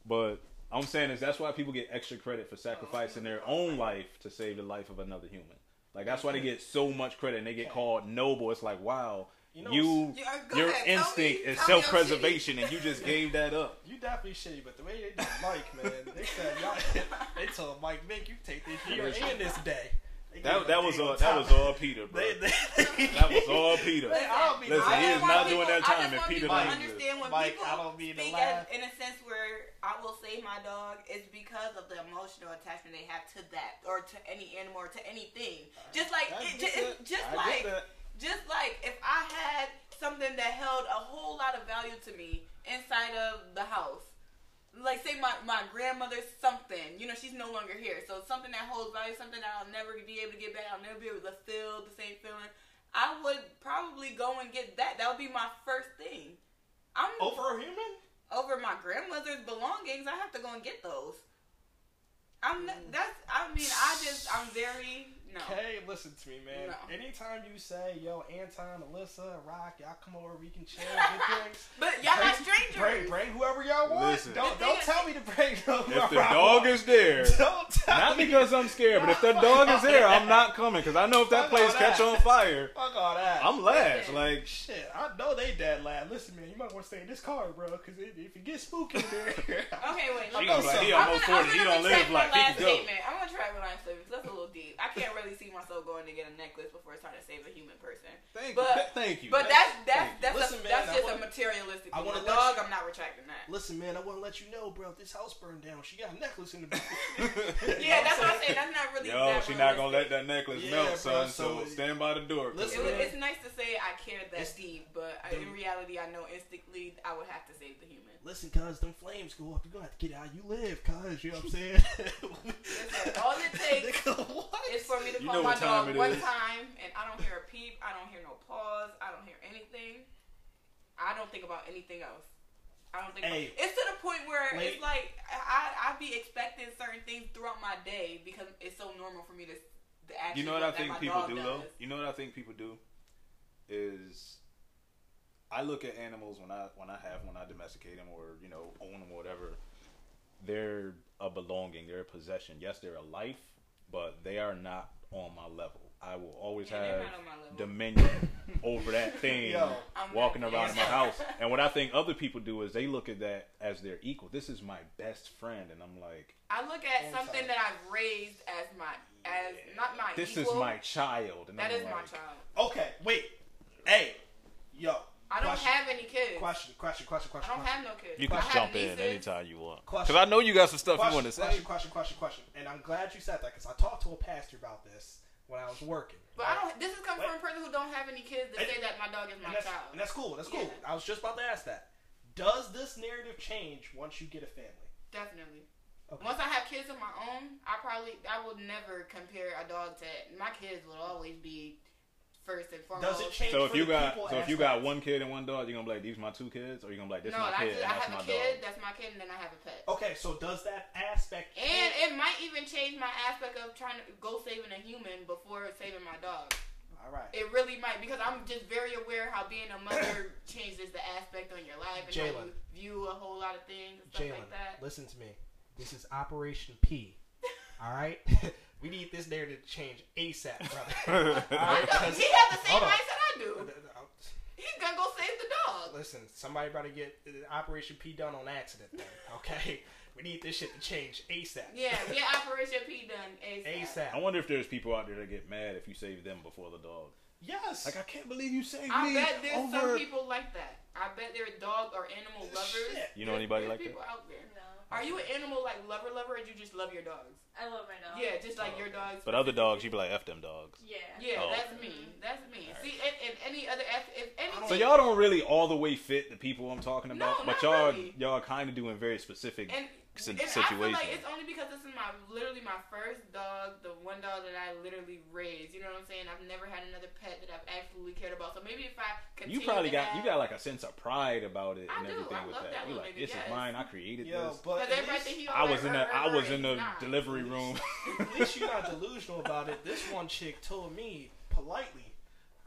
But I'm saying is that's why people get extra credit for sacrificing their own life to save the life of another human. Like that's why they get so much credit and they get called noble. It's like wow,
You know,
you
Yeah, go
your
ahead, tell
instinct
me-
is
tell me your
self-preservation and you just gave that up.
You definitely shitty, but the way they did Mike, man, they said
[LAUGHS]
y'all. They told Mike, Mick, you take this year and this day. They gave
That
him
that was
a
all
day
that
on
was
top.
all Peter, bro.
[LAUGHS] They, they,
That was all Peter.
[LAUGHS] They all be
[LAUGHS] Listen, he is
I just
lying.
want
not doing
people-
that time
I just
if
want
Peter
people to
doesn't do it.
understand when
Mike,
people
I don't mean to
speak
laugh.
as- in a sense where I will say my dog is because of the emotional attachment they have to that or to any animal or to anything. Just like
I
it,
get
just, it's
that.
just
I get
like
that.
just like if I had something that held a whole lot of value to me inside of the house. Like say my, my grandmother's something, you know, she's no longer here. So something that holds value, something that I'll never be able to get back, I'll never be able to feel the same feeling. I would probably go and get that. That would be my first thing. I'm
over a human.
over my grandmother's belongings. I have to go and get those. I'm not, that's. I mean, I just I'm very no.
Hey, listen to me, man.
No.
Anytime you say, yo, Anton, Alyssa, Rock, y'all come over, we can chill,
[LAUGHS]
get drinks.
But y'all not strangers.
Bring, bring whoever y'all want.
Listen.
Don't,
The
don't
thing
tell me to bring whoever
If the
I
dog
want.
is there,
[LAUGHS] Don't tell
not
me.
because I'm scared, but if the dog is there, I'm not coming because I know if that
Fuck all
place catch
that.
on fire,
Fuck all that.
I'm last. Like
Shit, I know they dead loud. Listen, man, you might want to stay in this car, bro, because if it gets spooky in there. [LAUGHS]
Okay, wait.
She
Let me.
was like, he
I'm
almost
gonna, I'm
40. He
gonna
don't live
retract my
like he can
last
go.
statement. I'm gonna try my last statement. 'cause That's a little deep. I can't really see myself going to get a necklace before it's time to save a human person.
Thank
But-
you.
[LAUGHS]
Thank you.
But that's that's that's,
Listen,
a,
man,
that's
I
just
wanna-
a materialistic.
I
thing.
wanna
a
let
dog.
you-
I'm not retracting that.
Listen, man, I want to let you know, bro, if this house burned down, she got a necklace in the [LAUGHS] back.
Yeah, that's what I'm saying. That's not [LAUGHS]
[LAUGHS]
really.
Yo,
that
she not
realistic.
gonna let that necklace
Yeah,
melt,
bro,
son.
so-
So, stand by the door. 'cause-
It
Listen,
was,
man.
it's nice to say I care that
It's-
deep, but I-
the-
in reality, I know instinctively I would have to save the human.
Listen, cuz, them flames go up. You're going to have to get out. You live, cuz. You know what I'm [LAUGHS] saying?
Listen, all it takes
[LAUGHS] Nigga, what?
It's for me to
You know
call
what
my
time
dog
it
one
is.
time, and I don't hear a peep. I don't hear no pause. I don't hear anything. I don't think about anything else. I don't think.
Hey.
about, it's to the point where
Wait.
it's like I I be expecting certain things throughout my day because it's so normal for me to. to
you
actually
know what I
that
think
my
people
dog
do though.
does.
You know what I think people do is I look at animals when I when I have when I domesticate them or you know own them or whatever. They're a belonging. They're a possession. Yes, they're a life, but they are not on my level. I will always
Yeah, they're
have
not on my level.
dominion over that thing
[LAUGHS] Yo.
I'm not
walking
doing
around in my
that.
house. And what I think other people do is they look at that as their equal. This is my best friend, and I'm like,
[LAUGHS] I look at
Inside.
something that I've raised as my as not my
this
equal.
is my child. And
that
I'm
is my
like,
child.
Okay, wait. Hey, yo.
I don't
question,
have any kids.
Question, question, question,
I
question.
don't
question.
have no kids.
You
I
can
have
jump in
nieces.
anytime you want. Because
Question.
I know you got some stuff you want to
question,
say.
question, question, question, question. And I'm glad you said that because I talked to a pastor about this when I was working.
But I don't. This is coming
Wait.
from a person who don't have any kids to
And-
say that my dog is my
and that's,
child.
and that's cool. That's cool.
Yeah.
I was just about to ask that. Does this narrative change once you get a family?
Definitely.
Okay.
Once I have kids of my own, I probably I will never compare a dog to my kids. Will always be first and foremost.
Does it change?
So if
for
you
the
got
people
so if
as
you
well?
got one kid and one dog, you're gonna be like, these my two kids, or you're gonna be like, this
no,
is my
I,
kid
just-
and
I
that's
have
my
a kid,
dog.
that's my kid, and then I have a pet.
Okay, so does that aspect?
And it might even change my aspect of trying to go saving a human before saving my dog.
all right,
It really might because I'm just very aware how being a
[COUGHS]
mother changes the aspect on your life and how you
Jalen.
view a whole lot of things and stuff
Jalen,
like that.
listen to me. This is Operation P.
[LAUGHS]
All right,
[LAUGHS]
we need this there to change ASAP,
[LAUGHS]
brother.
I
Alright,
know,
because-
he has the same
hold on.
mindset I do. He's gonna go save the dog.
Listen, somebody about to get uh, Operation P done on accident,
[LAUGHS]
then, okay? We need this shit to change ASAP.
Yeah, get Operation P done
[LAUGHS]
ASAP.
I
ASAP.
wonder if there's people out there that get mad if you save them before the dog.
yes.
Like I can't believe you saved
I
me
bet there's
over.
some people like that. I bet there are dog or animal lovers.
Shit.
You know anybody
There's
like
people
that?
out there.
No,
Are you an animal like lover lover, or do you just love your dogs?
I love my dog.
Yeah, just like your dogs.
But other dogs, you be like, f them dogs.
Yeah.
Yeah,
Oh.
that's me. That's me.
Alright.
See, and, and any other if, if anything.
So y'all don't really all the way fit the people I'm talking
No,
about,
not
but y'all
really.
y'all kind of doing very specific.
and,
s-
and I feel
situation.
like it's only because this is my literally my first dog, the one dog that I literally raised. You know what I'm saying? I've never had another pet that I've absolutely cared about. So maybe if I continue
you probably
to
got you
have,
got like a sense of pride about it and
I do.
everything
I
with
love
that.
that
you
little
like,
nigga,
this
yes.
is mine. I created this.
Yo, but
Because
at
everybody
least,
think he
I was
like,
in the
"Rrr,
I
rrr,"
was
and
in the
he's not.
delivery room. [LAUGHS]
at least you're not delusional about it. This one chick told me politely.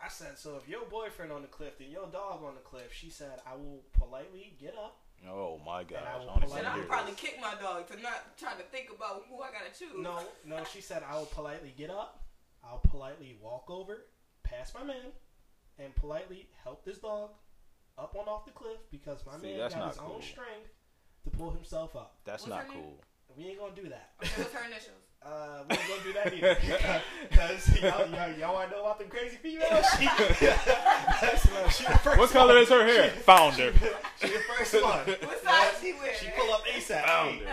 I said, so if your boyfriend on the cliff and your dog on the cliff, she said, I will politely get up.
oh my gosh!
I
I
will
don't
pull out
even
And
of
wanna
I'm
hear
here.
probably
this.
kick my dog to not try to think about who I gotta choose.
No, no, she said, I will politely get up. I'll politely walk over, pass my man, and politely help this dog up on off the cliff because my
See,
man
that's
got
not
his
cool.
own strength to pull himself up.
That's
What's
not
her name?
cool.
We ain't gonna do that.
Okay, what's her
[LAUGHS]
initials?
[LAUGHS] Uh, we ain't gonna do that either. Because [LAUGHS] y'all, y'all, y'all wanna know about them crazy
[LAUGHS]
females? She, [LAUGHS] that's, uh, she the
[LAUGHS]
first
What color
one.
is her hair? Founder.
She the
[LAUGHS]
first one.
What
Yeah,
size she wear?
She pull up ASAP.
Founder.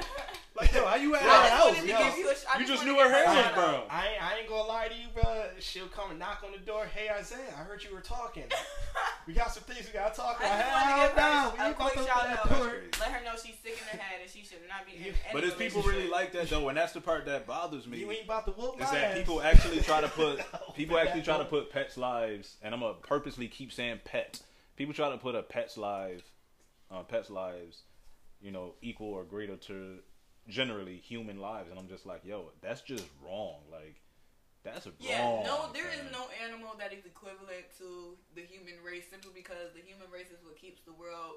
Like, yo, how you at?
I just
How
wanted
you
to
at?
give you a sh- I
You just
wanted
knew her
to give
hair
you a
was
shout out.
brown.
I ain't, I ain't gonna lie to you, bro. She'll come and knock on the door. Hey, Isaiah, I heard you
[LAUGHS]
were talking. We got some things we gotta talk
I
about.
just wanted to give her
Hell no, we
a
ain't about
quick
to
shout
open
out.
that door.
That's
Let her know she's sick in the head and she should not be in any
But if people really
relationship.
like that though, and that's the part that bothers me.
You ain't about to whoop my
is that
ass.
people actually try to
[LAUGHS]
[LAUGHS]
put
Oh,
people
Open
actually
that
try to
door.
put pets lives and i'm gonna purposely keep saying pet people try to put a pet's life uh, pets lives you know equal or greater to generally human lives and i'm just like yo that's just wrong like that's
Yeah,
wrong
no, there is
man.
no animal that is equivalent to the human race simply because the human race is what keeps the world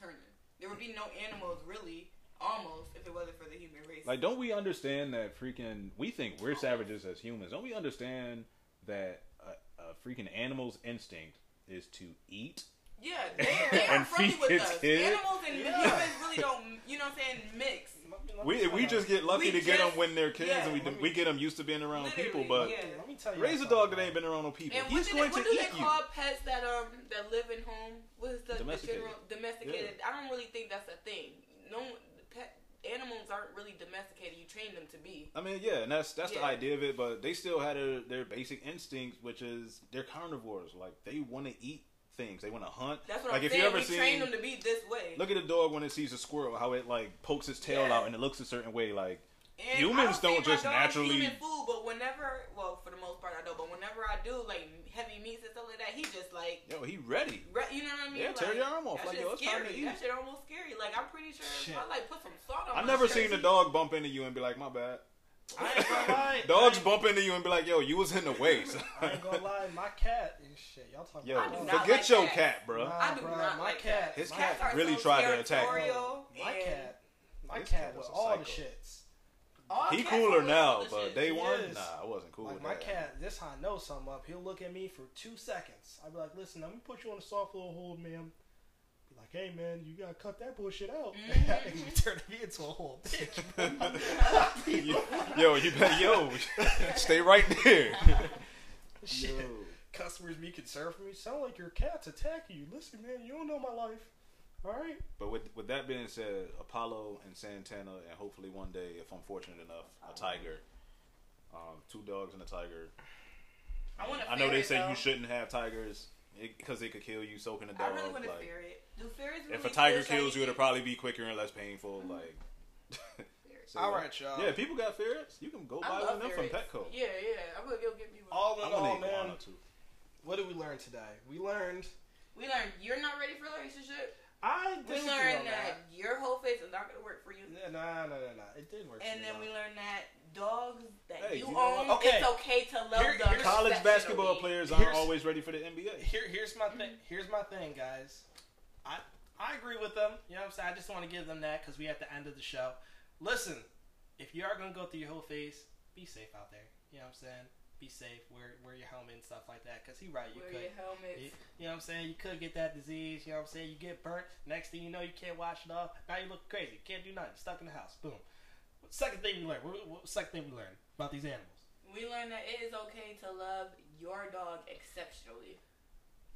turning. There would be no animals really, almost, if it wasn't for the human race.
like don't we understand that freaking we think we're savages as humans don't we understand that a, a freaking animal's instinct is to eat [LAUGHS]
yeah, they're, they are
And
friendly
feed
with
his
us.
kid?
Animals and
Yeah.
humans really don't, you know what I'm saying, mix.
Let me- let me
we
tell
we
y'all.
just get lucky
We
to get
just-
them when they're kids
yeah.
and we, do- we get them used to being around people but
Literally, yeah.
Let me tell you.
Raise a dog that ain't been around no people.
And what,
He's
do
going
they, what
to
do
eat
they
you.
call pets that um that live in home? What is the, the
Domesticated.
general domesticated? I don't really think that's a thing. No pet animals aren't really domesticated. You train them to be.
I mean, yeah, and that's that's the
Yeah.
idea of it. But they still had their, their basic instincts, which is they're carnivores. Like they want to eat things. They want to hunt.
That's what
like
I'm
if
saying.
you ever
we
seen,
train them to be this way.
look at a dog when it sees a squirrel, how it like pokes its tail
Yeah.
out and it looks a certain way. Like
And
humans
I don't, feed
don't
my
just
dog
naturally-
human food, but whenever, well, for the most part, I don't. But whenever I do, like heavy meats and stuff like that, he just like.
yo, he ready.
re- You know what I mean?
Yeah, tear
Like,
your arm off.
That
Like,
shit's
yo, it's time
scary.
to eat.
That shit almost scary. Like I'm pretty sure if I
Shit.
like put some salt on.
I've
my
never
shirt,
seen a
he-
dog bump into you and be like, my bad.
I
[LAUGHS]
ain't gonna lie.
Dogs bump into you and be like, yo, you was in the way. so-
[LAUGHS] I ain't gonna lie. My cat and shit. Y'all talking
Yo,
I do
about
not
forget
like
your
cats.
cat, bro.
Nah,
I do
[LAUGHS] bruh,
not
my
like
cat.
that.
His
my
cat
are
really
so
tried to attack.
territorial
My
and-
cat. My
This
cat
cat was
was
a
all the
psycho.
shits.
All
he
cats are
cooler
like
now,
other
but
shit.
day
He
one,
is.
nah, I wasn't cool
like
with
my
that.
cat, this how I know something up. He'll look at me for two seconds. I'll be like, listen, I'm gonna put you on a soft little hold, ma'am. Be like, hey man, you gotta cut that bullshit out.
Mhm.
[LAUGHS] you turn me into a whole
[LAUGHS]
bitch.
You- [LAUGHS] yo, you better yo, stay right there.
[LAUGHS] Shit. Customers be concerned for me. Sound like your cat's attacking you. Listen, man, you don't know my life. Alright?
But with with that being said, Apollo and Santana, and hopefully one day, if I'm fortunate enough, a tiger. Um, two dogs and a tiger.
I want a
I know they
ferret,
say
though.
you shouldn't have tigers because it could kill you soaking a
I
dog.
really want a
like,
ferret. Do ferrets
if a
really
tiger
push, like,
kills you, it'll
think-
probably be quicker and less painful. Like, [LAUGHS] so,
Alright, y'all.
Yeah, people got ferrets. You can go
I
buy
love
one of them from
ferrets.
Petco.
Yeah, yeah. I'm gonna go get me one.
oh,
All in
I
all,
want an
man,
iguana too.
What did we learn today? We learned
We learned you're not ready for a relationship.
I
We
disagree on
learned
that.
that your whole face is not gonna work for you.
Yeah, Nah, nah, nah, nah. It didn't work.
And
for
then
me,
we
though.
learned that dogs that
Hey,
you
you know
own,
what? Okay.
it's okay to love
Here-
dogs.
here's-
College
affectionately.
basketball players aren't
Here's-
always ready for the NBA.
Here, here's my thing.
Mm.
Here's my thing, guys. I I agree with them. You know what I'm saying? I just want to give them that because we at the end of the show. Listen, if you are gonna go through your whole face, be safe out there. You know what I'm saying? Be safe. Wear wear your helmet and stuff like that. Cause he right, you
Wear
could.
your helmets.
You, you know what I'm saying? You could get that disease. You know what I'm saying? You get burnt. Next thing you know, you can't wash it off. Now you look crazy. Can't do nothing. Stuck in the house. Boom. Second thing we learned. What, what, second thing we learned about these animals.
We learned that it is okay to love your dog exceptionally,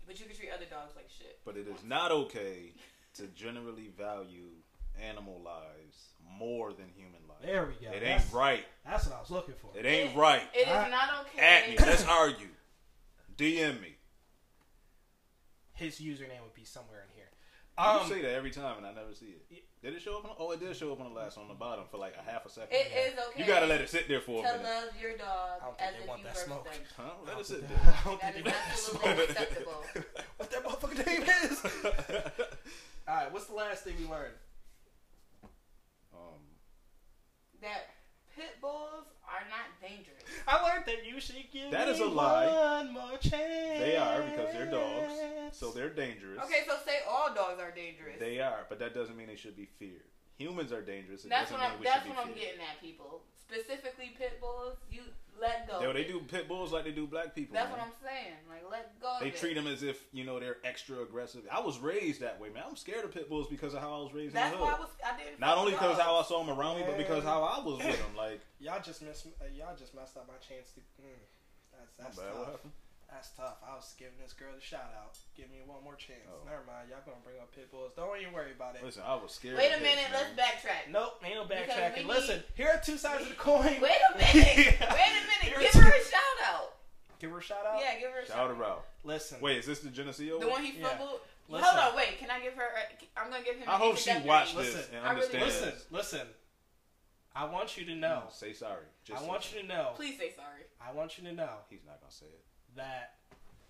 but you can treat other dogs like shit.
But it is not okay to generally value animal lives more than human lives.
There we go.
It
that's,
ain't right.
That's what I was looking for.
It ain't right.
It is
I-
not okay.
At me. [LAUGHS] Let's argue. DM me.
His username would be somewhere in here.
you
Um,
say that every time, and I never see it. Did it show up? On, oh, it did show up on the last one on the bottom for like a half a second.
It is okay.
You gotta let it sit there for a
to
minute.
love your dog
I don't think
as
they
if
want
you
that
birthed
smoke.
them.
Huh?
I
Let
don't
it sit
think
there.
that- I don't
That
think they
is
want
absolutely
smoke.
unacceptable.
what that motherfucking name is.
[LAUGHS]
All right, what's the last thing we learned?
[LAUGHS] um,
That pit bulls are not dangerous.
I learned that you should give
That
me
is a lie.
one more chance.
they are because they're dogs, so they're dangerous.
Okay, so say all dogs are dangerous.
They are, but that doesn't mean they should be feared. Humans are dangerous. It
that's
doesn't mean
what I'm.
we
That's
should
what
be
I'm
feared.
getting at, people. Specifically, pit bulls. You let go.
Yo, they do pit bulls like they do black people.
That's
man.
what I'm saying. Like, let go.
They
of it.
treat them as if you know they're extra aggressive. I was raised that way, man. I'm scared of pit bulls because of how I was raised
That's
in the
why
hood.
I was. I didn't.
Not only because
because
how I saw them around me, but because
Man.
how I was
[LAUGHS]
with them. Like,
Y'all just missed. Uh, y'all just messed up my chance to. Mm, that's
my
that's
bad, what
tough.
happened?
That's tough. I was giving this girl a shout out. Give me one more chance.
Oh.
Never mind. Y'all gonna bring up pit bulls. Don't even worry about it.
Listen, I was scared.
Wait
of pigs,
a minute. Let's
man. [LAUGHS]
backtrack.
Nope, ain't no
Because we
backtracking. Listen,
need-
here are two sides of the coin.
Wait a
[LAUGHS]
minute.
Yeah.
Wait a
Here
minute.
are
Give her a
two-
shout out.
Give her a shout out.
Yeah, give her a shout,
Shout
out.
her out.
Listen.
Wait, is this the Geneseo?
The one he
Yeah.
fumbled.
Listen.
Hold on. Wait. Can I give her? A, I'm gonna give him.
I
an
hope she
introductory.
watched this
Listen,
and
I really-
understands.
Listen, listen. I want you to know.
Say sorry. Just
I
say
want
sorry.
you to know.
Please say sorry.
I want you to know
He's not gonna say it.
that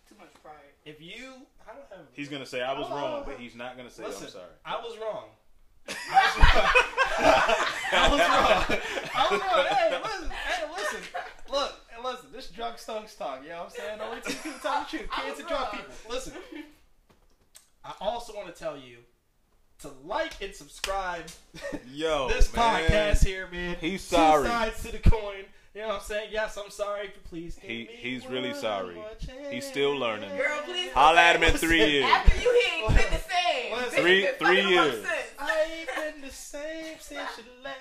Too much pride.
if you, I don't have.
He's gonna say I was
Oh.
Hold on,
wrong,
hold
but
on.
he's not gonna say
Listen,
I'm sorry.
[LAUGHS]
I was
[LAUGHS]
wrong. I was wrong. I was wrong. Hey, listen. Hey, listen. Look, and listen. This drunk stunks talk. You know what I'm saying? Only two people tell the truth.
I
Kids
was
and drunk
wrong.
people. Listen. I also want to tell you to like and subscribe
Yo,
this
man.
podcast here, man.
He's sorry.
Two sides to the coin. You know what I'm saying? Yes, I'm sorry, but please. give
He-
me
he's really
one
sorry.
more
He's still learning.
Girl, please.
Holla at him in
[LAUGHS]
three years.
After you hear it, the same.
Listen.
Bitch,
Three-
been
three
fucking up
years.
since.
I ain't been the same since you left.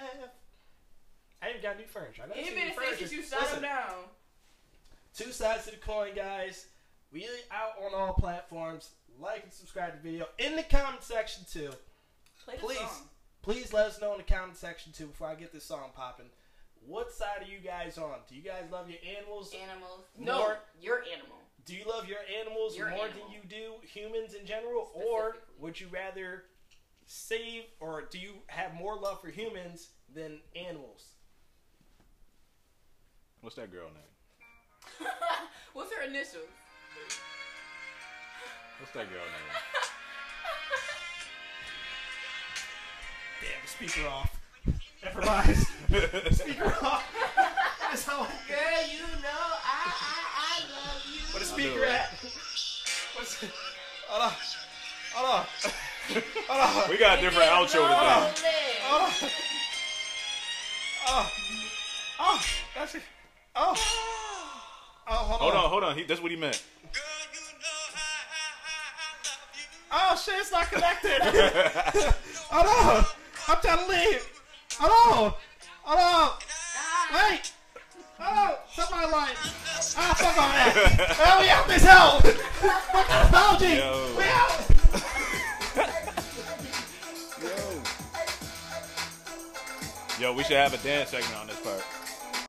I ain't got new furniture. I never
It
seen
been
new
a since
furniture.
since you shut
Listen,
him down.
Two sides to the coin, guys. We out on all platforms. Like and subscribe to the video in the comment section too.
Play the
Please.
song.
Please let us know in the comment section too before I get this song popping. What side are you guys on? Do you guys love your animals?
Animals. No,
More-
you're animal.
Do you love your animals
Your
more
animal.
than you do humans in general, or
Specifically.
would you rather save, or do you have more love for humans than animals?
What's that girl name?
What's her initials?
What's that girl name?
Damn, speaker off. Never [LAUGHS] mind. speaker off. That's how.
Girl, you know I I, I love you.
What is
I'll do
speaker
it.
at? What's? Hold on. Hold on. Hold on.
we got a different outro today.
today.
Hold on. Oh. Oh. That's it. Oh. Oh, hold on.
Hold on, hold on. He, that's what he meant. [LAUGHS]
Oh shit, it's not
[LAUGHS]
connected. hold on. I'm trying to leave. Hold on. Hold on. Wait! Oh, somebody like, ah, fuck all that. oh, we out this hell. Fuck out apology.
Yo.
We out.
Yo, we should have a dance segment on this part.